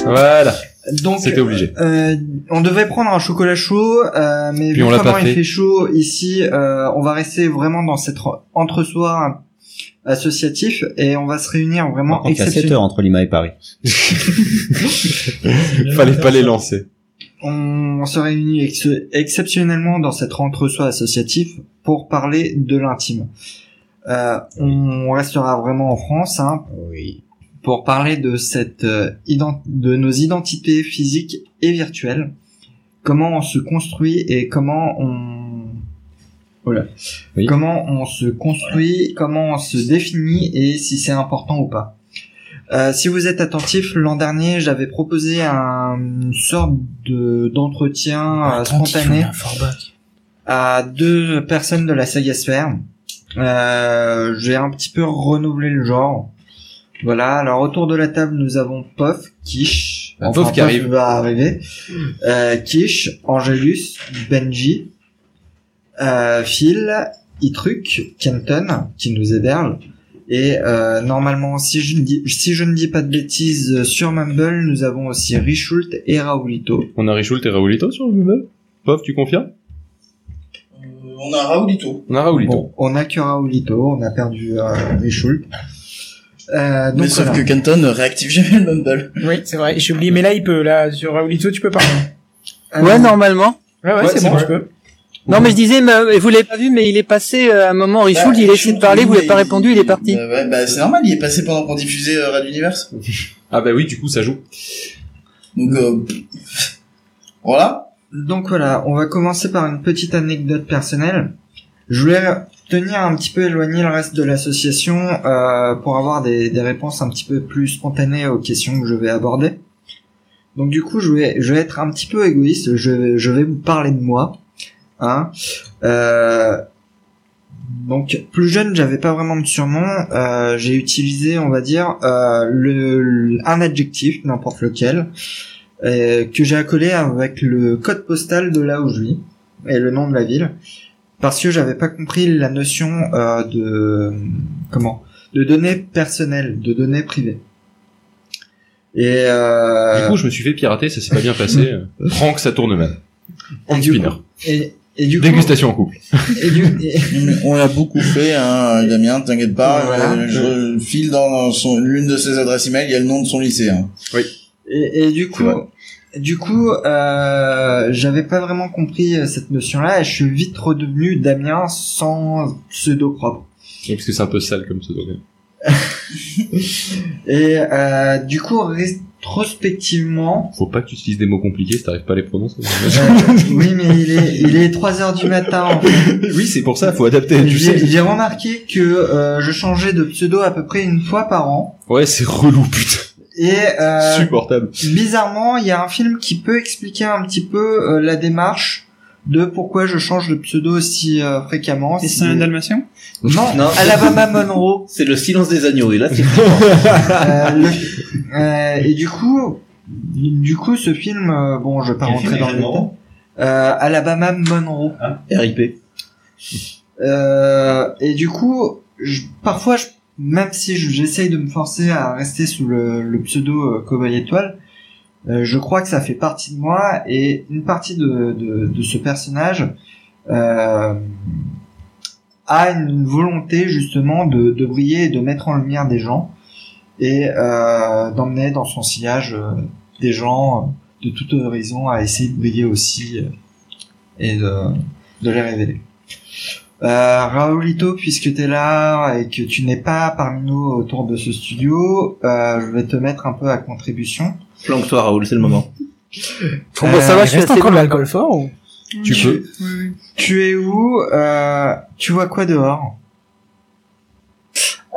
Speaker 2: Voilà.
Speaker 9: Donc,
Speaker 2: C'était obligé.
Speaker 9: Euh, on devait prendre un chocolat chaud, euh, mais
Speaker 2: Puis
Speaker 9: vu
Speaker 2: on l'a
Speaker 9: comment
Speaker 2: pas
Speaker 9: il
Speaker 2: fait.
Speaker 9: fait chaud ici, euh, on va rester vraiment dans cet entre-soi associatif et on va se réunir
Speaker 10: Par
Speaker 9: vraiment
Speaker 10: contre, il y a 7 heures entre Lima et Paris.
Speaker 2: Fallait pas les lancer.
Speaker 9: on, on se réunit ex- exceptionnellement dans cet entre-soi associatif pour parler de l'intime. Euh, on restera vraiment en France hein, pour parler de, cette, euh, ident- de nos identités physiques et virtuelles, comment on se construit et comment on... Voilà.
Speaker 10: Oui.
Speaker 9: Comment on se construit, comment on se définit et si c'est important ou pas. Euh, si vous êtes attentif, l'an dernier, j'avais proposé un- une sorte de d'entretien
Speaker 14: Ah,
Speaker 9: euh, spontané à deux personnes de la saga sphère. Euh, J'ai un petit peu renouvelé le genre. Voilà. Alors autour de la table, nous avons Pof, Kish,
Speaker 2: Bah, Pof qui arrive.
Speaker 9: va arriver, euh, Kish, Angelus, Benji, euh, Phil, Itruc, Kenton qui nous héberge. Et euh, normalement, si je, ne dis, si je ne dis pas de bêtises, euh, sur Mumble, nous avons aussi Richult et Raoulito.
Speaker 12: On a Richoult et Raoulito sur le Google Pof, tu confirmes
Speaker 5: Euh, On a Raoulito.
Speaker 2: On a Raoulito.
Speaker 9: Bon, on a que Raoulito, on a perdu euh, Richult. Euh,
Speaker 14: Ah,
Speaker 9: donc
Speaker 5: Mais sauf
Speaker 9: voilà.
Speaker 5: que Kenton ne réactive jamais le Mumble.
Speaker 8: Oui, c'est vrai. J'ai oublié, mais là, il peut. Là, sur Raoulito, tu peux parler.
Speaker 9: Euh,
Speaker 14: Ouais, normalement.
Speaker 8: Ouais, ouais,
Speaker 2: Ouais,
Speaker 8: c'est
Speaker 2: c'est
Speaker 8: bon,
Speaker 2: bon.
Speaker 8: je peux.
Speaker 14: Non, mais je disais, mais vous l'avez pas vu, mais il est passé euh, à un moment,
Speaker 8: Bah,
Speaker 14: Richoult, il a essayé de parler, vous l'avez pas répondu, il est parti.
Speaker 5: Euh, ouais, bah c'est normal, il est passé pendant qu'on diffusait euh, Radio Universe.
Speaker 2: Ah bah oui, du coup, ça joue.
Speaker 5: Donc euh, voilà.
Speaker 9: Donc voilà, on va commencer par une petite anecdote personnelle. Je voulais tenir un petit peu éloigné le reste de l'association euh, pour avoir des, des réponses un petit peu plus spontanées aux questions que je vais aborder. Donc du coup, je vais, je vais être un petit peu égoïste, je, vais- je vais vous parler de moi. Hein. Euh, donc plus jeune, j'avais pas vraiment de surnom. Euh, J'ai utilisé, on va dire, euh, le, le- un adjectif, n'importe lequel, euh, que j'ai accolé avec le code postal de là où je vis et le nom de la ville, parce que j'avais pas compris la notion euh, de comment de données personnelles, de données privées. Et euh,
Speaker 12: Du coup, je me suis fait pirater, ça s'est pas bien passé. Franck, ça tourne mal. En spinner.
Speaker 9: et, et du coup,
Speaker 12: Dégustation en couple.
Speaker 9: et du- et-
Speaker 5: On l'a beaucoup fait, hein, Damien, t'inquiète pas.
Speaker 9: Voilà.
Speaker 5: euh, je file dans son- l'une de ses adresses email, il y a le nom de son lycée. hein.
Speaker 9: Et, et du coup, du coup, euh, j'avais pas vraiment compris euh, cette notion-là. Et je suis vite redevenu Damien sans pseudo propre.
Speaker 12: Ouais, Parce que c'est un peu sale comme pseudo.
Speaker 9: Et euh, du coup, rétrospectivement,
Speaker 12: Faut pas que tu utilises des mots compliqués si t'arrives pas à les prononcer.
Speaker 9: euh, oui, mais il est, il est 3 heures du matin. En fait.
Speaker 12: oui, c'est pour ça, faut adapter. Tu sais.
Speaker 9: J'ai j'ai remarqué que euh, je changeais de pseudo à peu près une fois par an.
Speaker 12: Ouais, c'est relou, putain.
Speaker 9: Et euh,
Speaker 12: Supportable.
Speaker 9: bizarrement, il y a un film qui peut expliquer un petit peu euh, la démarche de pourquoi je change de pseudo si euh, fréquemment.
Speaker 6: Et c'est un dalmatien
Speaker 9: Non,
Speaker 7: Non.
Speaker 9: Alabama Monroe.
Speaker 7: C'est le silence des agneaux, et là, c'est
Speaker 9: Euh, le- euh, et du coup, du coup, ce film, euh, bon, je vais pas
Speaker 7: Quel
Speaker 9: rentrer
Speaker 7: film,
Speaker 9: dans le
Speaker 7: Alabama
Speaker 9: détail. Euh, Alabama Monroe.
Speaker 7: RIP.
Speaker 9: Euh, et du coup, je- parfois, je- même si je- j'essaye de me forcer à rester sous le, le pseudo euh, Cowboy Étoile, euh, je crois que ça fait partie de moi et une partie de, de, de ce personnage euh, a une volonté justement de, de briller et de mettre en lumière des gens et euh, d'emmener dans son sillage euh, des gens euh, de tout horizon à essayer de briller aussi euh, et de, de les révéler. Euh, Raoulito, puisque t'es là et que tu n'es pas parmi nous autour de ce studio, euh, je vais te mettre un peu à contribution.
Speaker 7: Planque-toi, Raoul, c'est le moment.
Speaker 9: Pour moi,
Speaker 10: Euh,
Speaker 9: ça va, je suis
Speaker 8: reste
Speaker 9: assez
Speaker 8: encore de
Speaker 9: loin.
Speaker 8: l'alcool fort ou
Speaker 12: Tu peux.
Speaker 9: Tu es où euh, Tu vois quoi dehors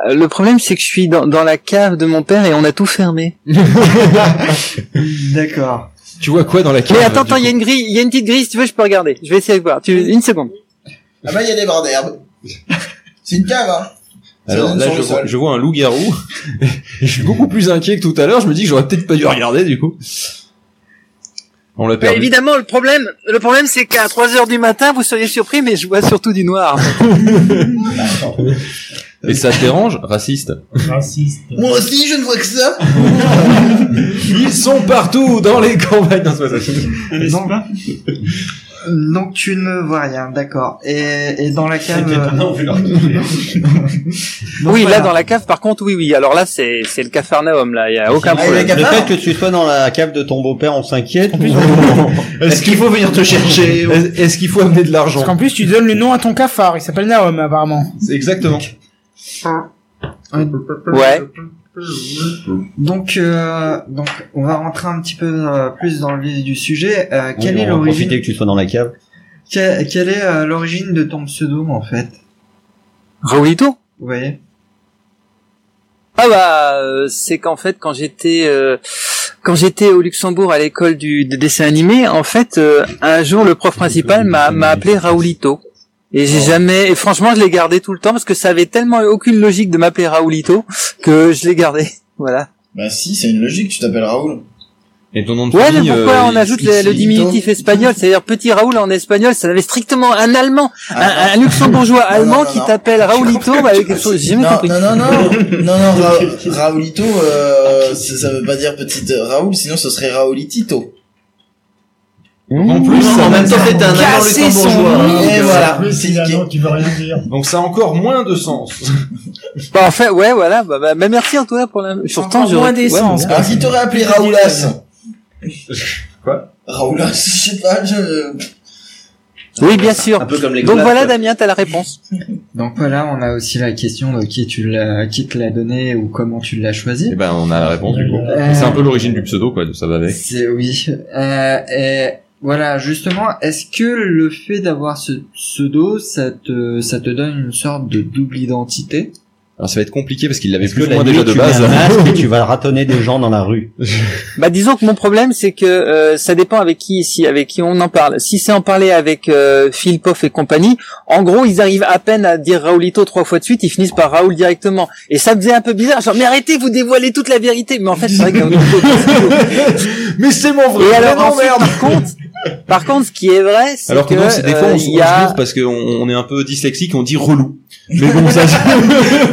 Speaker 14: Euh, Le problème, c'est que je suis dans, dans la cave de mon père et on a tout fermé.
Speaker 9: D'accord.
Speaker 2: Tu vois quoi dans la cave
Speaker 14: Mais attends,
Speaker 2: du
Speaker 14: attends, il y a une grille, il y a une petite grille, si tu veux, je peux regarder. Je vais essayer de voir. Tu, une seconde.
Speaker 5: Ah bah, il y a des barres d'herbe. C'est une cave, hein. Ça
Speaker 12: Alors
Speaker 5: donne
Speaker 12: là,
Speaker 5: sur le
Speaker 12: je vois,
Speaker 5: sol.
Speaker 12: je vois un loup-garou. Et je suis beaucoup plus inquiet que tout à l'heure. Je me dis que j'aurais peut-être pas dû regarder du coup. On l'a
Speaker 14: Bah,
Speaker 12: perdu.
Speaker 14: évidemment, le problème, le problème, c'est qu'à 3 heures du matin, vous seriez surpris, mais je vois surtout du noir.
Speaker 12: Et ça te dérange Raciste.
Speaker 11: Raciste.
Speaker 5: Moi aussi, je ne vois que ça.
Speaker 12: Ils sont partout dans les campagnes. Non, c'est pas ça.
Speaker 6: Ah,
Speaker 9: donc, donc tu ne vois rien, d'accord. Et, et dans la
Speaker 6: Euh,
Speaker 9: cave. euh,
Speaker 10: étonnant, vu leur-
Speaker 9: Donc,
Speaker 14: oui,
Speaker 9: voilà.
Speaker 14: là, dans la cave, par contre, oui, oui. Alors là, c'est, c'est le cafarnaum, là. Ah, Il y a aucun
Speaker 8: Ah,
Speaker 10: le
Speaker 14: problème.
Speaker 10: fait que tu sois dans la cave de ton beau-père, on s'inquiète. Est-ce qu'il faut venir te chercher
Speaker 12: Est-ce est-ce qu'il faut amener de l'argent
Speaker 8: Parce qu'en plus, tu donnes le nom à ton cafard. Il s'appelle Naom, apparemment.
Speaker 12: C'est exactement.
Speaker 14: Ouais.
Speaker 9: Donc, euh, donc, on va rentrer un petit peu euh, plus dans le vif du sujet. Euh, quelle,
Speaker 10: on
Speaker 9: est
Speaker 10: va
Speaker 9: l'origine,
Speaker 10: profiter que tu sois dans la cave.
Speaker 9: quelle, quelle est euh, l'origine de ton pseudo en fait
Speaker 14: Raoulito?
Speaker 9: Vous voyez
Speaker 14: Ah bah, euh, c'est qu'en fait, quand j'étais, euh, quand j'étais au Luxembourg à l'école du de dessin animé, en fait, euh, un jour, le prof principal m'a, m'a appelé Raoulito. Et
Speaker 8: Oh.
Speaker 14: j'ai jamais, et franchement, je l'ai gardé tout le temps parce que ça avait tellement aucune logique de m'appeler Raoulito que je l'ai gardé. Voilà.
Speaker 5: Bah si, c'est une logique, tu t'appelles Raoul.
Speaker 12: Et ton nom de
Speaker 14: Ouais, mais
Speaker 12: famille.
Speaker 14: pourquoi
Speaker 12: euh,
Speaker 14: on ajoute le, le diminutif espagnol C'est-à-dire petit Raoul en espagnol, ça avait strictement un Allemand, un, un luxembourgeois
Speaker 5: non, non,
Speaker 14: allemand
Speaker 5: non.
Speaker 14: qui t'appelle Raoulito. Bah, avec j'ai jamais
Speaker 5: Non,
Speaker 14: compris.
Speaker 5: non, non, non, non, non, Ra- Raoulito, euh, ça, ça veut pas dire petite euh, Raoul, sinon ce serait Raoulitito.
Speaker 12: En plus,
Speaker 7: Non,
Speaker 12: ça-
Speaker 7: en même temps, t'étais un allemand
Speaker 5: Casser son
Speaker 7: luxembourgeois. hein.
Speaker 5: Et voilà.
Speaker 4: C'est là, non, tu veux rien dire.
Speaker 12: donc ça a encore moins de sens.
Speaker 14: Bah, en fait, ouais, voilà. Bah, bah, bah, merci Antoine pour la. Pourtant,
Speaker 8: Encore
Speaker 14: j'aurais-
Speaker 8: moins
Speaker 14: ouais,
Speaker 8: d'essence.
Speaker 5: Ah, si t'aurais appelé Raoulas.
Speaker 12: Quoi
Speaker 5: Raoulas, je sais pas, je...
Speaker 14: Oui, bien sûr.
Speaker 7: Un peu comme les
Speaker 14: Donc
Speaker 7: glaces,
Speaker 14: voilà,
Speaker 7: là.
Speaker 14: Damien, t'as la réponse.
Speaker 9: Donc voilà, on a aussi la question de qui tu l'as, qui te l'a donné ou comment tu l'as choisi.
Speaker 12: Et ben, on a la réponse du coup.
Speaker 9: Euh.
Speaker 12: C'est un peu l'origine du pseudo quoi. Ça va avec.
Speaker 9: C'est oui. Euh, et voilà, justement, est-ce que le fait d'avoir ce pseudo, ça te, ça te donne une sorte de double identité
Speaker 12: Alors ça va être compliqué parce qu'il l'avait
Speaker 10: Est-ce que
Speaker 12: plus ou
Speaker 10: la
Speaker 12: moins
Speaker 10: nuit,
Speaker 12: déjà de
Speaker 10: tu mets
Speaker 12: base.
Speaker 10: un masque et tu vas ratonner des gens dans la rue
Speaker 14: Bah, disons que mon problème, c'est que euh, ça dépend avec qui, si avec qui on en parle. Si c'est en parler avec euh, Phil Poff et compagnie, en gros, ils arrivent à peine à dire Raoulito trois fois de suite, ils finissent par Raoul directement. Et ça me faisait un peu bizarre, genre mais arrêtez, vous dévoilez toute la vérité. Mais en fait, c'est vrai que Raoulito.
Speaker 12: Mais c'est mon vrai.
Speaker 14: Et alors,
Speaker 12: prénom,
Speaker 14: ensuite,
Speaker 12: merde.
Speaker 14: par contre, Par contre, ce qui est vrai, c'est
Speaker 2: Alors que, non, c'est des fois,
Speaker 14: euh,
Speaker 2: on,
Speaker 14: il
Speaker 2: se-
Speaker 14: y
Speaker 2: on se
Speaker 14: a...
Speaker 2: lourd parce qu'on on est un peu dyslexique, on dit relou. Mais bon, ça,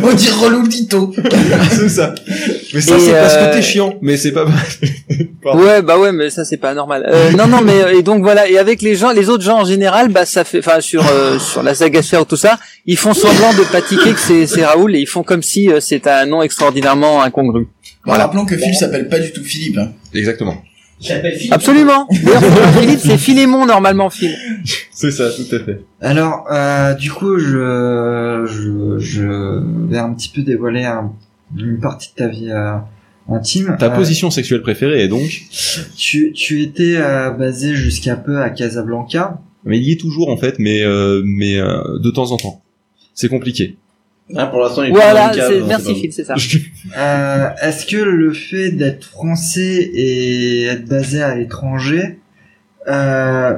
Speaker 5: On dit relou dito.
Speaker 2: c'est ça. Mais ça,
Speaker 14: Et,
Speaker 2: c'est parce que
Speaker 14: euh,
Speaker 2: t'es chiant. Mais c'est pas
Speaker 14: Ouais, bah ouais, mais ça c'est pas normal. Euh, non, non, mais euh, et donc voilà. Et avec les gens, les autres gens en général, bah ça fait, enfin sur euh, sur la saga sphère ou tout ça, ils font semblant de paniquer que c'est c'est Raoul et ils font comme si euh, c'était un nom extraordinairement incongru.
Speaker 5: Voilà. Rappelons que Philippe s'appelle pas du tout Philippe. hein.
Speaker 2: Exactement.
Speaker 14: Absolument. D'ailleurs, c'est pas Philippe, c'est Philémon normalement Phil.
Speaker 2: C'est ça, tout à fait.
Speaker 9: Alors, euh, du coup, je, je, je vais un petit peu dévoiler un- une partie de ta vie euh, intime.
Speaker 2: Ta
Speaker 9: Euh,
Speaker 2: position sexuelle préférée est donc.
Speaker 9: Tu, tu étais euh, basé jusqu'à peu à Casablanca.
Speaker 2: Mais il y est toujours en fait, mais euh, mais euh, de temps en temps. C'est compliqué.
Speaker 7: Ah, pour l'instant, il est
Speaker 9: Voilà,
Speaker 7: plus dans le
Speaker 9: c'est-
Speaker 7: donc
Speaker 9: merci,
Speaker 7: pas bon.
Speaker 9: Phil, c'est ça. Euh, Est-ce que le fait d'être français et être basé à l'étranger euh,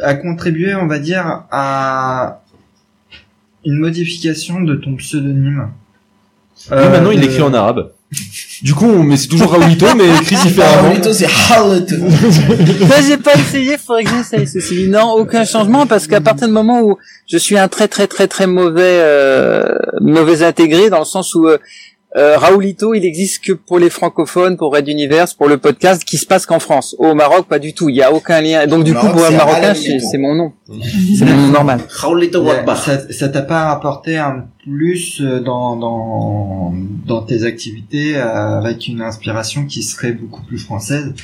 Speaker 9: a contribué, on va dire, à une modification de ton pseudonyme
Speaker 14: Euh,
Speaker 9: Euh,
Speaker 2: Lui, maintenant, il
Speaker 9: de-
Speaker 2: l'écrit en arabe. Du coup, on- mais c'est toujours Raoulito, mais écrit différemment.
Speaker 5: Raoulito, Ah, c'est Raoulito.
Speaker 14: Ça, Bah, j'ai pas essayé, faudrait que j'essaye ceci. dit. Non, aucun changement, parce qu'à partir du moment où je suis un très très très très mauvais euh, mauvais intégré, dans le sens où euh, euh, Raoulito, il existe que pour les francophones, pour Red Universe, pour le podcast, qui se passe qu'en France. Au Maroc, pas du tout, il y a aucun lien. Donc du
Speaker 9: Au
Speaker 14: coup,
Speaker 9: Maroc,
Speaker 14: pour un
Speaker 9: c'est Mm.
Speaker 14: Marocain,
Speaker 9: Alain
Speaker 14: c'est
Speaker 9: Lito.
Speaker 14: c'est mon nom. C'est mon nom normal.
Speaker 9: Il y a- ça- Ça t'a pas apporté un plus euh, dans, dans, dans tes activités euh, avec une inspiration qui serait beaucoup plus française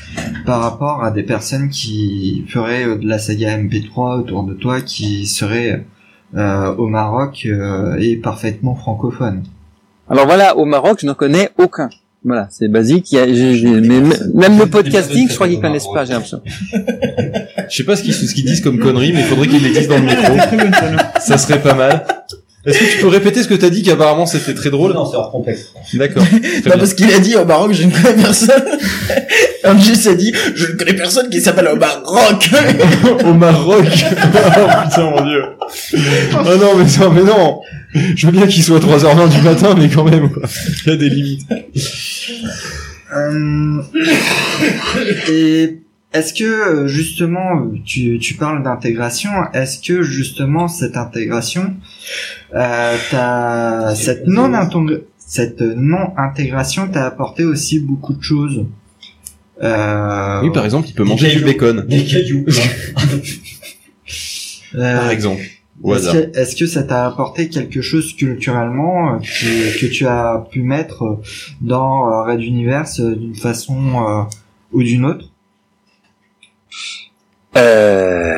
Speaker 9: par rapport à des personnes qui feraient euh, de la saga MP3 autour de toi qui seraient euh, au Maroc euh, et parfaitement francophones.
Speaker 14: Alors voilà, au Maroc, je n'en connais aucun. Voilà, c'est basique. Il y a- j'ai- j'ai- mais- même le podcasting, je crois qu'ils connaissent pas, j'ai l'impression.
Speaker 2: Je sais pas ce qu'ils ce qu'ils disent comme conneries, mais il faudrait qu'ils les disent dans le micro. Ça serait pas mal. Est-ce que tu peux répéter ce que t'as dit qu'apparemment c'était très drôle Non,
Speaker 7: c'est hors contexte.
Speaker 2: D'accord.
Speaker 14: Bah,
Speaker 5: Non, Bah, parce qu'il a dit au Maroc, je ne connais personne. Un juste a dit, je ne connais personne qui s'appelle au Maroc.
Speaker 2: au Maroc. oh putain mon dieu. Oh non mais non mais non. Je veux bien qu'il soit 3h20 du matin mais quand même quoi. Il y a des limites.
Speaker 9: Euh, et est-ce que euh, justement, tu, tu parles d'intégration, est-ce que justement cette intégration, euh, t'as- cette non cette non intégration t'a apporté aussi beaucoup de choses. Euh,
Speaker 2: Ah Oui par exemple il peut manger du bacon.
Speaker 9: Euh,
Speaker 2: par exemple. Ah. Au
Speaker 9: Est-ce
Speaker 2: hasard.
Speaker 9: que, est-ce que ça t'a apporté quelque chose culturellement euh, que, que tu as pu mettre euh, dans euh, Red Universe euh, d'une façon euh, ou d'une autre
Speaker 14: Euh,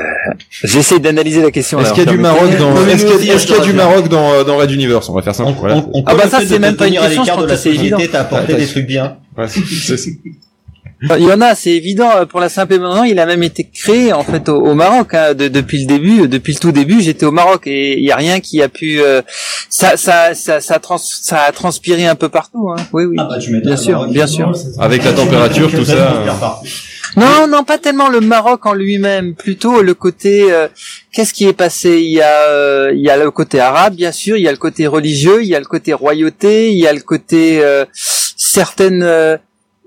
Speaker 14: J'essaie d'analyser la question.
Speaker 2: Est-ce
Speaker 14: là,
Speaker 2: qu'il y a
Speaker 14: en
Speaker 2: du
Speaker 14: termes de-
Speaker 2: Maroc dans est-ce qu'il y a- est-ce qu'il y a du
Speaker 14: Radio.
Speaker 2: Maroc dans euh, dans Red Universe On va faire simple. voilà.
Speaker 14: Ah bah ça c'est même pas une question, je pense que c'est évident.
Speaker 7: t'as apporté des
Speaker 2: trucs bien. Ouais, c'est ça.
Speaker 14: Euh, Il y en a, c'est évident euh, pour la simple et bonne raison, Il a même été créé en fait au, au Maroc hein, de- depuis le début, euh, depuis le tout début. J'étais au Maroc et il y a rien qui a pu euh, ça ça ça ça, trans- ça a transpiré un peu partout. Hein. Oui oui. bien sûr, bien sûr.
Speaker 2: Avec la température tout ça. euh,
Speaker 14: Non, non, pas tellement le Maroc en lui-même, plutôt le côté. euh, Qu'est-ce qui est passé Il y a, euh, il y a le côté arabe, bien sûr. Il y a le côté religieux. Il y a le côté royauté. Il y a le côté euh, certaines. euh,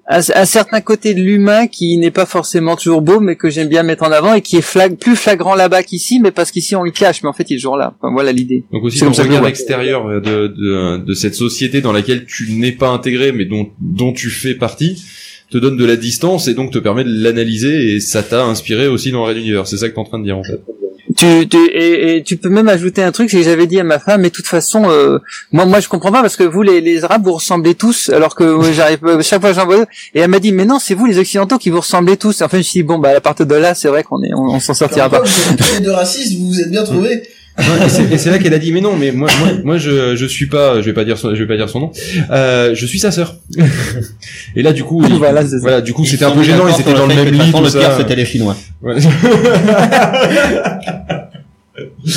Speaker 14: un, un certain côté de l'humain qui n'est pas forcément toujours beau, mais que j'aime bien mettre en avant et qui est flag, plus flagrant là-bas qu'ici, mais parce qu'ici on le cache, mais en fait il est toujours là. Enfin, voilà l'idée.
Speaker 2: Donc aussi
Speaker 14: C'est
Speaker 2: le
Speaker 14: comme ça que je le
Speaker 2: regard
Speaker 14: vois.
Speaker 2: extérieur de, de, de cette société dans laquelle tu n'es pas intégré mais dont, dont tu fais partie te donne de la distance et donc te permet de l'analyser et ça t'a inspiré aussi dans Red Universe. C'est ça que t'es en train de dire en fait.
Speaker 14: Tu, tu- et, et tu peux même ajouter un truc, c'est que j'avais dit à ma femme, mais de toute façon, euh, moi, moi, je comprends pas parce que vous, les, les Arabes, vous ressemblez tous, alors que moi, j'arrive euh, chaque fois j'en vois. Et elle m'a dit, mais non, c'est vous, les Occidentaux, qui vous ressemblez tous. Et enfin, je me suis dit, bon, bah, à partir de là, c'est vrai qu'on est, on, on s'en sortira pas.
Speaker 5: Tous les deux racistes, vous vous êtes bien trouvés.
Speaker 2: Ouais, et c'est- et c'est là qu'elle a dit mais non mais moi moi, moi je, je suis pas je vais pas dire son, je vais pas dire son nom euh, je suis sa sœur et là du coup il- voilà, du coup
Speaker 7: Ils
Speaker 2: c'était un
Speaker 7: sont
Speaker 2: peu
Speaker 7: mis
Speaker 2: gênant ils
Speaker 7: d'accord
Speaker 2: étaient
Speaker 7: sur
Speaker 2: dans le
Speaker 7: fait
Speaker 2: même
Speaker 7: que de toute
Speaker 2: lit
Speaker 7: façon,
Speaker 2: tout
Speaker 7: le pire
Speaker 2: ça
Speaker 7: c'était les Chinois
Speaker 2: Ouais.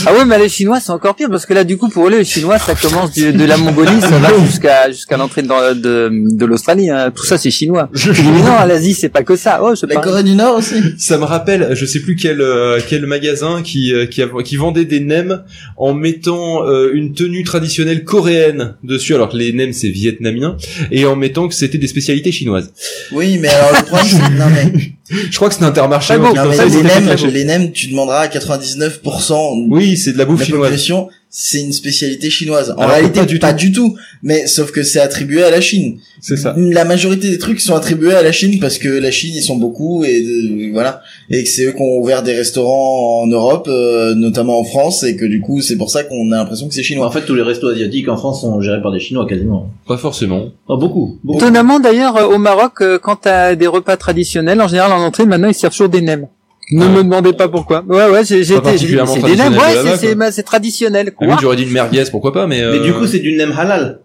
Speaker 14: Ah ouais, mais les Chinois, c'est encore pire parce que là, du coup, pour eux, les Chinois, ça commence du- de la Mongolie, ça va jusqu'à jusqu'à l'entrée de, de, de l'Australie. hein. Tout ça, c'est chinois. Je dis, mais non, à l'Asie, c'est pas que ça. Oh, c'est
Speaker 5: La
Speaker 14: pas-
Speaker 5: Corée du Nord aussi.
Speaker 2: Ça me rappelle, je sais plus quel euh, quel magasin qui euh, qui, av- qui vendait des nems en mettant euh, une tenue traditionnelle coréenne dessus, alors que les nems c'est vietnamien, et en mettant que c'était des spécialités chinoises.
Speaker 5: Oui, mais alors le problème, c'est- non mais
Speaker 2: Je crois que c'est Intermarché. ou un truc
Speaker 5: Non,
Speaker 2: comme
Speaker 5: mais
Speaker 2: ça, ils
Speaker 5: les,
Speaker 2: étaient
Speaker 5: nems,
Speaker 2: cachés.
Speaker 5: les nems, tu demanderas à 99%.
Speaker 2: Oui, c'est de la bouffe chinoise.
Speaker 5: population, C'est une spécialité chinoise. En
Speaker 2: Alors que
Speaker 5: réalité,
Speaker 2: pas
Speaker 5: pas
Speaker 2: du
Speaker 5: du, tout. Mais sauf que c'est attribué à la Chine.
Speaker 2: C'est ça.
Speaker 5: La majorité des trucs sont attribués à la Chine parce que la Chine, ils sont beaucoup et de- voilà, et que c'est eux qui ont ouvert des restaurants en Europe, euh, notamment en France, et que du coup, c'est pour ça qu'on a l'impression que c'est chinois.
Speaker 7: En fait, tous les restos asiatiques en France sont gérés par des Chinois quasiment.
Speaker 2: Pas forcément.
Speaker 7: beaucoup. beaucoup.
Speaker 14: Étonnamment d'ailleurs, euh, au Maroc, euh, quand t'as des repas traditionnels, en général en entrée, maintenant ils servent toujours des nems. Ne me demandez pas pourquoi. Ouais, ouais, j'ai j'ai
Speaker 2: Pas
Speaker 14: été. j'ai dit, mais
Speaker 2: particulièrement
Speaker 14: C'est des nems,
Speaker 2: traditionnel
Speaker 14: ouais,
Speaker 2: de là-bas,
Speaker 14: c'est- c'est bah, c'est traditionnel.
Speaker 2: Ah
Speaker 14: Quoi.
Speaker 2: oui, j'aurais dit une merguez, pourquoi pas, mais. euh,
Speaker 7: Mais du coup, c'est du nem halal.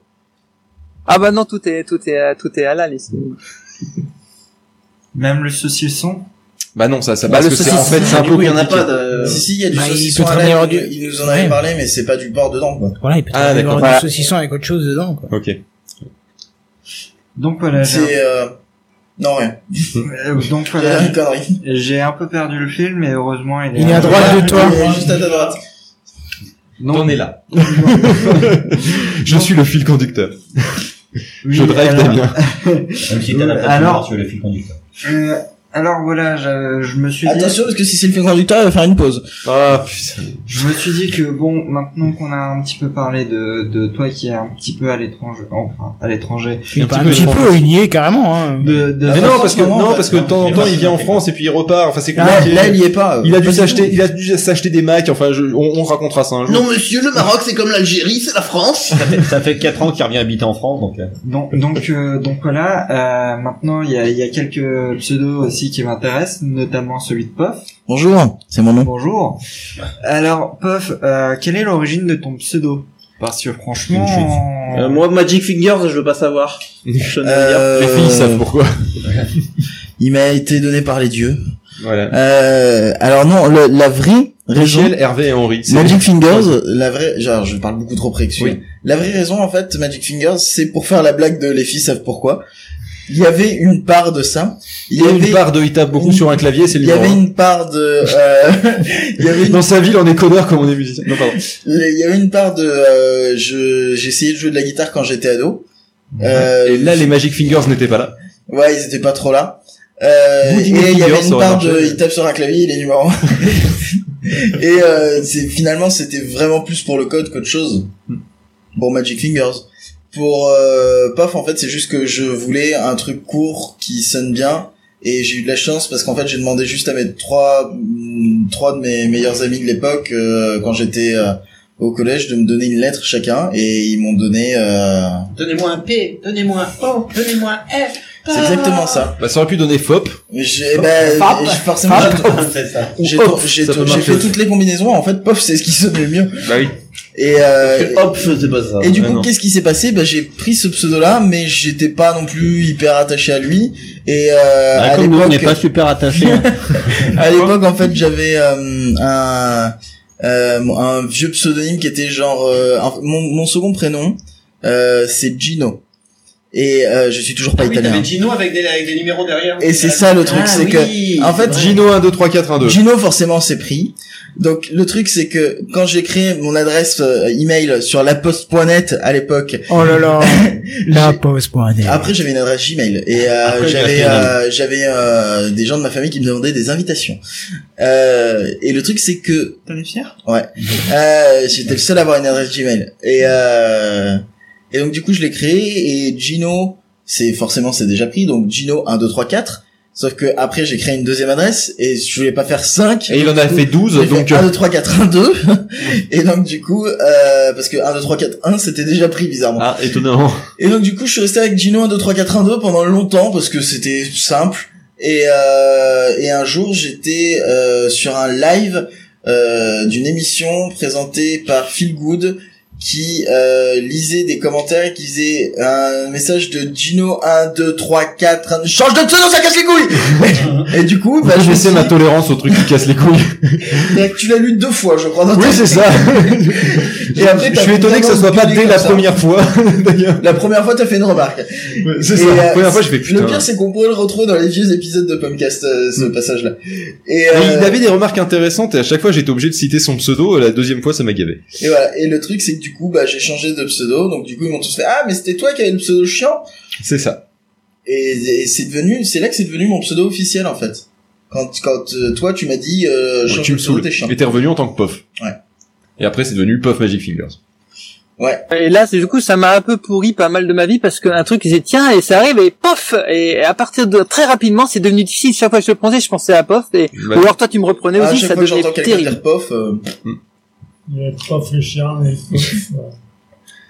Speaker 14: Ah bah non, tout est tout est euh, tout est halal ici.
Speaker 9: Même le saucisson
Speaker 2: Bah non, ça, ça
Speaker 5: Bah,
Speaker 2: parce
Speaker 5: le
Speaker 2: que c'est
Speaker 5: saucisson,
Speaker 2: en fait, c'est un
Speaker 5: du
Speaker 2: peu
Speaker 5: coup, il y en a
Speaker 2: compliqué.
Speaker 5: pas de- Si, si, il y a du
Speaker 8: Bah, il
Speaker 5: saucisson
Speaker 8: peut
Speaker 5: à
Speaker 8: très bien
Speaker 5: la-
Speaker 8: avoir du-
Speaker 5: il nous en avait
Speaker 8: Ouais.
Speaker 5: parlé, mais c'est pas du porc dedans, quoi.
Speaker 8: Voilà, il peut
Speaker 5: Ah,
Speaker 8: ah,
Speaker 5: d'accord.
Speaker 8: avoir
Speaker 5: Voilà.
Speaker 8: du saucisson avec autre chose dedans. Quoi.
Speaker 2: Ok.
Speaker 9: Donc voilà. j'ai
Speaker 5: C'est, euh, non, rien.
Speaker 9: Euh, donc
Speaker 5: J'ai
Speaker 9: voilà.
Speaker 5: une connerie.
Speaker 9: J'ai un peu perdu le film, mais heureusement il est.
Speaker 8: Il est à droite de toi.
Speaker 5: Il est Juste à ta droite.
Speaker 7: On est là.
Speaker 2: Je suis le fil conducteur. Je
Speaker 9: Oui,
Speaker 2: drive
Speaker 9: alors-
Speaker 2: Damien.
Speaker 7: Même si t'as la place
Speaker 9: Alors-
Speaker 7: alors... tu es le fil conducteur.
Speaker 9: Euh, alors voilà, je, je me suis dit-
Speaker 5: Attention, parce que si c'est le fil conducteur, il va faire une pause.
Speaker 2: Ah, putain.
Speaker 9: Je me suis dit que bon, maintenant qu'on a un petit peu parlé de, de toi qui est un petit peu à l'étranger, enfin à l'étranger.
Speaker 8: Il est pas un petit peu, il y est carrément. Hein.
Speaker 9: De, de-
Speaker 2: Mais Ah, non, parce que,
Speaker 9: Comment, en
Speaker 2: non,
Speaker 9: fait
Speaker 2: parce que de temps en temps, il vient en France et puis il repart. Enfin, c'est compliqué.
Speaker 5: Ah, là, il y est pas.
Speaker 2: Il a dû s'acheter, il a dû s'acheter des Macs. Enfin, je- on, on racontera ça un jour.
Speaker 5: monsieur, le Maroc, c'est comme l'Algérie, c'est la France.
Speaker 10: Ça fait, ça fait 4 ans qu'il revient habiter en France, donc. euh,
Speaker 9: Donc donc euh, donc voilà. euh, maintenant il y a, il y a quelques pseudos aussi qui m'intéressent, notamment celui de Puff.
Speaker 5: Bonjour, c'est mon nom.
Speaker 9: Bonjour. Alors Puff, euh, quelle est l'origine de ton pseudo Parce que franchement.
Speaker 7: Euh, moi, Magic Fingers, je veux pas savoir. Je ne veux
Speaker 5: Euh,
Speaker 7: dire.
Speaker 2: pourquoi.
Speaker 5: Il m'a été donné par les dieux.
Speaker 2: Voilà.
Speaker 5: Euh, alors non, le- la vraie raison.
Speaker 2: Michel, Hervé et Henri. c'est-
Speaker 5: Magic Fingers, la vraie, genre, je parle beaucoup trop près que celui-là. La vraie raison, en fait, Magic Fingers, c'est pour faire la blague de les filles savent pourquoi. Il y avait une part de ça. Il y
Speaker 2: Il y a
Speaker 5: avait
Speaker 2: une part de, il tape beaucoup sur un clavier, c'est le
Speaker 5: Il y
Speaker 2: libre,
Speaker 5: avait
Speaker 2: hein.
Speaker 5: une part de, euh, il y avait une
Speaker 2: Dans sa ville, on est connard comme on est musicien. Non, pardon.
Speaker 5: il y avait une part de, euh, je, j'essayais de jouer de la guitare quand j'étais ado. Euh,
Speaker 2: Et là, les Magic Fingers n'étaient pas là.
Speaker 5: Ouais, ils étaient pas trop là. Euh,
Speaker 2: Woody
Speaker 5: et il y
Speaker 2: Woodpecker,
Speaker 5: avait une
Speaker 2: ça aurait
Speaker 5: part
Speaker 2: marché.
Speaker 5: de, il tape sur un clavier, il est numéro un. et euh, c'est finalement c'était vraiment plus pour le code qu'autre chose.
Speaker 2: Hmm.
Speaker 5: Pour Magic Fingers. Pour euh, Puff, en fait, c'est juste que je voulais un truc court qui sonne bien. Et j'ai eu de la chance parce qu'en fait j'ai demandé juste à mes trois mm, trois de mes meilleurs amis de l'époque euh, quand j'étais euh, au collège de me donner une lettre chacun et ils m'ont donné euh,
Speaker 13: Donnez-moi un P, donnez-moi un O, donnez-moi un F.
Speaker 5: c'est exactement ça.
Speaker 2: Bah, ça aurait pu donner FOP.
Speaker 5: J'ai ben,
Speaker 13: Fap.
Speaker 5: j'ai- forcément
Speaker 2: Fap.
Speaker 5: j'ai- j'ai
Speaker 2: Ou hop,
Speaker 5: j'ai-
Speaker 2: ça peut
Speaker 5: j'ai
Speaker 2: marcher
Speaker 5: fait
Speaker 2: aussi.
Speaker 5: toutes les combinaisons en fait pof c'est ce qui sonne le mieux
Speaker 2: Bah oui.
Speaker 5: et euh,
Speaker 7: Hop, c'est pas ça.
Speaker 5: et du
Speaker 7: Ah,
Speaker 5: coup
Speaker 7: non.
Speaker 5: qu'est-ce qui s'est passé ben j'ai pris ce pseudo là mais j'étais pas non plus hyper attaché à lui et euh,
Speaker 10: bah,
Speaker 5: à
Speaker 10: comme nous, on n'est
Speaker 5: l'époque
Speaker 10: pas super attaché.
Speaker 5: à l'époque en fait j'avais euh, un euh, un vieux pseudonyme qui était genre euh, un- mon, mon second prénom euh, c'est Gino et euh, je suis toujours pas
Speaker 12: Ah oui,
Speaker 5: italien
Speaker 12: t'avais Gino avec des, avec des numéros derrière.
Speaker 5: et c'est ça le truc,
Speaker 12: Ah
Speaker 5: c'est
Speaker 12: oui.
Speaker 5: que en fait
Speaker 2: Gino 1 2 3 4 1
Speaker 7: Euh.
Speaker 2: 2.
Speaker 5: Gino forcément c'est pris. Donc le truc c'est que quand j'ai créé mon adresse euh, email sur laposte.net à l'époque,
Speaker 8: Oh là là. La pause pour un dé.
Speaker 1: Ah.
Speaker 5: après j'avais une adresse Gmail et euh,
Speaker 8: Après,
Speaker 5: j'avais
Speaker 8: j'ai la
Speaker 5: euh, j'avais euh, des gens de ma famille qui me demandaient des invitations. Euh, et le truc c'est que
Speaker 6: T'en es fier
Speaker 5: ouais, euh, j'étais le seul à avoir une adresse Gmail et euh, et donc du coup je l'ai créé et Gino c'est forcément c'est déjà pris donc Gino 1 2 3 4 sauf que après j'ai créé une deuxième adresse et je voulais pas faire 5
Speaker 2: Et il en a fait 12,
Speaker 5: j'ai
Speaker 2: donc. euh,
Speaker 5: fait 1, 2, 3, 4, 1, 2. et donc, du coup, euh, parce que 1, 2, 3, 4, 1, c'était déjà pris, bizarrement.
Speaker 2: Ah, étonnamment.
Speaker 5: Et donc, du coup, je suis resté avec Gino 1, 2, 3, 4, 1, 2 pendant longtemps parce que c'était simple. Et, euh, et un jour, j'étais euh, sur un live euh, d'une émission présentée par Phil Good qui euh, lisait des commentaires et qui faisait un message de Gino 1, 2, 3, 4, 1, change de pseudo, ça casse les couilles Et du coup, bah,
Speaker 2: je
Speaker 5: je me
Speaker 2: vais essayer
Speaker 5: suis
Speaker 2: ma tolérance au truc qui casse les couilles.
Speaker 5: mais tu l'as lu deux fois, je crois. dans
Speaker 2: Oui,
Speaker 5: ta-
Speaker 2: c'est ça.
Speaker 5: Et après,
Speaker 2: je
Speaker 5: t'as
Speaker 2: suis étonné que ça soit pas
Speaker 5: finalement
Speaker 2: dès la
Speaker 5: publié
Speaker 2: première fois, d'ailleurs.
Speaker 5: La première fois, t'as fait une remarque.
Speaker 2: C'est
Speaker 5: Et,
Speaker 2: ça. La
Speaker 5: euh,
Speaker 2: première fois, je fais putain.
Speaker 5: Le pire, c'est qu'on pourrait le retrouver dans les vieux épisodes de Pomcast, euh, ce passage-là. Et,
Speaker 2: Mais
Speaker 5: euh,
Speaker 2: Ah, il avait des remarques intéressantes et à chaque fois j'étais obligé de citer son pseudo. La deuxième fois ça m'a gavé.
Speaker 5: et voilà. Et le truc, c'est que du coup, bah, j'ai changé de pseudo. Donc, du coup, ils m'ont tous fait, ah, mais c'était toi qui avais le pseudo chiant.
Speaker 2: C'est ça.
Speaker 5: Et, et c'est devenu, c'est là que c'est devenu mon pseudo officiel, en fait. Quand, quand euh, toi, tu m'as dit, euh,
Speaker 2: Ouais,
Speaker 5: change
Speaker 2: tu
Speaker 5: le
Speaker 2: me
Speaker 5: pseudo
Speaker 2: saoules.
Speaker 5: de tes chiens.
Speaker 2: Et t'es revenu en tant que Puff.
Speaker 5: Ouais.
Speaker 2: Et après, c'est devenu Puff Magic Fingers.
Speaker 5: Ouais.
Speaker 14: Et là, c'est- du coup, ça m'a un peu pourri pas mal de ma vie parce qu'un truc, j'ai tiens, et ça arrive, et pof Et à partir de très rapidement, c'est devenu difficile. Chaque fois que je le prenais, je pensais à pof, et
Speaker 5: Ouais.
Speaker 2: Bah,
Speaker 14: ou alors toi, tu me reprenais
Speaker 5: Ah, à
Speaker 14: aussi,
Speaker 5: chaque
Speaker 14: ça
Speaker 5: fois que
Speaker 14: devenait
Speaker 5: j'entends quelqu'un
Speaker 14: terrible.
Speaker 5: dire pof, euh,
Speaker 11: Il va être pas fait chien, mais.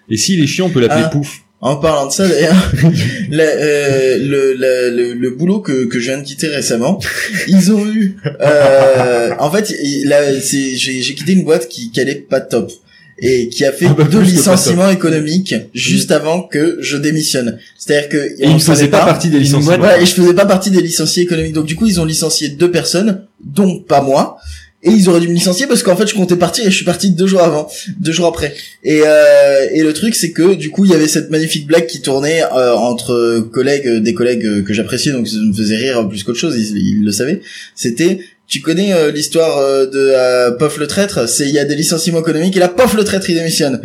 Speaker 2: Et si les chiens, on peut l'appeler
Speaker 5: Ah,
Speaker 2: Pouf.
Speaker 5: En parlant de ça, d'ailleurs, la- euh, le, la- le, le boulot que, que je viens de quitter récemment, ils ont eu. euh, en fait, il- là, c'est- j'ai j'ai quitté une boîte qui, qui allait pas top et qui a fait
Speaker 2: Ah bah,
Speaker 5: deux
Speaker 2: plus que pas
Speaker 5: licenciements économiques juste avant que je démissionne. C'est-à-dire que
Speaker 2: Et il
Speaker 5: on
Speaker 2: ne faisait
Speaker 5: savait
Speaker 2: pas partie des licenciements.
Speaker 5: Ouais, et je faisais pas partie des licenciés économiques. Donc du coup, ils ont licencié deux personnes, dont pas moi. Et ils auraient dû me licencier parce qu'en fait je comptais partir et je suis parti deux jours avant, deux jours après. Et, euh, et le truc c'est que du coup il y avait cette magnifique blague qui tournait euh, entre collègues, euh, des collègues euh, que j'appréciais donc ça me faisait rire euh, plus qu'autre chose, ils, ils le savaient. C'était tu connais euh, l'histoire euh, de euh, Pof le traître, c'est il y a des licenciements économiques et là Pof le traître il démissionne.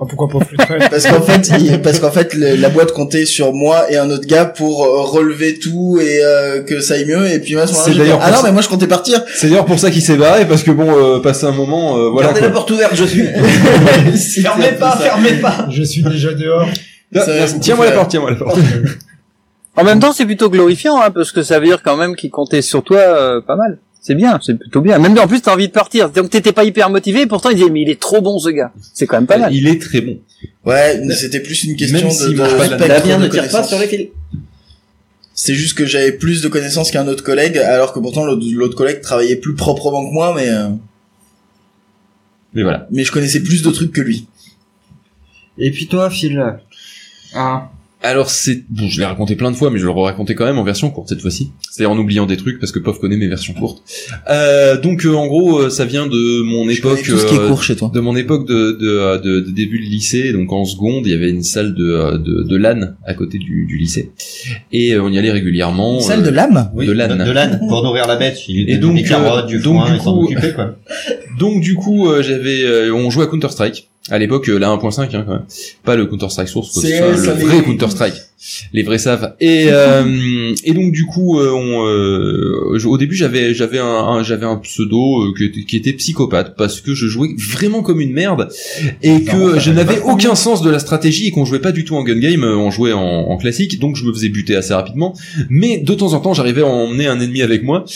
Speaker 2: Ah,
Speaker 8: pourquoi pas plus
Speaker 5: parce qu'en fait il- parce qu'en fait le- la boîte comptait sur moi et un autre gars pour euh, relever tout et euh, que ça aille mieux et puis à ce moment-là
Speaker 2: C'est
Speaker 5: j'ai
Speaker 2: d'ailleurs
Speaker 5: fait, ah
Speaker 2: pour
Speaker 5: non
Speaker 2: ça-
Speaker 5: mais moi je comptais partir
Speaker 2: C'est d'ailleurs pour ça qu'il s'est barré, parce que bon, euh, passé un moment, euh, voilà.
Speaker 5: Gardez
Speaker 2: quoi.
Speaker 5: la porte ouverte, je suis.
Speaker 11: fermez pas, fermez pas. Je suis déjà dehors.
Speaker 2: Tiens, Tiens-moi la porte, tiens-moi la porte.
Speaker 14: En même temps, c'est plutôt glorifiant, hein, parce que ça veut dire quand même qu'ils comptaient sur toi euh, pas mal. C'est bien, c'est plutôt bien. Même en plus, t'as envie de partir. Donc t'étais pas hyper motivé, et pourtant ils disaient, mais il est trop bon ce gars. C'est quand même pas mal.
Speaker 2: Euh, Il est très bon.
Speaker 5: Ouais, mais c'était plus une question
Speaker 14: Même
Speaker 5: de,
Speaker 14: s'il
Speaker 5: de
Speaker 14: mange pas de la
Speaker 5: spectre
Speaker 14: Damien
Speaker 5: de
Speaker 14: ne tire pas
Speaker 5: connaissances.
Speaker 14: sur les fils.
Speaker 5: C'est juste que j'avais plus de connaissances qu'un autre collègue, alors que pourtant l'autre l'autre collègue travaillait plus proprement que moi, mais euh,
Speaker 2: Mais voilà.
Speaker 5: mais je connaissais plus de trucs que lui.
Speaker 9: Et puis toi, Phil. Ah.
Speaker 2: Alors c'est bon, je l'ai raconté plein de fois, mais je le racontais quand même en version courte cette fois-ci. C'est-à-dire en oubliant des trucs parce que Pof connaît mes versions courtes. Euh, donc euh, en gros, euh, ça vient de mon époque,
Speaker 5: tout ce qui est
Speaker 2: euh,
Speaker 5: court chez toi.
Speaker 2: de mon époque de, de, euh, de- de début de lycée. Donc en seconde, il y avait une salle de euh, de, de LAN à côté du, du lycée et euh, on y allait régulièrement.
Speaker 5: Une salle de LAM
Speaker 2: de LAN.
Speaker 10: de l'âne pour nourrir la bête. Il
Speaker 2: Et
Speaker 10: lui
Speaker 2: donc,
Speaker 10: donnait des carottes,
Speaker 2: euh,
Speaker 10: du
Speaker 2: donc,
Speaker 10: foin,
Speaker 2: du
Speaker 10: il s'en
Speaker 2: coup-
Speaker 10: occupait quoi.
Speaker 2: Donc du coup, euh, j'avais, euh, on jouait à Counter Strike. À l'époque, euh, la 1.5, hein, quand même. Pas le Counter Strike source, quoi.
Speaker 12: C'est
Speaker 2: Enfin,
Speaker 12: ça,
Speaker 2: le
Speaker 12: les-
Speaker 2: vrai Counter Strike. Les vrais savent. Et euh, et donc du coup, euh, on, euh, je- au début, j'avais j'avais un, un- j'avais un pseudo euh, que- qui était psychopathe parce que je jouais vraiment comme une merde et que je n'avais aucun sens de la stratégie et qu'on jouait pas du tout en gun game, euh, on jouait en, en classique, donc je me faisais buter assez rapidement. Mais de temps en temps, j'arrivais à emmener un ennemi avec moi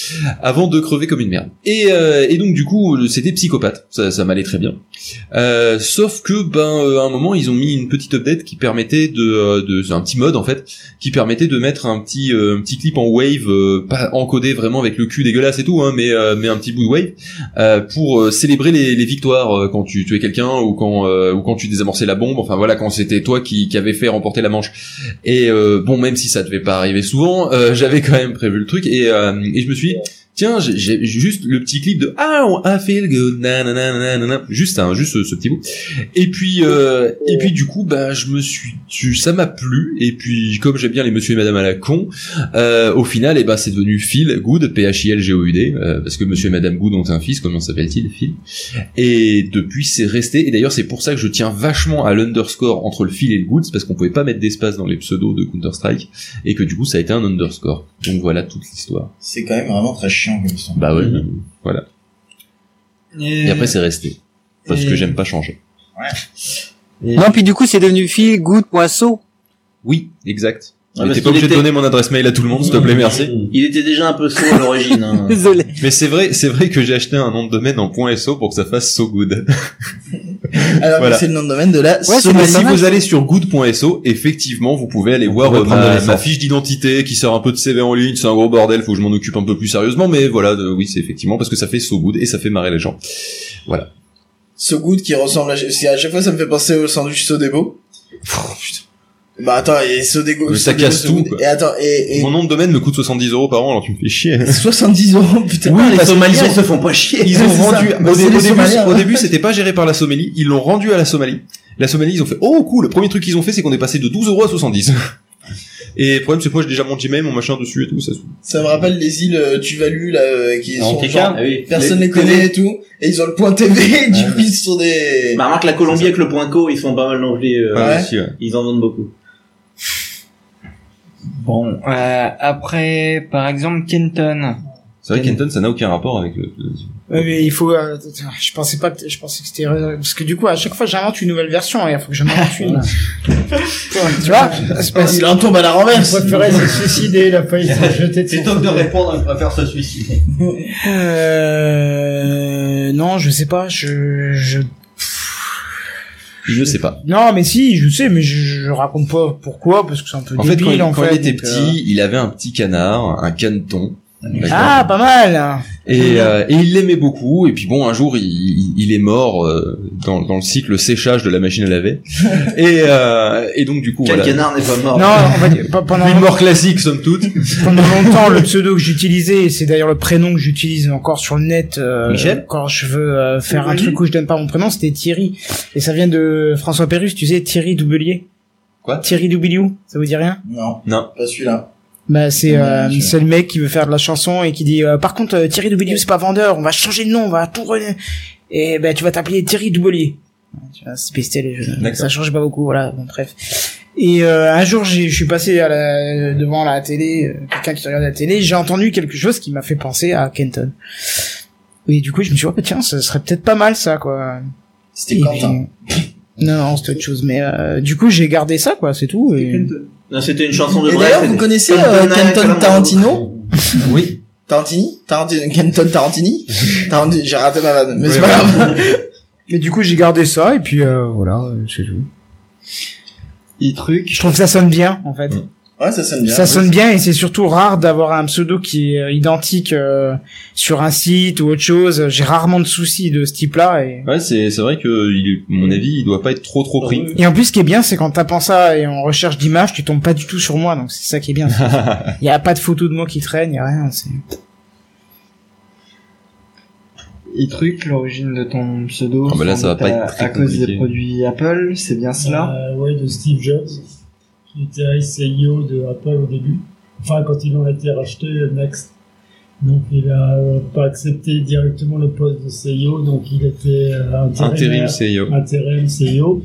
Speaker 2: avant de crever comme une merde. Et, euh, et donc du coup, euh, c'était psychopathe, ça, ça m'allait très bien. Euh, sauf que ben euh, à un moment, ils ont mis une petite update qui permettait de, euh, de c'est un petit mode en fait, qui permettait de mettre un petit euh, un petit clip en wave, euh, pas encodé vraiment avec le cul dégueulasse et tout, hein, mais euh, mais un petit bout de wave euh, pour euh, célébrer les, les victoires euh, quand tu tuais quelqu'un ou quand euh, ou quand tu désamorçais la bombe. Enfin voilà, quand c'était toi qui qui avait fait remporter la manche. Et euh, bon, même si ça devait pas arriver souvent, euh, j'avais quand même prévu le truc et euh, et je me suis dit, tiens, j'ai- j'ai juste le petit clip de ah on I feel good, nanana, nanana. juste hein, juste ce, ce petit bout. Et puis euh, et puis du coup bah je me suis tu, ça m'a plu et puis comme j'aime bien les monsieur et madame à la con, euh, au final et ben c'est devenu Phil Good P H I L G O U D euh, parce que monsieur et madame Good ont un fils comment s'appelle-t-il Phil et depuis c'est resté et d'ailleurs c'est pour ça que je tiens vachement à l'underscore entre le Phil et le Good c'est parce qu'on pouvait pas mettre d'espace dans les pseudos de Counter Strike et que du coup ça a été un underscore. Donc voilà toute l'histoire.
Speaker 5: C'est quand même vraiment très chiant comme ça.
Speaker 2: Bah ouais, euh, voilà.
Speaker 9: Et,
Speaker 2: Et après, c'est resté. Parce que j'aime pas changer.
Speaker 14: Non, puis du coup, c'est devenu fil, goutte, poisson.
Speaker 2: Oui, exact.
Speaker 7: Ah,
Speaker 2: Mais
Speaker 7: parce
Speaker 2: T'es pas
Speaker 7: qu'il
Speaker 2: obligé de
Speaker 7: était-
Speaker 2: donner mon adresse mail à tout le monde, s'il te plaît, merci.
Speaker 7: Il était déjà un peu sourd à l'origine. hein.
Speaker 14: Désolé.
Speaker 2: Mais c'est vrai, c'est vrai que j'ai acheté un nom de domaine en .so pour que ça fasse so good.
Speaker 5: Alors
Speaker 2: Voilà.
Speaker 5: que c'est le nom de domaine de la
Speaker 2: Mais
Speaker 5: sodomie.
Speaker 2: si vous allez sur good.so, effectivement, vous pouvez aller voir
Speaker 12: pouvez
Speaker 2: euh,
Speaker 12: prendre de
Speaker 2: ma,
Speaker 12: l'essence.
Speaker 2: ma fiche d'identité qui sort un peu de CV en ligne. C'est un gros bordel, faut que je m'en occupe un peu plus sérieusement. Mais voilà, euh, oui, c'est effectivement parce que ça fait so good et ça fait marrer les gens. Voilà.
Speaker 5: ce goût qui ressemble à... c'est- à chaque fois ça me fait penser au sandwich Sodebo. Bah attends, et Sodego,
Speaker 2: Mais ça
Speaker 5: Sodego,
Speaker 2: casse
Speaker 5: Sodego-
Speaker 2: tout, quoi.
Speaker 5: Et attends, et, et
Speaker 2: Mon nom de domaine me coûte 70 euros par an, alors tu me fais chier.
Speaker 5: 70 euros, putain.
Speaker 2: Oui, parce que ils ont- Ils ont
Speaker 5: C'est ça.
Speaker 2: rendu.
Speaker 5: Bah,
Speaker 2: Au,
Speaker 5: c'est
Speaker 2: dé-
Speaker 5: les
Speaker 2: au début,
Speaker 5: Somaliens.
Speaker 2: au début, c'était pas géré par la Somalie. Ils l'ont rendu à la Somalie. La Somalie, ils ont fait oh cool. Le premier truc qu'ils ont fait, c'est qu'on est passé de 12 euros à 70. Et le problème, c'est que moi, j'ai déjà mon Gmail, mon machin dessus et tout. Ça. saoule.
Speaker 5: Ça me rappelle les îles euh, Tuvalu là euh, qui
Speaker 2: En
Speaker 5: sont
Speaker 2: TK,
Speaker 5: genre,
Speaker 2: ah oui.
Speaker 5: personne
Speaker 7: Les-
Speaker 5: les connaît
Speaker 7: TV.
Speaker 5: et tout et ils ont le point TV et du coup ils sont des
Speaker 7: Bah, remarque la Colombie avec le point co, ils sont pas mal d'anglais. euh,
Speaker 5: Ouais.
Speaker 2: aussi,
Speaker 7: Ils en vendent beaucoup.
Speaker 9: Bon, euh, après, par exemple, Kenton.
Speaker 2: C'est vrai qu'Enton, ça n'a aucun rapport avec le...
Speaker 8: Ouais, mais il faut. euh, je pensais pas. Que, je pensais que c'était euh, parce que du coup à chaque fois j'invente une nouvelle version et il faut que j'en invente une. tu vois c'est pas-
Speaker 5: Il en tombe à la renverse.
Speaker 11: Il préférait se suicider, il a failli se jeter de son
Speaker 10: Plutôt que de
Speaker 11: fauteuil.
Speaker 10: répondre, il préfère se suicider.
Speaker 8: Euh, non, je sais pas. Je, je
Speaker 2: Je sais pas.
Speaker 8: non, mais si, je sais, mais je, je raconte pas pourquoi parce que c'est un peu
Speaker 2: En fait, euh,
Speaker 8: débile
Speaker 2: quand, il-
Speaker 8: en
Speaker 2: quand
Speaker 8: fait.
Speaker 2: il était
Speaker 8: donc,
Speaker 2: petit, il avait un petit canard, un caneton.
Speaker 8: euh, Ah,
Speaker 2: bah.
Speaker 8: pas mal.
Speaker 2: Et, euh, et il l'aimait beaucoup. Et puis bon, un jour, il, il- il est mort euh, dans, dans le cycle séchage de la machine à laver. et, euh, et donc du coup,
Speaker 10: Quel
Speaker 2: voilà.
Speaker 10: canard n'est pas mort
Speaker 8: Non, on va dire, pas- pendant
Speaker 2: Une Ah. mort classique, somme toute.
Speaker 8: pendant longtemps le pseudo que j'utilisais et c'est d'ailleurs le prénom que j'utilise encore sur le net euh,
Speaker 2: Michel
Speaker 8: quand je veux euh, faire un
Speaker 2: Thierry
Speaker 8: truc où je donne pas mon prénom c'était Thierry et ça vient de François Pérus tu sais Thierry Doubelier
Speaker 2: quoi
Speaker 8: Thierry Doubeliou ça vous dit rien
Speaker 5: Non.
Speaker 2: Non.
Speaker 5: Pas celui-là.
Speaker 8: bah c'est euh,
Speaker 5: Ouais, je-
Speaker 8: c'est le mec qui veut faire de la chanson et qui dit euh, par contre euh, Thierry Doubeliou c'est pas vendeur on va changer de nom on va tout rena- et ben tu vas t'appeler Thierry Doubelier Tu vois, c'est pesté les jeux. ça change pas beaucoup voilà bon bref et euh, un jour j'ai- je suis passé à la, devant la télé euh, quelqu'un qui regardait la télé j'ai entendu quelque chose qui m'a fait penser à Kenton et du coup je me suis dit oh, tiens ça serait peut-être pas mal ça quoi
Speaker 5: c'était
Speaker 8: Quentin non non c'était autre chose mais euh, du coup j'ai gardé ça quoi c'est tout et...
Speaker 10: Non, c'était une chanson de
Speaker 5: Et
Speaker 10: Brel,
Speaker 5: d'ailleurs, vous
Speaker 10: c'était-
Speaker 5: connaissez
Speaker 10: Kenton
Speaker 5: euh,
Speaker 10: Tarantino.
Speaker 5: Kenton Tarantino
Speaker 2: Oui.
Speaker 5: Tarantini Tarantino Kenton Tarantini Tarantini, j'ai raté ma vanne, mais c'est
Speaker 8: Oui,
Speaker 5: pas grave.
Speaker 8: Mais du coup, j'ai gardé ça et puis euh, voilà, euh, c'est tout.
Speaker 15: Il truc.
Speaker 8: Je trouve que ça sonne bien en fait.
Speaker 5: Ouais, ça sonne bien.
Speaker 8: Ça sonne bien et Mm. c'est surtout rare d'avoir un pseudo qui est euh, identique euh, sur un site ou autre chose. J'ai rarement de soucis de ce type-là et
Speaker 2: Ouais, c'est c'est vrai que, il est- à mon avis, il doit pas être trop trop pris.
Speaker 8: et en plus, ce qui est bien, c'est qu'en tapant ça et en recherche d'images, tu tombes pas du tout sur moi, donc c'est ça qui est bien. Il y a pas de photos de moi qui traînent, il y a rien. c'est-
Speaker 9: Et truc, l'origine de ton pseudo.
Speaker 2: Ah bah là,
Speaker 9: sans
Speaker 2: ça va
Speaker 9: doute
Speaker 2: pas
Speaker 9: à-
Speaker 2: être très
Speaker 9: À cause des
Speaker 2: compliqué.
Speaker 9: produits Apple, c'est bien
Speaker 7: Ah,
Speaker 9: cela.
Speaker 11: Euh, ouais, de Steve Jobs, qui était CEO de Apple au début. Enfin, quand ils l'ont été rachetés, euh, Next. Donc, il a euh, pas accepté directement le poste de CEO, donc il était euh, intérimaire-
Speaker 2: Intérim E CEO.
Speaker 11: Intérim CEO.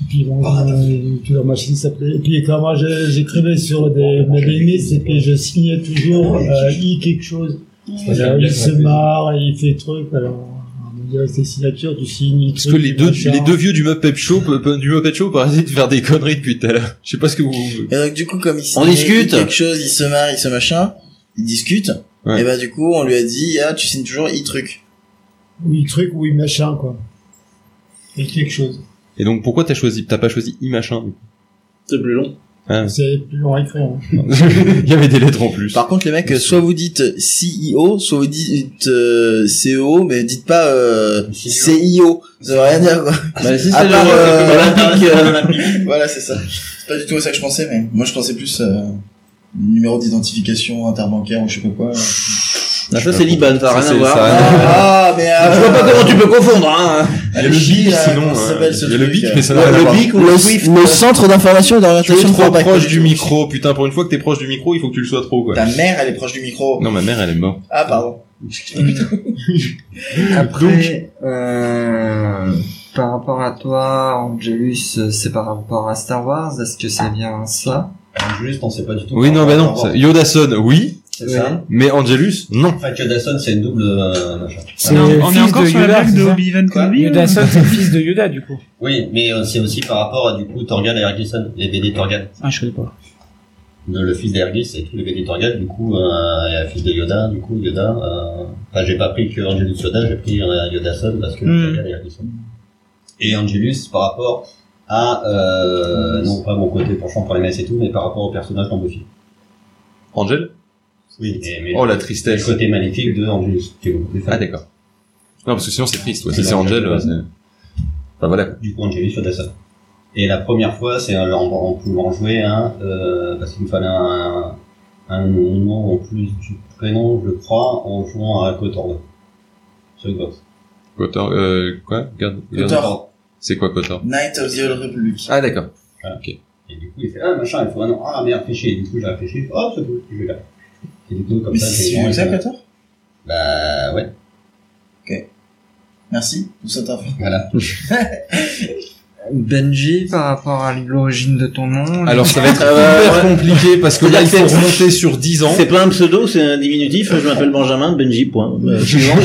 Speaker 11: Et puis, bon, euh, toute leur machine s'appelait. Et puis, quand moi, je- j'écrivais sur des mailings, et puis je signais toujours euh, I quelque chose. Alors, il se marre, il fait truc, alors. on dirait que C'est signature, tu signes.
Speaker 2: Parce que les deux, les deux vieux du Muppet Show, pe- pe- du Muppet Show, paraissent de faire des conneries depuis tout à l'heure. Je sais pas ce que vous.
Speaker 5: Et donc, du coup, comme il
Speaker 2: On
Speaker 5: signait
Speaker 2: discute
Speaker 5: quelque chose, il se marre, il se machin, il discute.
Speaker 2: Ouais.
Speaker 5: Et bah, du coup, on lui a dit, ah, tu signes toujours e-truc.
Speaker 11: Oui, truc, oui, machin, quoi. Et quelque chose.
Speaker 2: Et donc pourquoi t'as choisi, t'as pas choisi i machin du coup
Speaker 10: C'est plus long.
Speaker 2: Ah.
Speaker 11: C'est plus long à écrire. hein.
Speaker 2: Il y avait des lettres en plus.
Speaker 5: Par contre, les mecs, soit vous dites CEO, soit vous dites euh, CEO, mais dites pas euh, CIO. Ça veut rien dire, quoi.
Speaker 10: Bah,
Speaker 2: Ah,
Speaker 10: si,
Speaker 5: À
Speaker 10: c'est
Speaker 5: part,
Speaker 10: le-
Speaker 5: euh,
Speaker 10: l'Olympique, euh,
Speaker 5: voilà, c'est ça. C'est pas du tout à ça que je pensais, mais moi, je pensais plus euh, numéro d'identification interbancaire ou je sais pas quoi.
Speaker 10: Ah, ça, c'est Liban, ça n'a rien à voir.
Speaker 5: Ah, mais euh,
Speaker 10: Je vois pas comment tu peux confondre, hein.
Speaker 5: Il y a le BIC, sinon,
Speaker 2: euh,
Speaker 5: Il y a
Speaker 2: le BIC, mais ça n'a
Speaker 5: Ouais,
Speaker 2: rien à
Speaker 5: le
Speaker 2: voir.
Speaker 5: BIC ou le Le- Swift, le euh, centre d'information et
Speaker 2: Tu
Speaker 5: d'orientation
Speaker 2: es trop
Speaker 5: de
Speaker 2: proche du micro, putain, pour une fois que t'es proche du micro, il faut que tu le sois trop, quoi.
Speaker 5: Ta mère, elle est proche du micro.
Speaker 2: Non, ma mère, elle est morte.
Speaker 5: Ah, pardon.
Speaker 9: Après, euh, par rapport à toi, Angelus, euh, c'est par rapport à Star Wars, est-ce que c'est bien ça
Speaker 10: Juste, on sait pas du tout.
Speaker 2: Oui, non, bah non. ça- Yoda Son, oui.
Speaker 10: C'est ça.
Speaker 2: Mais Angelus, non.
Speaker 10: En fait, Yoda Son, c'est une double euh, machin.
Speaker 8: C'est le fils de Yoda, c'est ça
Speaker 6: euh,
Speaker 8: Yoda Son, c'est le fils de Yoda du coup.
Speaker 10: Oui, mais euh, c'est aussi par rapport à du coup Torgan et Ergison, les BD Torgan.
Speaker 8: Ah, je sais pas.
Speaker 10: Euh, Le, le fils d'Ergis et tous les BD Torgan, du coup, euh, et le fils de Yoda, du coup, Yoda. euh, Enfin, j'ai pas pris que Angelus Yoda, j'ai pris euh, Yoda Son parce que
Speaker 8: Hmm.
Speaker 10: Torgan et Ergison. Et Angelus par rapport à, euh, non pas mon côté penchant pour les messes et tout, mais par rapport au personnage dans Buffy.
Speaker 2: Angel
Speaker 10: Oui, et- mais
Speaker 2: Oh, la tristesse.
Speaker 10: Le côté maléfique de Angelus, qui est beaucoup plus fort.
Speaker 2: Ah, d'accord. Non, parce que sinon c'est triste, ouais. Si
Speaker 10: C'est
Speaker 2: c'est Angel,
Speaker 10: Angel,
Speaker 2: euh,
Speaker 10: ouais.
Speaker 2: c'est... Enfin, voilà. quoi.
Speaker 10: du coup Angelus Yoda Son. Et la première fois, c'est en, en, en pouvant jouer, hein, euh, parce qu'il me fallait un, un nom en plus du prénom, je crois, en jouant à Kotor. Sur Xbox.
Speaker 2: Kotor, euh, quoi? Garde, garde-
Speaker 10: Kotor.
Speaker 2: C'est quoi Kotor?
Speaker 5: Night of the Old Republic.
Speaker 2: Ah, d'accord.
Speaker 10: Voilà.
Speaker 2: Ok.
Speaker 10: Et du coup, il fait, ah machin, il faut un nom, ah merde, fais chier. Et du coup, j'ai réfléchi, je fais, oh, c'est bon, je vais là. Et du coup, comme
Speaker 5: Mais
Speaker 10: ça,
Speaker 5: c'est
Speaker 10: j'ai-
Speaker 5: ça, Kotor
Speaker 10: Bah, ouais.
Speaker 5: Ok. Merci pour cette info.
Speaker 10: Voilà.
Speaker 9: Benji par rapport à l'origine de ton
Speaker 7: Ah,
Speaker 9: nom.
Speaker 12: Alors ça va être hyper compliqué parce que là il faut
Speaker 7: C'est-à-dire que c'est-
Speaker 12: remonter sur 10 ans.
Speaker 7: bah, C'est pas un pseudo, c'est un diminutif. Je m'appelle Benjamin, Benji, point. Euh, suivant.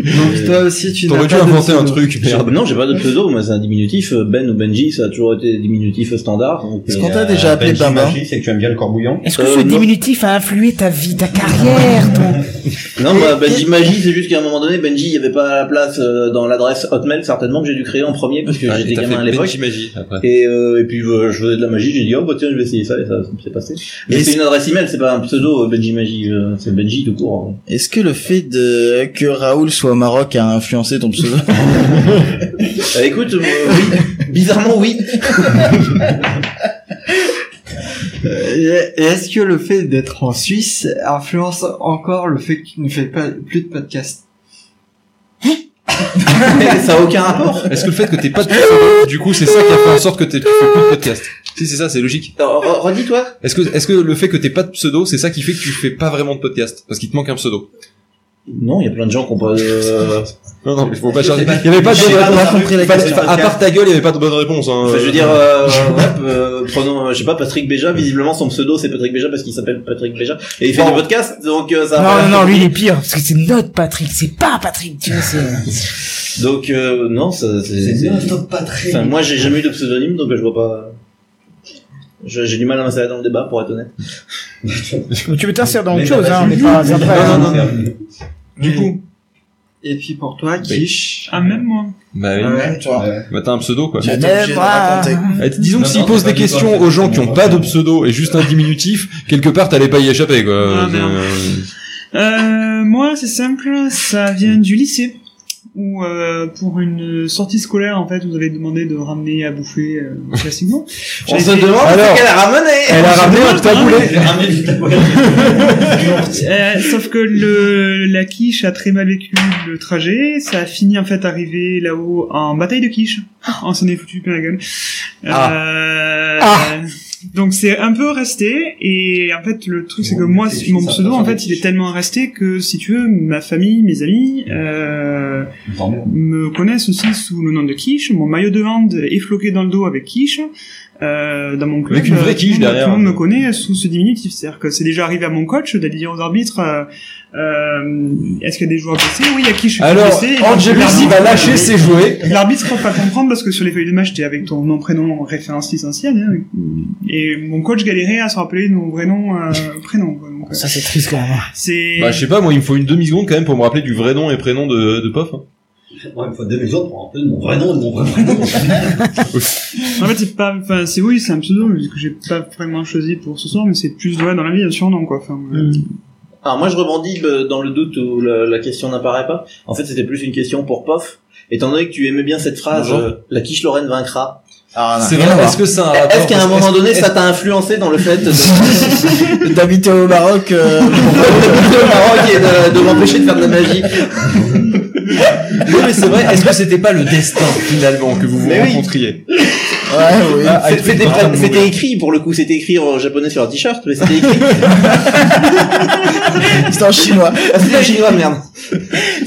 Speaker 9: Donc toi aussi, tu
Speaker 7: T'aurais
Speaker 9: n'as
Speaker 7: dû
Speaker 9: pas de
Speaker 7: inventer un
Speaker 9: pseudo.
Speaker 7: truc, merde. Non, j'ai pas de pseudo, mais c'est un diminutif. Ben ou Benji, ça a toujours été diminutif standard. Est-ce
Speaker 5: qu'on t'a déjà appelé Baba
Speaker 7: C'est que tu aimes bien le corbouillon.
Speaker 8: Est-ce que ce diminutif a influé ta vie, ta carrière, ton...
Speaker 7: Non, bah, Benji Magie, c'est juste qu'à un moment donné, Benji, il n'y avait pas la place euh, dans l'adresse Hotmail, certainement, que j'ai dû créer en premier, parce que
Speaker 12: Ah, et
Speaker 7: j'étais
Speaker 12: t'as
Speaker 7: gamin
Speaker 12: fait
Speaker 7: à l'époque.
Speaker 12: Benji Magie, après.
Speaker 7: Et, euh, et puis, euh, je faisais de la magie, j'ai dit, oh, bah, tiens, je vais essayer ça, et ça s'est passé. Mais
Speaker 5: Mais
Speaker 7: c'est
Speaker 5: c'est-
Speaker 7: une adresse email, c'est pas un pseudo, euh, Benji Magie, euh, c'est Benji tout court.
Speaker 5: Est-ce que le fait de que Raoul soit au Maroc a influencé ton pseudo
Speaker 7: Bah, écoute, euh, oui. Bizarrement, oui.
Speaker 9: Euh, Et et est-ce que le fait d'être en Suisse influence encore le fait que tu ne fais pas plus de podcast
Speaker 7: Ça a aucun rapport.
Speaker 12: Est-ce que le fait que t'es pas de pseudo, du coup c'est ça qui a fait en sorte que t'es tu fais plus de podcast Si c'est ça, c'est logique.
Speaker 7: Redis-toi.
Speaker 12: Est-ce que est-ce que le fait que t'es pas de pseudo, c'est ça qui fait que tu fais pas vraiment de podcast parce qu'il te manque un pseudo
Speaker 7: Non, il y a plein de gens qui ont pas. euh, de...
Speaker 12: non non, mais faut pas charger.
Speaker 7: C'est pas-
Speaker 12: Il y avait pas de
Speaker 7: J'ai
Speaker 12: bonne
Speaker 7: pas
Speaker 12: réponse. hein.
Speaker 7: compris la
Speaker 12: Pas-
Speaker 7: question.
Speaker 12: À part ta gueule, il y avait pas de bonne réponse. hein.
Speaker 7: Enfin, je veux dire, euh, ouais, euh, prenons, euh, je sais pas, Patrick Béja, visiblement son pseudo c'est Patrick Béja parce qu'il s'appelle Patrick Béja et il fait des podcasts, donc euh, ça.
Speaker 8: Non, non, non, lui il est pire, parce que c'est notre Patrick, c'est pas Patrick, tu vois, c'est...
Speaker 7: Donc euh, non, ça c'est.
Speaker 8: C'est
Speaker 13: notre Patrick.
Speaker 7: Enfin, moi j'ai jamais eu de pseudonyme, donc euh, je vois pas. Je- J'ai du mal à m'insérer dans le débat, pour être honnête.
Speaker 8: Tu peux t'insères dans autre
Speaker 7: Mais
Speaker 8: chose,
Speaker 7: bah,
Speaker 8: hein, on
Speaker 7: vas-y.
Speaker 8: n'est pas... hein. pas-
Speaker 7: Non, non, non, non.
Speaker 9: Du coup. Et puis pour toi, Kish.
Speaker 6: Ah, même moi.
Speaker 12: Bah oui.
Speaker 5: Ouais, toi.
Speaker 12: Bah t'as un pseudo quoi.
Speaker 5: J'ai été obligé de raconter.
Speaker 12: Eh, Disons que
Speaker 5: Non,
Speaker 12: s'ils
Speaker 5: non,
Speaker 12: posent
Speaker 5: c'est
Speaker 12: des
Speaker 5: pas du
Speaker 12: questions
Speaker 5: tout,
Speaker 12: aux gens
Speaker 5: c'est
Speaker 12: qui ont
Speaker 5: bon.
Speaker 12: pas de pseudo et juste un diminutif, quelque part t'allais pas y échapper quoi.
Speaker 6: Ah, merde.
Speaker 12: Euh,
Speaker 6: Euh, moi, c'est simple, ça vient du lycée, où euh, pour une sortie scolaire, en fait, vous avez demandé de ramener à bouffer euh, classiquement.
Speaker 7: On
Speaker 6: J'ai
Speaker 7: se
Speaker 6: été-
Speaker 7: demande ce qu'elle a ramené.
Speaker 6: Elle a ramené un taboulet.
Speaker 7: Elle a ramené du taboulet.
Speaker 6: Euh, sauf que le, la quiche a très mal vécu le trajet, ça a fini en fait arrivé là-haut en bataille de quiche. On s'en est foutu plein la gueule. Euh, euh, donc c'est un peu resté et en fait le truc c'est que moi mon pseudo en fait il est tellement resté que si tu veux ma famille mes amis euh, me connaissent aussi sous le nom de quiche mon maillot de hand est floqué dans le dos avec quiche euh, dans mon club
Speaker 12: Avec une vraie
Speaker 6: euh,
Speaker 12: quiche
Speaker 6: tout le monde-
Speaker 12: derrière.
Speaker 6: tout le monde me connaît sous ce diminutif c'est à dire que c'est déjà arrivé à mon coach d'aller dire aux arbitres euh, euh, est-ce qu'il y a des joueurs blessés oui il y a quiche qui est
Speaker 12: Alors,
Speaker 6: blessé. Et
Speaker 12: Angelus,
Speaker 6: l'arbitre- euh,
Speaker 12: il va lâcher ses jouets.
Speaker 6: L'arbitre peut pas comprendre parce que sur les feuilles de match, t'es avec ton nom, prénom, référence licencielle.
Speaker 12: Mm.
Speaker 6: hein. Et mon coach galérait à se rappeler nos vrais noms, euh, prénoms. quoi. Donc, euh,
Speaker 8: Ça c'est triste quand même.
Speaker 6: C'est.
Speaker 12: Bah je sais pas, moi il me faut une demi seconde quand même pour me rappeler du vrai nom et prénom de, de Pof. hein.
Speaker 7: Ouais, il me faut deux mesures pour rappeler mon vrai nom et mon vrai prénom.
Speaker 6: En fait, c'est pas. Enfin, c'est oui, c'est un pseudo mais que j'ai pas vraiment choisi pour ce soir, mais c'est plus ouais, dans la vie un surnom quoi. Enfin, euh,
Speaker 7: Alors moi je rebondis euh, dans le doute où la, la question n'apparaît pas. En fait c'était plus une question pour Pof. Étant donné que tu aimais bien cette phrase,
Speaker 12: Bonjour.
Speaker 7: euh, la quiche Lorraine vaincra.
Speaker 12: C'est rien vrai, à voir. est-ce que ça a un rapport
Speaker 7: Est-ce qu'à un
Speaker 12: Parce-
Speaker 7: moment
Speaker 12: est-ce-
Speaker 7: donné
Speaker 12: est-ce-
Speaker 7: ça t'a influencé dans le fait de
Speaker 5: d'habiter au Maroc euh,
Speaker 7: d'habiter au Maroc et de, de m'empêcher de faire de la magie
Speaker 12: Non mais c'est vrai, est-ce que c'était pas le destin finalement que vous vous
Speaker 7: Mais oui.
Speaker 12: rencontriez
Speaker 5: Ouais, oui.
Speaker 12: Ah,
Speaker 7: C'est- C'était
Speaker 12: ah,
Speaker 7: pas-
Speaker 12: oui.
Speaker 7: c'était écrit pour le coup, c'était écrit en japonais sur un t-shirt, mais c'était écrit.
Speaker 5: C'est en chinois.
Speaker 7: C'est en chinois, merde.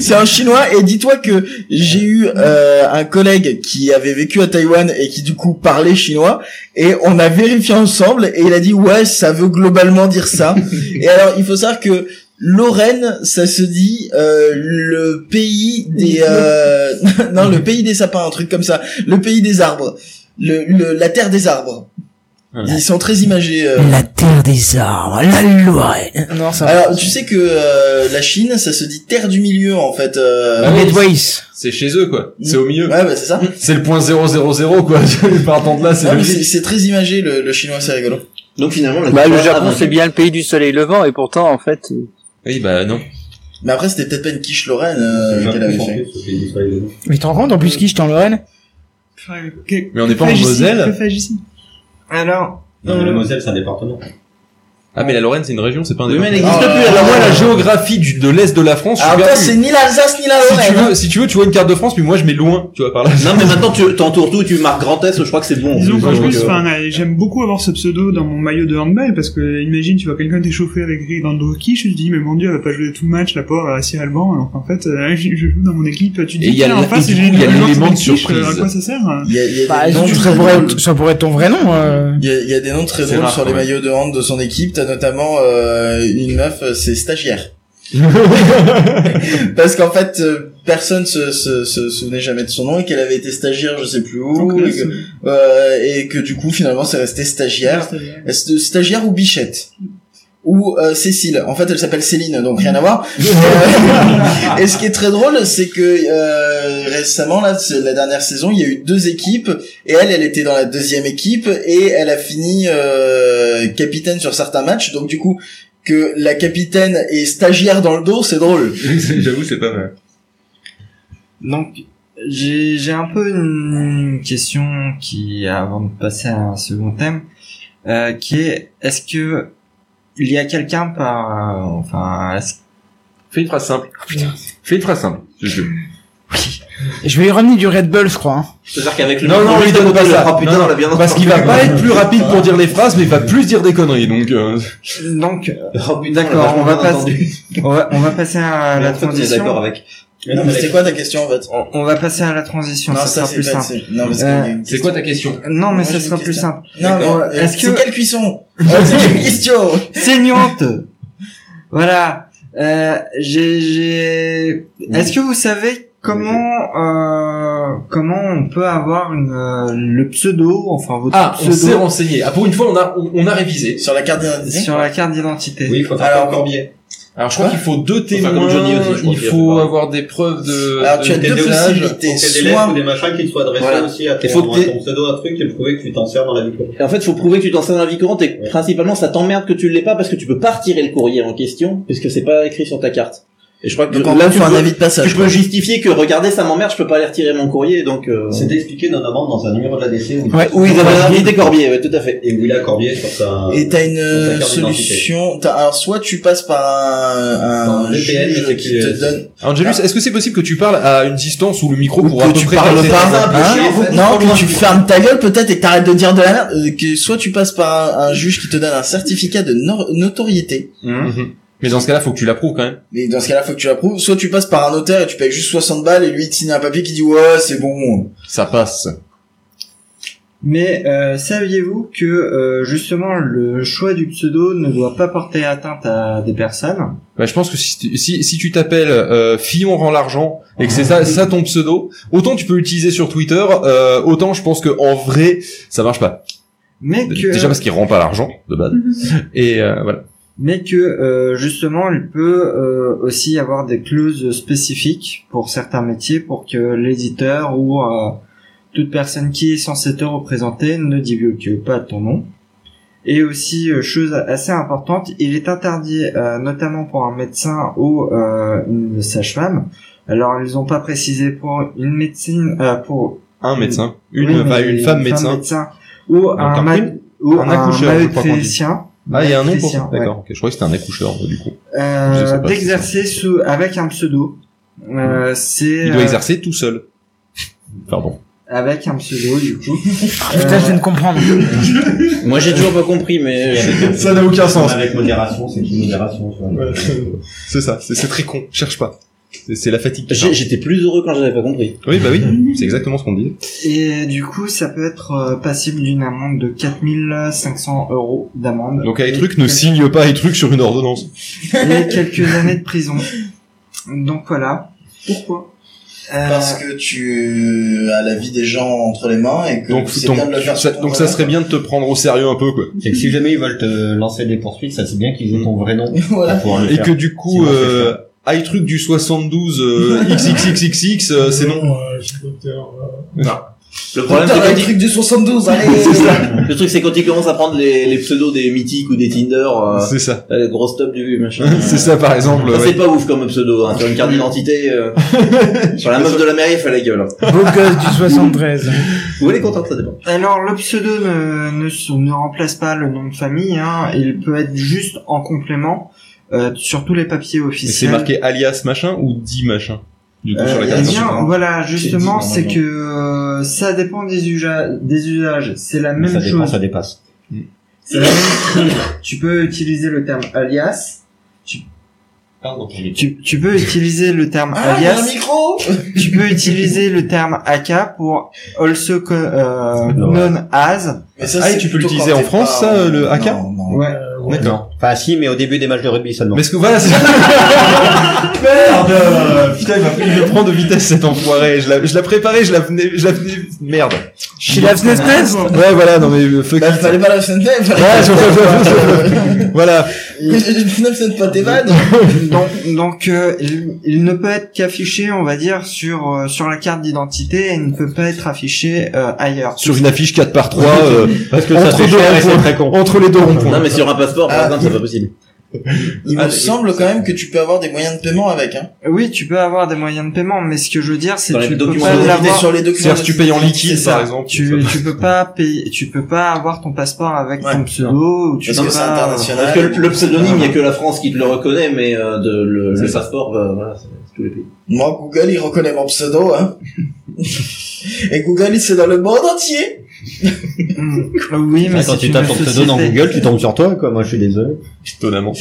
Speaker 5: C'est en chinois et dis-toi que j'ai eu euh, un collègue qui avait vécu à Taïwan et qui du coup parlait chinois et on a vérifié ensemble et il a dit ouais ça veut globalement dire ça. et alors il faut savoir que Lorraine, ça se dit euh, le pays des euh, non le pays des sapins un truc comme ça le pays des arbres le, le- la terre des arbres ils sont très imagés euh.
Speaker 8: La terre des arbres, la Lorraine. Non,
Speaker 14: Ah.
Speaker 8: ça
Speaker 5: Alors, tu sais que euh, la Chine, ça se dit terre du milieu en fait. Euh...
Speaker 8: Ah
Speaker 10: Ah
Speaker 12: Bah oui, C'est chez eux quoi, c'est au milieu.
Speaker 5: Ouais, bah c'est ça.
Speaker 12: C'est le point 000 quoi, partant de là c'est
Speaker 7: Ah,
Speaker 5: Non, mais
Speaker 12: logique.
Speaker 5: c'est c'est très imagé le, le chinois, c'est rigolo.
Speaker 7: Donc finalement,
Speaker 14: Bah, le Japon, c'est bien le pays du soleil levant, et pourtant, en fait.
Speaker 12: Oui, bah non.
Speaker 5: Mais après, c'était peut-être pas une quiche Lorraine euh,
Speaker 7: Ah, C'est le
Speaker 5: qu'elle avait
Speaker 7: Japon,
Speaker 5: fait.
Speaker 8: Mais t'en rends en plus qui je t'en Lorraine
Speaker 6: enfin, que-
Speaker 12: Mais on n'est
Speaker 6: que
Speaker 12: pas
Speaker 6: Euh,
Speaker 12: en
Speaker 6: fais-je ici
Speaker 12: Moselle
Speaker 6: Que fais-je ici
Speaker 9: Alors.
Speaker 7: Non, mais le Moselle, c'est un département.
Speaker 2: Ah, mais la Lorraine, c'est une région, c'est pas un
Speaker 16: Mais
Speaker 2: département.
Speaker 16: elle n'existe plus, elle a-
Speaker 2: moi, la géographie du- de l'Est de la France, je suis
Speaker 5: Alors toi,
Speaker 2: perdu.
Speaker 5: Ah, c'est ni l'Alsace ni la
Speaker 2: Si tu
Speaker 5: Lorraine.
Speaker 2: veux, si tu veux, tu vois une carte de France, puis moi, je mets loin, tu vois, par là.
Speaker 10: Non, mais maintenant, tu t'entoures tout, tu marques Grand S, je crois que c'est bon.
Speaker 6: Disons qu'en
Speaker 10: Donc,
Speaker 6: plus,
Speaker 10: euh,
Speaker 6: enfin, euh, j'aime beaucoup avoir ce pseudo dans mon maillot de handball parce que imagine tu vois quelqu'un t'échauffer avec Ridando Kish, tu te dis mais mon dieu elle va pas jouer tout le match la pauvre à Cyril Alban alors qu'en fait euh, je je joue dans mon équipe tu te
Speaker 2: Et
Speaker 6: dis
Speaker 2: il y a
Speaker 6: tiens, en
Speaker 2: la-
Speaker 6: face
Speaker 2: et du
Speaker 6: j'ai
Speaker 2: coup, il y a
Speaker 6: une
Speaker 2: l'élément
Speaker 6: élément
Speaker 2: de surprise.
Speaker 6: euh, à quoi ça sert hein.
Speaker 5: Il y a- il y a
Speaker 8: Bah,
Speaker 5: des noms
Speaker 8: ça,
Speaker 5: très
Speaker 8: pourrait
Speaker 5: drôles.
Speaker 8: être, ça pourrait être ton vrai nom. euh.
Speaker 5: Il y a, il y a des noms très
Speaker 8: C'est
Speaker 5: drôles
Speaker 8: rare,
Speaker 5: sur les
Speaker 8: quand même.
Speaker 5: maillots de hand de son équipe. T'as notamment euh, une meuf, euh, c'est stagiaire. Parce qu'en fait, euh, personne se, se, se souvenait jamais de son nom et qu'elle avait été stagiaire, je sais plus où,
Speaker 6: Ok,
Speaker 5: et,
Speaker 6: c'est-
Speaker 5: que, euh, et que du coup, finalement, c'est resté stagiaire.
Speaker 6: Stagiaire.
Speaker 5: Est-ce de Stagiaire ou Bichette ou euh, Cécile. En fait, elle s'appelle Céline, donc rien à voir. Euh, et ce qui est très drôle, c'est que euh, récemment, là, c'est la dernière saison, il y a eu deux équipes, et elle, elle était dans la deuxième équipe, et elle a fini euh, capitaine sur certains matchs. Donc du coup, que la capitaine est stagiaire dans le dos, c'est drôle.
Speaker 2: J'avoue, c'est pas mal.
Speaker 9: Donc, j'ai j'ai un peu une question qui, avant de passer à un second thème, euh, qui est est-ce que il y a quelqu'un par, euh, enfin, est-ce
Speaker 2: Fais une phrase simple. Fais une phrase simple. Je
Speaker 8: Je vais lui ramener du Red Bull, je crois. hein.
Speaker 10: C'est-à-dire qu'avec le.
Speaker 2: Non, non, lui donne pas ça.
Speaker 10: Ah, putain,
Speaker 2: Non, non,
Speaker 10: on l'a bien
Speaker 2: parce qu'il va pas être plus rapide pour dire les phrases, mais il va plus dire des conneries, donc. euh,
Speaker 9: donc
Speaker 10: Oh, l'a
Speaker 9: d'accord, on va
Speaker 10: vachement bien
Speaker 9: passer, on va, on va passer à
Speaker 10: Mais
Speaker 9: la
Speaker 10: en fait, on est
Speaker 9: transition.
Speaker 10: d'accord avec.
Speaker 5: Non, mais c'est quoi ta question en fait
Speaker 9: On, on va passer à la transition,
Speaker 5: Non,
Speaker 9: ça,
Speaker 5: ça,
Speaker 9: sera
Speaker 5: c'est
Speaker 9: plus
Speaker 5: pas-
Speaker 9: simple.
Speaker 5: c'est- non, parce qu'il y a une
Speaker 9: Euh,
Speaker 5: question.
Speaker 2: ta question
Speaker 9: non, mais
Speaker 5: Moi,
Speaker 9: ça
Speaker 5: j'ai
Speaker 9: sera
Speaker 5: une
Speaker 9: plus
Speaker 5: question.
Speaker 9: simple.
Speaker 5: Non, mais,
Speaker 9: D'accord.
Speaker 5: euh,
Speaker 9: Est-ce
Speaker 5: c'est
Speaker 9: que-
Speaker 5: quelle cuisson Oh, C'est quelle question
Speaker 9: Saignante. Voilà. Euh, j'ai, j'ai. Est-ce que vous savez comment euh, comment on peut avoir une, euh, le pseudo, enfin votre
Speaker 16: Ah, on s'est
Speaker 9: pseudo
Speaker 16: renseigné. Ah, pour une fois, on a, on, on a révisé.
Speaker 5: Sur la carte d'identité
Speaker 9: sur la carte d'identité
Speaker 10: Oui, il faut faire
Speaker 5: Alors,
Speaker 10: comme Corbier.
Speaker 16: Alors, je crois
Speaker 5: Quoi
Speaker 16: qu'il faut deux
Speaker 10: faire
Speaker 16: témoins.
Speaker 10: comme Johnny Hottie, je crois
Speaker 16: il
Speaker 10: qu'il y a
Speaker 16: faut
Speaker 10: pareil.
Speaker 16: avoir des preuves de.
Speaker 5: Alors,
Speaker 16: de
Speaker 5: Ah, tu as deux
Speaker 16: témoignage.
Speaker 5: possibilités.
Speaker 10: Faut que t'aies
Speaker 5: Soit-
Speaker 10: des lettres ou des machins qui te soient adressés
Speaker 5: Voilà.
Speaker 10: aussi à
Speaker 5: Il faut
Speaker 10: ton,
Speaker 5: que t'aies-
Speaker 10: à ton pseudo, un truc, et le prouver que tu t'en sers dans la vie courante.
Speaker 7: Et en fait, faut prouver que tu t'en sers dans la vie courante et principalement ça t'emmerde que tu l'aies pas parce que tu peux pas retirer le courrier en question puisque c'est pas écrit sur ta carte. Et je crois que
Speaker 5: Donc, en gros,
Speaker 7: tu
Speaker 5: faut un
Speaker 7: peux-
Speaker 5: avis de passage,
Speaker 7: Tu peux
Speaker 5: quoi.
Speaker 7: justifier que regardez ça m'emmerde, je peux pas aller retirer mon courrier donc. Euh...
Speaker 10: C'était expliqué notamment dans un numéro de la DC où,
Speaker 7: Ouais, où ils avaient indemnité Corbier, ouais, tout à fait.
Speaker 10: et où il a Corbier sur sa.
Speaker 5: Et t'as une
Speaker 10: sur sa
Speaker 5: euh,
Speaker 10: carte d'identité.
Speaker 5: solution. t'as- alors soit tu passes par un, un
Speaker 10: Dans le VPN,
Speaker 5: juge
Speaker 10: c'est
Speaker 5: qui
Speaker 10: qu'il-
Speaker 9: euh,
Speaker 5: te donne.
Speaker 16: Angelus, est-ce que c'est possible que tu parles à une distance où le micro
Speaker 5: Ou
Speaker 16: pourra à
Speaker 5: que
Speaker 16: peu
Speaker 5: tu
Speaker 16: près
Speaker 5: parles
Speaker 16: rester
Speaker 5: pas,
Speaker 16: dans un-
Speaker 7: Ah,
Speaker 5: hein,
Speaker 16: Vous êtes
Speaker 5: non,
Speaker 16: pas loin.
Speaker 5: que tu fermes ta gueule peut-être et que t'arrêtes de dire de la merde, euh, que soit tu passes par un, un juge qui te donne un certificat de no- notoriété,
Speaker 2: Mhm. Mais dans ce cas-là, faut que tu l'approuves quand même.
Speaker 5: mais dans ce cas-là faut que tu l'approuves, soit tu passes par un notaire et tu payes juste 60 balles et lui il te signe un papier qui dit ouais c'est bon.
Speaker 2: Ça passe.
Speaker 9: Mais euh, saviez-vous que euh, justement le choix du pseudo ne doit pas porter atteinte à des personnes
Speaker 2: Bah, je pense que si, tu- si, si tu t'appelles euh, Fillon rend l'argent et que c'est ça, ça ton pseudo, autant tu peux l'utiliser sur Twitter, euh, autant je pense que en vrai ça marche pas.
Speaker 9: Mais
Speaker 16: Bah,
Speaker 9: que
Speaker 2: Déjà parce qu'il rend pas l'argent de base. Et euh, voilà.
Speaker 9: mais que euh, justement il peut euh, aussi y avoir des clauses spécifiques pour certains métiers pour que l'éditeur ou euh, toute personne qui est censée te représenter ne divulgue pas ton nom. Et aussi, euh, chose assez importante, il est interdit, euh, notamment pour un médecin ou euh, une sage-femme. Alors, ils ont pas précisé pour une médecine, euh, pour
Speaker 2: Un médecin, une,
Speaker 9: Oui,
Speaker 2: bah,
Speaker 9: mais
Speaker 2: une femme médecin.
Speaker 9: ou
Speaker 2: Donc
Speaker 9: un,
Speaker 2: un
Speaker 9: ma-
Speaker 2: prune
Speaker 9: ou
Speaker 2: Un
Speaker 9: un,
Speaker 2: accoucheur, je crois qu'on dit.
Speaker 9: maltraitien.
Speaker 2: Ah, il y a un nom pour
Speaker 9: Maltraitien,
Speaker 2: ça.
Speaker 9: ouais.
Speaker 2: D'accord. ok. Je croyais que c'était un accoucheur du coup.
Speaker 9: Euh,
Speaker 2: Je sais pas si
Speaker 9: d'exercer sous avec un pseudo. Euh, c'est
Speaker 2: Il doit
Speaker 9: euh,
Speaker 2: exercer tout seul. Pardon.
Speaker 9: avec un pseudo du coup. Euh,
Speaker 8: Putain, je viens de comprendre.
Speaker 7: Moi j'ai toujours pas compris mais.
Speaker 2: Ça n'a aucun sens.
Speaker 10: Avec modération, c'est une modération. tu vois.
Speaker 2: C'est ça. C'est c'est très con. Cherche pas. C'est- C'est la fatigue. qui
Speaker 7: J'ai-
Speaker 2: parle.
Speaker 7: J'étais plus heureux quand j'avais pas compris.
Speaker 2: Oui, bah oui. C'est exactement ce qu'on dit.
Speaker 9: Et du coup, ça peut être euh, passible d'une amende de 4500 euros d'amende.
Speaker 2: Donc les
Speaker 9: Et
Speaker 2: trucs ne
Speaker 9: quelques-
Speaker 2: signe pas les trucs sur une ordonnance.
Speaker 9: Et quelques années de prison. Donc voilà. Euh, Pourquoi Ah.
Speaker 5: Parce que tu euh, as la vie des gens entre les mains et que
Speaker 2: Donc,
Speaker 5: c'est
Speaker 2: donc,
Speaker 5: bien de le faire
Speaker 2: ça,
Speaker 5: sur ton
Speaker 2: donc ça
Speaker 5: volant.
Speaker 2: serait bien de te prendre au sérieux un peu quoi.
Speaker 10: C'est que si jamais ils veulent te lancer des poursuites, ça c'est bien qu'ils aient ton vrai nom.
Speaker 5: Voilà.
Speaker 10: pour pouvoir le
Speaker 2: Et
Speaker 10: faire.
Speaker 2: que du coup,
Speaker 10: Sinon, c'est
Speaker 2: euh, high truc du 72 euh, XXXXX, euh, c'est non.
Speaker 11: Euh, je suis docteur, euh,
Speaker 2: Ah.
Speaker 7: Le problème, c'est
Speaker 5: Putain,
Speaker 7: quand
Speaker 5: le
Speaker 7: il-
Speaker 5: truc du 72, allez
Speaker 7: C'est ça. Le truc, c'est quand ils commencent à prendre les, les pseudos des mythiques ou des Tinder. euh,
Speaker 2: C'est ça.
Speaker 7: t'as les grosses top du machin.
Speaker 2: C'est ça, par exemple,
Speaker 7: Ça,
Speaker 2: ouais.
Speaker 7: c'est pas ouf comme pseudo. Hein. Sur une carte d'identité, euh, sur la meuf de la mairie, elle fait la gueule. hein.
Speaker 17: Beau gosse du 73.
Speaker 7: Vous allez contente, ça dépend.
Speaker 9: Alors, le pseudo ne, ne, s- ne remplace pas le nom de famille, hein. il peut être juste en complément euh, sur tous les papiers
Speaker 2: Et c'est
Speaker 9: officiels.
Speaker 2: marqué alias machin ou dit machin Du coup,
Speaker 9: Euh,
Speaker 2: sur la
Speaker 9: eh
Speaker 2: carte
Speaker 9: bien,
Speaker 5: hein.
Speaker 7: hein.
Speaker 2: d'identité.
Speaker 9: voilà, justement,
Speaker 2: dit,
Speaker 9: c'est
Speaker 2: normalement.
Speaker 9: que euh, ça dépend des, usa- des usages. C'est la même
Speaker 10: ça
Speaker 9: chose.
Speaker 10: dépend, ça dépasse.
Speaker 9: C'est la même chose. tu peux utiliser le terme alias. Tu,
Speaker 10: Pardon.
Speaker 9: tu, tu peux utiliser le terme
Speaker 5: Ah, il y a un
Speaker 9: alias.
Speaker 5: micro
Speaker 9: tu peux utiliser le terme AK pour also co- euh,
Speaker 10: Non.
Speaker 9: known as.
Speaker 5: Mais ça,
Speaker 2: Ah, et tu peux l'utiliser en France, ça, euh, le AK
Speaker 9: Ouais.
Speaker 2: D'accord.
Speaker 10: Enfin, si, mais au début des matchs de rugby seulement.
Speaker 2: Mais est-ce que voilà, c'est- Merde euh, Putain, il m'a pris le prend de vitesse cet enfoiré. Je la, je la préparais, je la venais, je la venais. Merde.
Speaker 5: She loves Nespresso.
Speaker 2: Ouais, voilà, non mais euh, fuck.
Speaker 5: Bah,
Speaker 2: it.
Speaker 5: fallait pas la SNP, fallait
Speaker 2: Ouais, je-
Speaker 5: pas-
Speaker 2: voilà.
Speaker 5: Finalement, c'est pas tes vannes.
Speaker 9: donc, donc euh, il, il ne peut être qu'affiché, on va dire, sur euh, sur la carte d'identité et il ne peut pas être affiché euh, ailleurs.
Speaker 2: Sur une affiche 4 par 3
Speaker 9: Parce que ça
Speaker 2: entre,
Speaker 9: fait
Speaker 2: deux
Speaker 9: cher et c'est
Speaker 2: ronds-points.
Speaker 9: très con.
Speaker 2: entre les deux ronds-points.
Speaker 7: Non, mais sur un passeport, par exemple, c'est pas possible.
Speaker 5: Il
Speaker 7: Ah,
Speaker 5: me semble quand même que tu peux avoir des moyens de paiement avec, hein.
Speaker 9: Oui, tu peux avoir des moyens de paiement, mais ce que je veux dire, c'est
Speaker 5: Dans
Speaker 9: que
Speaker 5: les
Speaker 9: tu peux
Speaker 5: documents
Speaker 9: pas
Speaker 5: d'identité,
Speaker 9: l'avoir
Speaker 5: sur les documents C'est-à-dire que tu payes en liquide,
Speaker 9: C'est ça.
Speaker 5: par exemple,
Speaker 9: Tu, tu peux pas payer, tu peux pas avoir ton passeport avec ton pseudo ou tu
Speaker 7: Parce
Speaker 9: peux
Speaker 7: que c'est
Speaker 9: pas-
Speaker 7: international. Ah. Parce que le, le pseudonyme, il y a que la France qui te le reconnaît, mais euh, de, le, le
Speaker 5: ça.
Speaker 7: passeport, euh, voilà, c'est c'est tous les pays.
Speaker 5: Moi, Google, il reconnaît mon pseudo, hein. Et Google, il c'est dans le monde entier.
Speaker 9: euh, mm. Oui, mais
Speaker 10: Ah, quand
Speaker 9: c'est
Speaker 10: tu
Speaker 9: une
Speaker 10: tapes ton pseudo
Speaker 9: société.
Speaker 10: dans Google, tu tombes sur toi, quoi. Moi, je suis désolé.
Speaker 2: Étonnamment.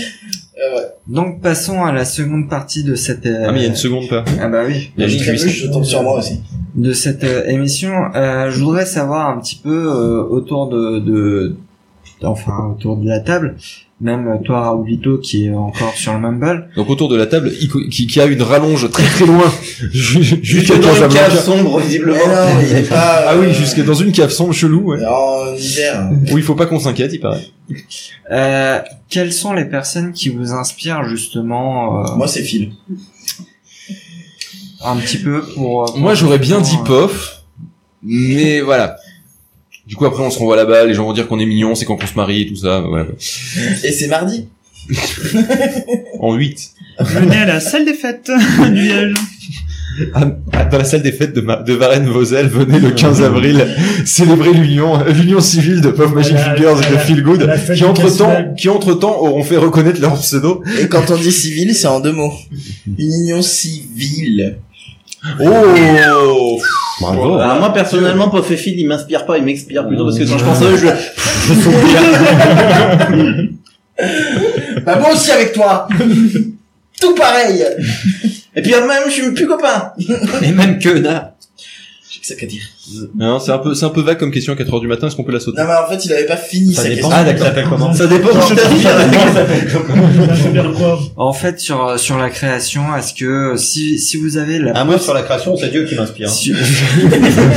Speaker 9: Donc passons à la seconde partie de cette. euh,
Speaker 2: Ah, mais il y a une seconde pas.
Speaker 9: Ah bah oui.
Speaker 2: Il y a une twist.
Speaker 5: Je tombe sur moi aussi.
Speaker 9: de cette euh, émission. Euh, je voudrais savoir un petit peu euh, autour de, de, enfin autour de la table, même toi Raoulito qui est encore sur le Mumble.
Speaker 2: Donc autour de la table, il co- qui, qui a une rallonge très très loin, Ju-
Speaker 9: Jusque
Speaker 2: jusqu'à
Speaker 9: dans une
Speaker 2: Casablanca.
Speaker 9: cave sombre, visiblement.
Speaker 5: Mais non, il est pas,
Speaker 2: ah
Speaker 5: euh,
Speaker 2: oui, jusque dans une cave sombre chelou. Ouais.
Speaker 5: En hiver.
Speaker 2: Oui, il faut pas qu'on s'inquiète, il paraît.
Speaker 9: Euh, quelles sont les personnes qui vous inspirent justement euh,
Speaker 5: Moi, c'est Phil.
Speaker 9: Un petit peu pour. pour-
Speaker 2: Moi, j'aurais bien dit pof, mais voilà. Du coup, après, on se renvoie la balle, les gens vont dire qu'on est mignon, c'est quand on se marie, tout ça, voilà.
Speaker 5: Et c'est mardi.
Speaker 2: En 8.
Speaker 6: Venez à la salle des fêtes du village.
Speaker 2: Ah, Dans la salle des fêtes de, Ma- de Varennes-Vosel, venez le 15 avril célébrer l'union, l'union civile de Puff Magic
Speaker 18: Voilà,
Speaker 2: Fingers et de
Speaker 18: voilà.
Speaker 2: Feel Good,
Speaker 18: La fête
Speaker 2: qui
Speaker 18: du
Speaker 2: entre-temps,
Speaker 18: casse-dalle.
Speaker 2: qui entre-temps auront fait reconnaître leur pseudo.
Speaker 5: Et quand on dit civil, c'est en deux mots. Une union civile.
Speaker 2: Oh Bravo.
Speaker 7: Alors Bah, moi personnellement, Pof et Phil, ils m'inspirent pas, ils m'expirent plutôt parce que quand je pense à eux, je, je sens
Speaker 5: Bah, moi aussi avec toi. Tout pareil. Et puis, même, je suis plus copain.
Speaker 7: Et même que là.
Speaker 5: J'ai que ça qu'à dire.
Speaker 2: Non, c'est un peu, c'est un peu vague comme question à 4 heures du matin, est-ce qu'on peut la sauter?
Speaker 5: Non, mais en fait, il avait pas fini sa question.
Speaker 2: Ah, d'accord. comment?
Speaker 7: Ça dépend
Speaker 5: Non,
Speaker 7: de ta vie.
Speaker 9: En fait, sur sur la création, est-ce que si si vous avez la.
Speaker 10: Ah, moi, sur la création, c'est Dieu qui m'inspire.
Speaker 9: Si-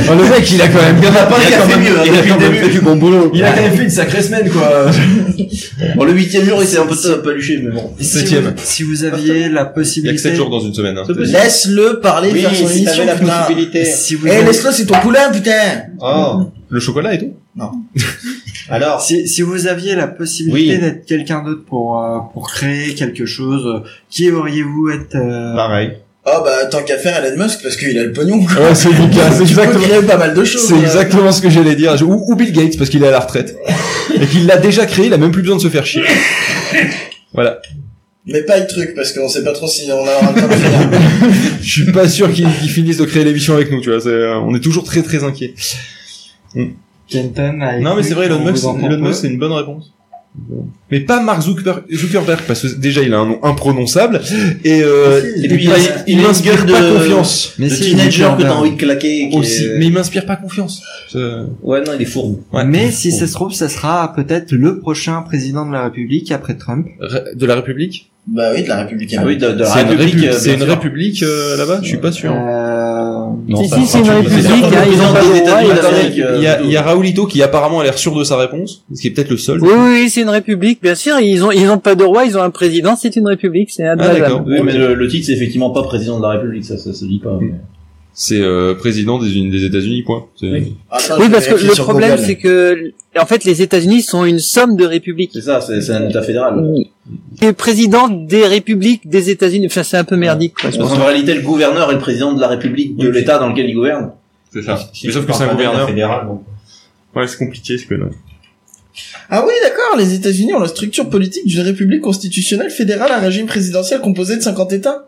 Speaker 2: Oh, le mec, il a quand même bien
Speaker 7: Il a hein, quand même- il a quand même fait du
Speaker 2: bon boulot.
Speaker 7: Il a quand même
Speaker 2: fait une sacrée semaine, quoi.
Speaker 7: Bon, le huitième jour, il s'est un peu paluché, mais bon.
Speaker 9: si
Speaker 2: Septième.
Speaker 9: vous- si vous
Speaker 2: Il
Speaker 9: aviez la
Speaker 2: y a que
Speaker 9: possibilité.
Speaker 2: 7 jours dans une semaine, hein.
Speaker 7: C'est possible.
Speaker 5: Laisse-le parler,
Speaker 7: Oui,
Speaker 5: faire son
Speaker 7: si
Speaker 5: émission,
Speaker 7: t'avais la
Speaker 5: putain.
Speaker 7: possibilité.
Speaker 9: Si vous
Speaker 5: Eh,
Speaker 9: avez-
Speaker 5: laisse-le, c'est ton poulain, putain.
Speaker 10: Oh.
Speaker 2: Le chocolat et tout?
Speaker 10: Alors,
Speaker 9: si, si vous aviez la possibilité
Speaker 10: Oui.
Speaker 9: d'être quelqu'un d'autre pour euh, pour créer quelque chose, euh, qui auriez-vous être euh,
Speaker 10: Pareil.
Speaker 5: Ah bah tant qu'à faire Elon Musk parce qu'il a le pognon. quoi.
Speaker 2: Ouais, c'est Lucas, c'est
Speaker 5: Tu peux
Speaker 2: exactement-
Speaker 5: créer pas mal de choses.
Speaker 2: C'est
Speaker 5: euh.
Speaker 2: exactement ce que j'allais dire. Je- Ou, ou Bill Gates parce qu'il est à la retraite et qu'il l'a déjà créé, il a même plus besoin de se faire chier. Voilà.
Speaker 5: Mais pas le truc parce qu'on sait pas trop si on a un temps de finir.
Speaker 2: Je suis pas sûr qu'il qu'il finisse de créer l'émission avec nous. Tu vois, c'est, euh, on est toujours très très inquiet.
Speaker 9: Kenton avec
Speaker 2: Non, mais
Speaker 9: lui,
Speaker 2: c'est vrai, Elon
Speaker 9: on
Speaker 2: Musk,
Speaker 9: vous entend
Speaker 2: Elon
Speaker 9: peu.
Speaker 2: Musk, c'est une bonne réponse. Mais pas Mark Zuckerberg, Zuckerberg, parce que déjà il a un nom imprononçable et, euh, et puis,
Speaker 7: a-
Speaker 2: il, il
Speaker 7: a une
Speaker 2: m'inspire
Speaker 7: gueule
Speaker 2: pas
Speaker 7: de-
Speaker 2: confiance.
Speaker 9: Mais
Speaker 7: de
Speaker 9: si,
Speaker 7: teenager que
Speaker 9: Zuckerberg.
Speaker 7: t'as envie de claquer. et qui
Speaker 2: Aussi,
Speaker 7: est-
Speaker 2: mais il m'inspire pas confiance. Euh,
Speaker 7: Ouais, non, il est fourbe.
Speaker 2: ouais. Oh.
Speaker 9: Mais si ça se trouve, ça sera peut-être le prochain président de la République après Trump.
Speaker 2: Ré- de la République,
Speaker 5: Bah oui de la République.
Speaker 7: Ah oui, de, de la
Speaker 2: c'est une,
Speaker 7: République.
Speaker 2: répu-
Speaker 7: euh, bien
Speaker 2: c'est une
Speaker 7: sûr.
Speaker 2: république euh, là-bas, je suis pas sûr.
Speaker 9: Euh...
Speaker 2: Non,
Speaker 14: Si,
Speaker 2: ça-
Speaker 14: si,
Speaker 2: ça-
Speaker 14: c'est une
Speaker 2: tu-
Speaker 14: république,
Speaker 2: c'est-
Speaker 14: hein, ils ont pas le droit, ils
Speaker 2: Attendez,
Speaker 14: avaient-
Speaker 2: Il y a, il y a Raoulito qui apparemment a l'air sûr de sa réponse, ce qui est peut-être le seul.
Speaker 14: Oui, oui, oui, c'est une république, bien sûr. Ils ont, ils ont pas de roi, ils ont un président. C'est une république, c'est
Speaker 2: Ah, d'accord.
Speaker 14: imbattable.
Speaker 2: Mm.
Speaker 7: Oui, mais le, le titre, c'est effectivement pas président de la République, ça, ça se dit pas. mais-
Speaker 2: c'est euh, président des, Uni- des États-Unis, point. C'est-
Speaker 14: oui, parce que le problème, c'est que, en fait, les États-Unis sont une somme de républiques.
Speaker 7: C'est ça, c'est c'est un état fédéral.
Speaker 2: Mm.
Speaker 14: Et président des républiques des États-Unis, enfin, c'est un peu merdique, quoi. c'est pour
Speaker 7: En
Speaker 14: ça.
Speaker 7: réalité, le gouverneur est le président de la république de l'état dans lequel il gouverne.
Speaker 2: C'est ça.
Speaker 7: Si
Speaker 2: Mais
Speaker 7: tu
Speaker 2: sauf que
Speaker 7: parles
Speaker 2: c'est un
Speaker 7: pas de la
Speaker 2: gouverneur.
Speaker 7: fédérale, donc.
Speaker 2: Ouais, c'est compliqué, ce que là.
Speaker 5: Ah oui, d'accord, les États-Unis ont la structure politique d'une république constitutionnelle fédérale à régime présidentiel composé de 50 États.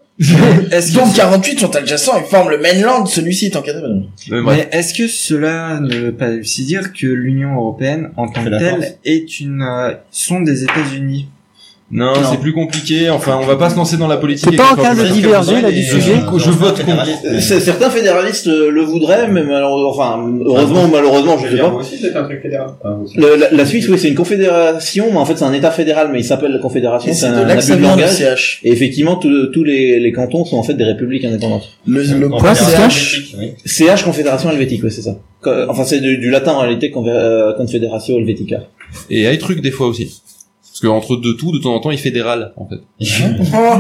Speaker 5: Donc 48 sont adjacents et forment le mainland, celui-ci est encadré.
Speaker 9: Mais est-ce que cela ne veut pas aussi dire que l'Union européenne en tant
Speaker 2: Fait
Speaker 9: que
Speaker 2: la
Speaker 9: telle
Speaker 2: force.
Speaker 9: est une euh, sont des États-Unis
Speaker 2: Non,
Speaker 9: Non.
Speaker 2: c'est plus compliqué. Enfin, on va pas se lancer dans la politique.
Speaker 9: C'est pas
Speaker 2: et
Speaker 9: en
Speaker 2: quelque
Speaker 9: cas de
Speaker 2: chose comme
Speaker 9: diverger,
Speaker 2: ça,
Speaker 9: là,
Speaker 2: et
Speaker 9: du
Speaker 2: je-
Speaker 9: sujet.
Speaker 2: Je, vote
Speaker 7: Euh,
Speaker 2: contre.
Speaker 7: c'est- Certains fédéralistes euh, le voudraient, mais malheureusement, enfin, heureusement ou malheureusement, je sais pas.
Speaker 10: c'est un truc fédéral.
Speaker 7: Le- la, la Suisse, oui, c'est une confédération, mais en fait, c'est un État fédéral, mais il s'appelle la confédération.
Speaker 5: Et
Speaker 7: C'est
Speaker 5: c'est de
Speaker 7: un
Speaker 5: là que
Speaker 7: abus
Speaker 5: ça
Speaker 7: de
Speaker 5: vient, le
Speaker 7: langage.
Speaker 5: CH.
Speaker 7: Et effectivement, tous- tous les, les cantons sont en fait des républiques indépendantes.
Speaker 5: Le,
Speaker 7: quoi, CH CH, confédération helvétique, oui, c'est ça. Co- Enfin, c'est du, du latin en réalité, confé- euh, confédératio helvetica.
Speaker 2: Et High Truc, des fois aussi. Parce que entre deux tout, de temps en temps, il fédéral, en fait.
Speaker 8: Oh,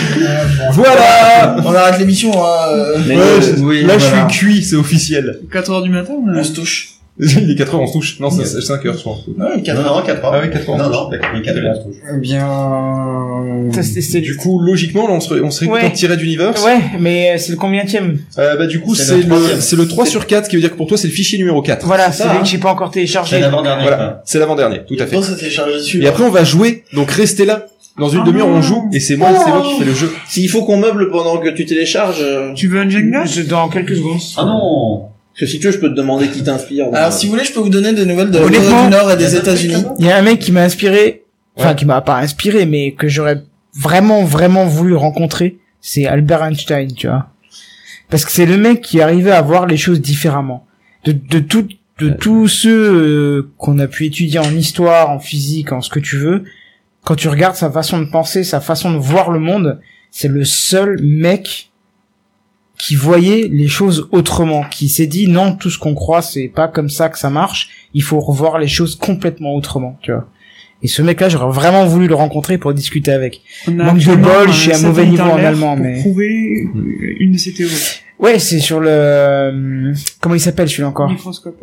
Speaker 5: voilà On arrête l'émission, hein. euh.
Speaker 2: là, je suis cuit, c'est officiel.
Speaker 6: 4 heures du matin, euh,
Speaker 5: on se touche.
Speaker 2: Il est 4 heures, on se touche. Non, c'est 5 heures, je pense.
Speaker 5: Non, 4
Speaker 10: Non, non, 4 heures.
Speaker 2: Ah oui, 4 heures.
Speaker 10: Non, non, 4 heures, on se touche.
Speaker 9: Eh bien.
Speaker 2: Du coup, logiquement, là, on serait, on serait
Speaker 8: Ouais.
Speaker 2: en tiré d'univers.
Speaker 8: Ouais, mais euh, c'est le combienième
Speaker 2: Euh, bah, du coup,
Speaker 8: C'est
Speaker 2: c'est
Speaker 8: le troisième.
Speaker 2: le, c'est le 3 sur 4 qui veut dire que pour toi, c'est le fichier numéro 4.
Speaker 8: Voilà, c'est
Speaker 2: ça,
Speaker 8: celui
Speaker 2: hein.
Speaker 8: que j'ai pas encore téléchargé.
Speaker 2: Voilà, c'est l'avant-dernier, tout à fait.
Speaker 5: ça s'est chargé dessus.
Speaker 2: Et après, on va jouer. Donc, restez là. Dans
Speaker 5: Ah
Speaker 2: une demi-heure, on joue. Et c'est moi, c'est moi qui fais le jeu.
Speaker 7: S'il faut qu'on meuble pendant que tu télécharges.
Speaker 6: Tu veux un Jenga
Speaker 8: Dans quelques secondes.
Speaker 7: Ah non Parce que si tu veux, je peux te demander qui t'inspire.
Speaker 5: Alors si vous voulez, je peux vous donner des nouvelles de la Corée
Speaker 8: Honnêtement,
Speaker 5: du Nord et des États-Unis.
Speaker 8: Il y a un mec qui m'a inspiré, enfin qui m'a pas inspiré, mais que j'aurais vraiment vraiment voulu rencontrer, c'est Albert Einstein, tu vois. Parce que c'est le mec qui arrivait à voir les choses différemment. De, de tout, de tous ceux euh, qu'on a pu étudier en histoire, en physique, en ce que tu veux, quand tu regardes sa façon de penser, sa façon de voir le monde, c'est le seul mec qui voyait les choses autrement, qui s'est dit non, tout ce qu'on croit, c'est pas comme ça que ça marche, il faut revoir les choses complètement autrement, tu vois. Et ce mec-là, j'aurais vraiment voulu le rencontrer pour discuter avec.
Speaker 6: On a
Speaker 8: Manque de
Speaker 6: actuellement
Speaker 8: bol, je suis à
Speaker 6: satellite
Speaker 8: mauvais niveau
Speaker 6: en
Speaker 8: en
Speaker 6: l'air
Speaker 8: allemand,
Speaker 6: pour
Speaker 8: mais...
Speaker 6: prouver une de ces théories.
Speaker 8: Ouais, c'est sur le... Comment il s'appelle celui-là encore
Speaker 6: Microscope.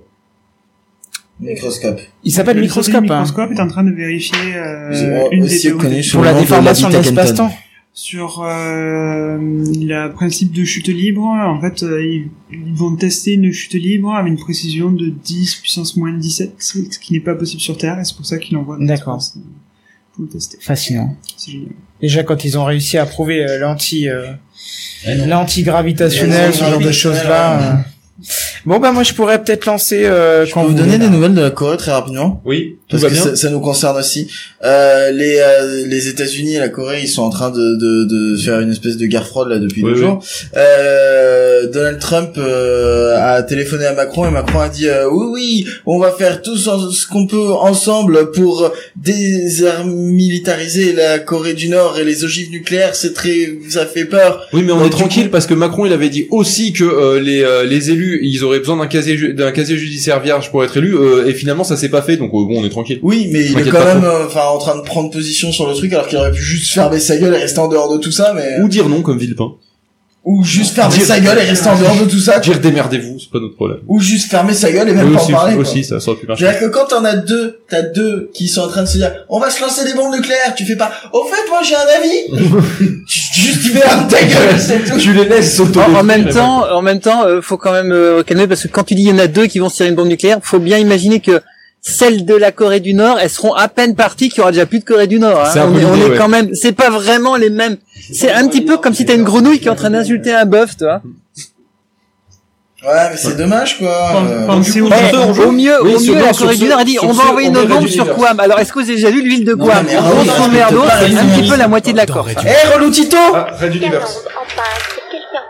Speaker 5: Microscope.
Speaker 8: Il s'appelle
Speaker 6: Le
Speaker 8: Microscope,
Speaker 6: satellite
Speaker 8: hein.
Speaker 6: Microscope est en train de vérifier euh,
Speaker 5: C'est
Speaker 6: une des
Speaker 5: aussi connu
Speaker 6: théories.
Speaker 5: sous Pour le la nom de déformation de Lady l'espace-temps. Takenton.
Speaker 6: Sur euh, le principe de chute libre, en fait, euh, ils, ils vont tester une chute libre avec une précision de 10 puissance moins 17, ce qui n'est pas possible sur Terre, et c'est pour ça qu'ils l'envoient dans
Speaker 8: D'accord.
Speaker 6: l'espace, euh, pour le tester.
Speaker 8: Fascinant.
Speaker 6: C'est génial.
Speaker 5: Euh,
Speaker 8: Déjà, quand ils ont réussi à prouver euh, l'anti... euh,
Speaker 5: Eh
Speaker 6: non.
Speaker 8: L'anti-gravitationnel, ce genre de choses-là... euh. Bon, bah moi, je pourrais peut-être lancer... euh,
Speaker 5: Je peux vous donner des nouvelles de la Corée très rapidement.
Speaker 2: Oui, tout
Speaker 5: Parce
Speaker 2: va
Speaker 5: que
Speaker 2: bien.
Speaker 5: ça, ça nous concerne aussi. Euh, les euh, les États-Unis et la Corée, ils sont en train de, de, de faire une espèce de guerre froide là depuis
Speaker 2: Oui,
Speaker 5: deux
Speaker 2: oui.
Speaker 5: jours. Euh, Donald Trump euh, a téléphoné à Macron et Macron a dit euh, oui oui, on va faire tout ce ce qu'on peut ensemble pour désmilitariser la Corée du Nord et les ogives nucléaires. C'est très ça fait peur.
Speaker 2: Oui, mais on est tranquille parce que Macron, il avait dit aussi que euh, les, euh, les élus, ils auraient besoin d'un casier, ju- d'un casier judiciaire vierge pour être élus, euh, et finalement, ça s'est pas fait, donc euh, bon, on est tranquille.
Speaker 5: Oui, mais il est
Speaker 2: T'inquiète
Speaker 5: quand
Speaker 2: pas
Speaker 5: même
Speaker 2: trop.
Speaker 5: euh, enfin en train de prendre position sur le truc alors qu'il aurait pu juste fermer sa gueule et rester en dehors de tout ça mais euh,
Speaker 2: Ou dire non, comme Villepin.
Speaker 5: ou juste fermer sa gueule et rester en dehors de tout ça
Speaker 2: Dire démerdez-vous, c'est pas notre problème.
Speaker 5: ou juste fermer sa gueule et même
Speaker 2: Oui,
Speaker 5: pas
Speaker 2: aussi,
Speaker 5: en parler quoi.
Speaker 2: aussi, ça, ça aurait pu marcher.
Speaker 5: C'est-à-dire que quand t'en as deux, t'as deux qui sont en train de se dire, on va se lancer des bombes nucléaires, tu fais pas, au fait, moi j'ai un avis, Tu- juste tu fermes ta gueule, c'est tout.
Speaker 2: Tu les laisses
Speaker 14: En, en même temps, en même temps, euh, faut quand même euh, calmer parce que quand tu dis il y en a deux qui vont se tirer une bombe nucléaire, faut bien imaginer que celles de la Corée du Nord, elles seront à peine parties qu'il y aura déjà plus de Corée du Nord. hein.
Speaker 19: C'est un
Speaker 14: On,
Speaker 19: peu
Speaker 14: est- on
Speaker 19: l'idée,
Speaker 14: est
Speaker 19: ouais.
Speaker 14: quand même, c'est pas vraiment les mêmes. C'est un petit peu comme si t'as une grenouille qui est en train d'insulter un bœuf, tu vois.
Speaker 5: Ouais, mais c'est dommage, quoi. Euh,
Speaker 14: Eh, au mieux, au mieux, la Corée du Nord a dit, on va envoyer nos bombes sur Guam. Alors, est-ce que vous avez déjà lu l'huile de
Speaker 5: Non,
Speaker 14: Guam
Speaker 5: mais
Speaker 14: On
Speaker 5: Raoul,
Speaker 14: s'en
Speaker 5: respecte
Speaker 14: merde,
Speaker 5: pas la
Speaker 14: c'est un
Speaker 5: Réunion.
Speaker 14: petit peu la moitié de la Corse.
Speaker 5: Eh, Relou Tito
Speaker 2: Red Ah, Universe.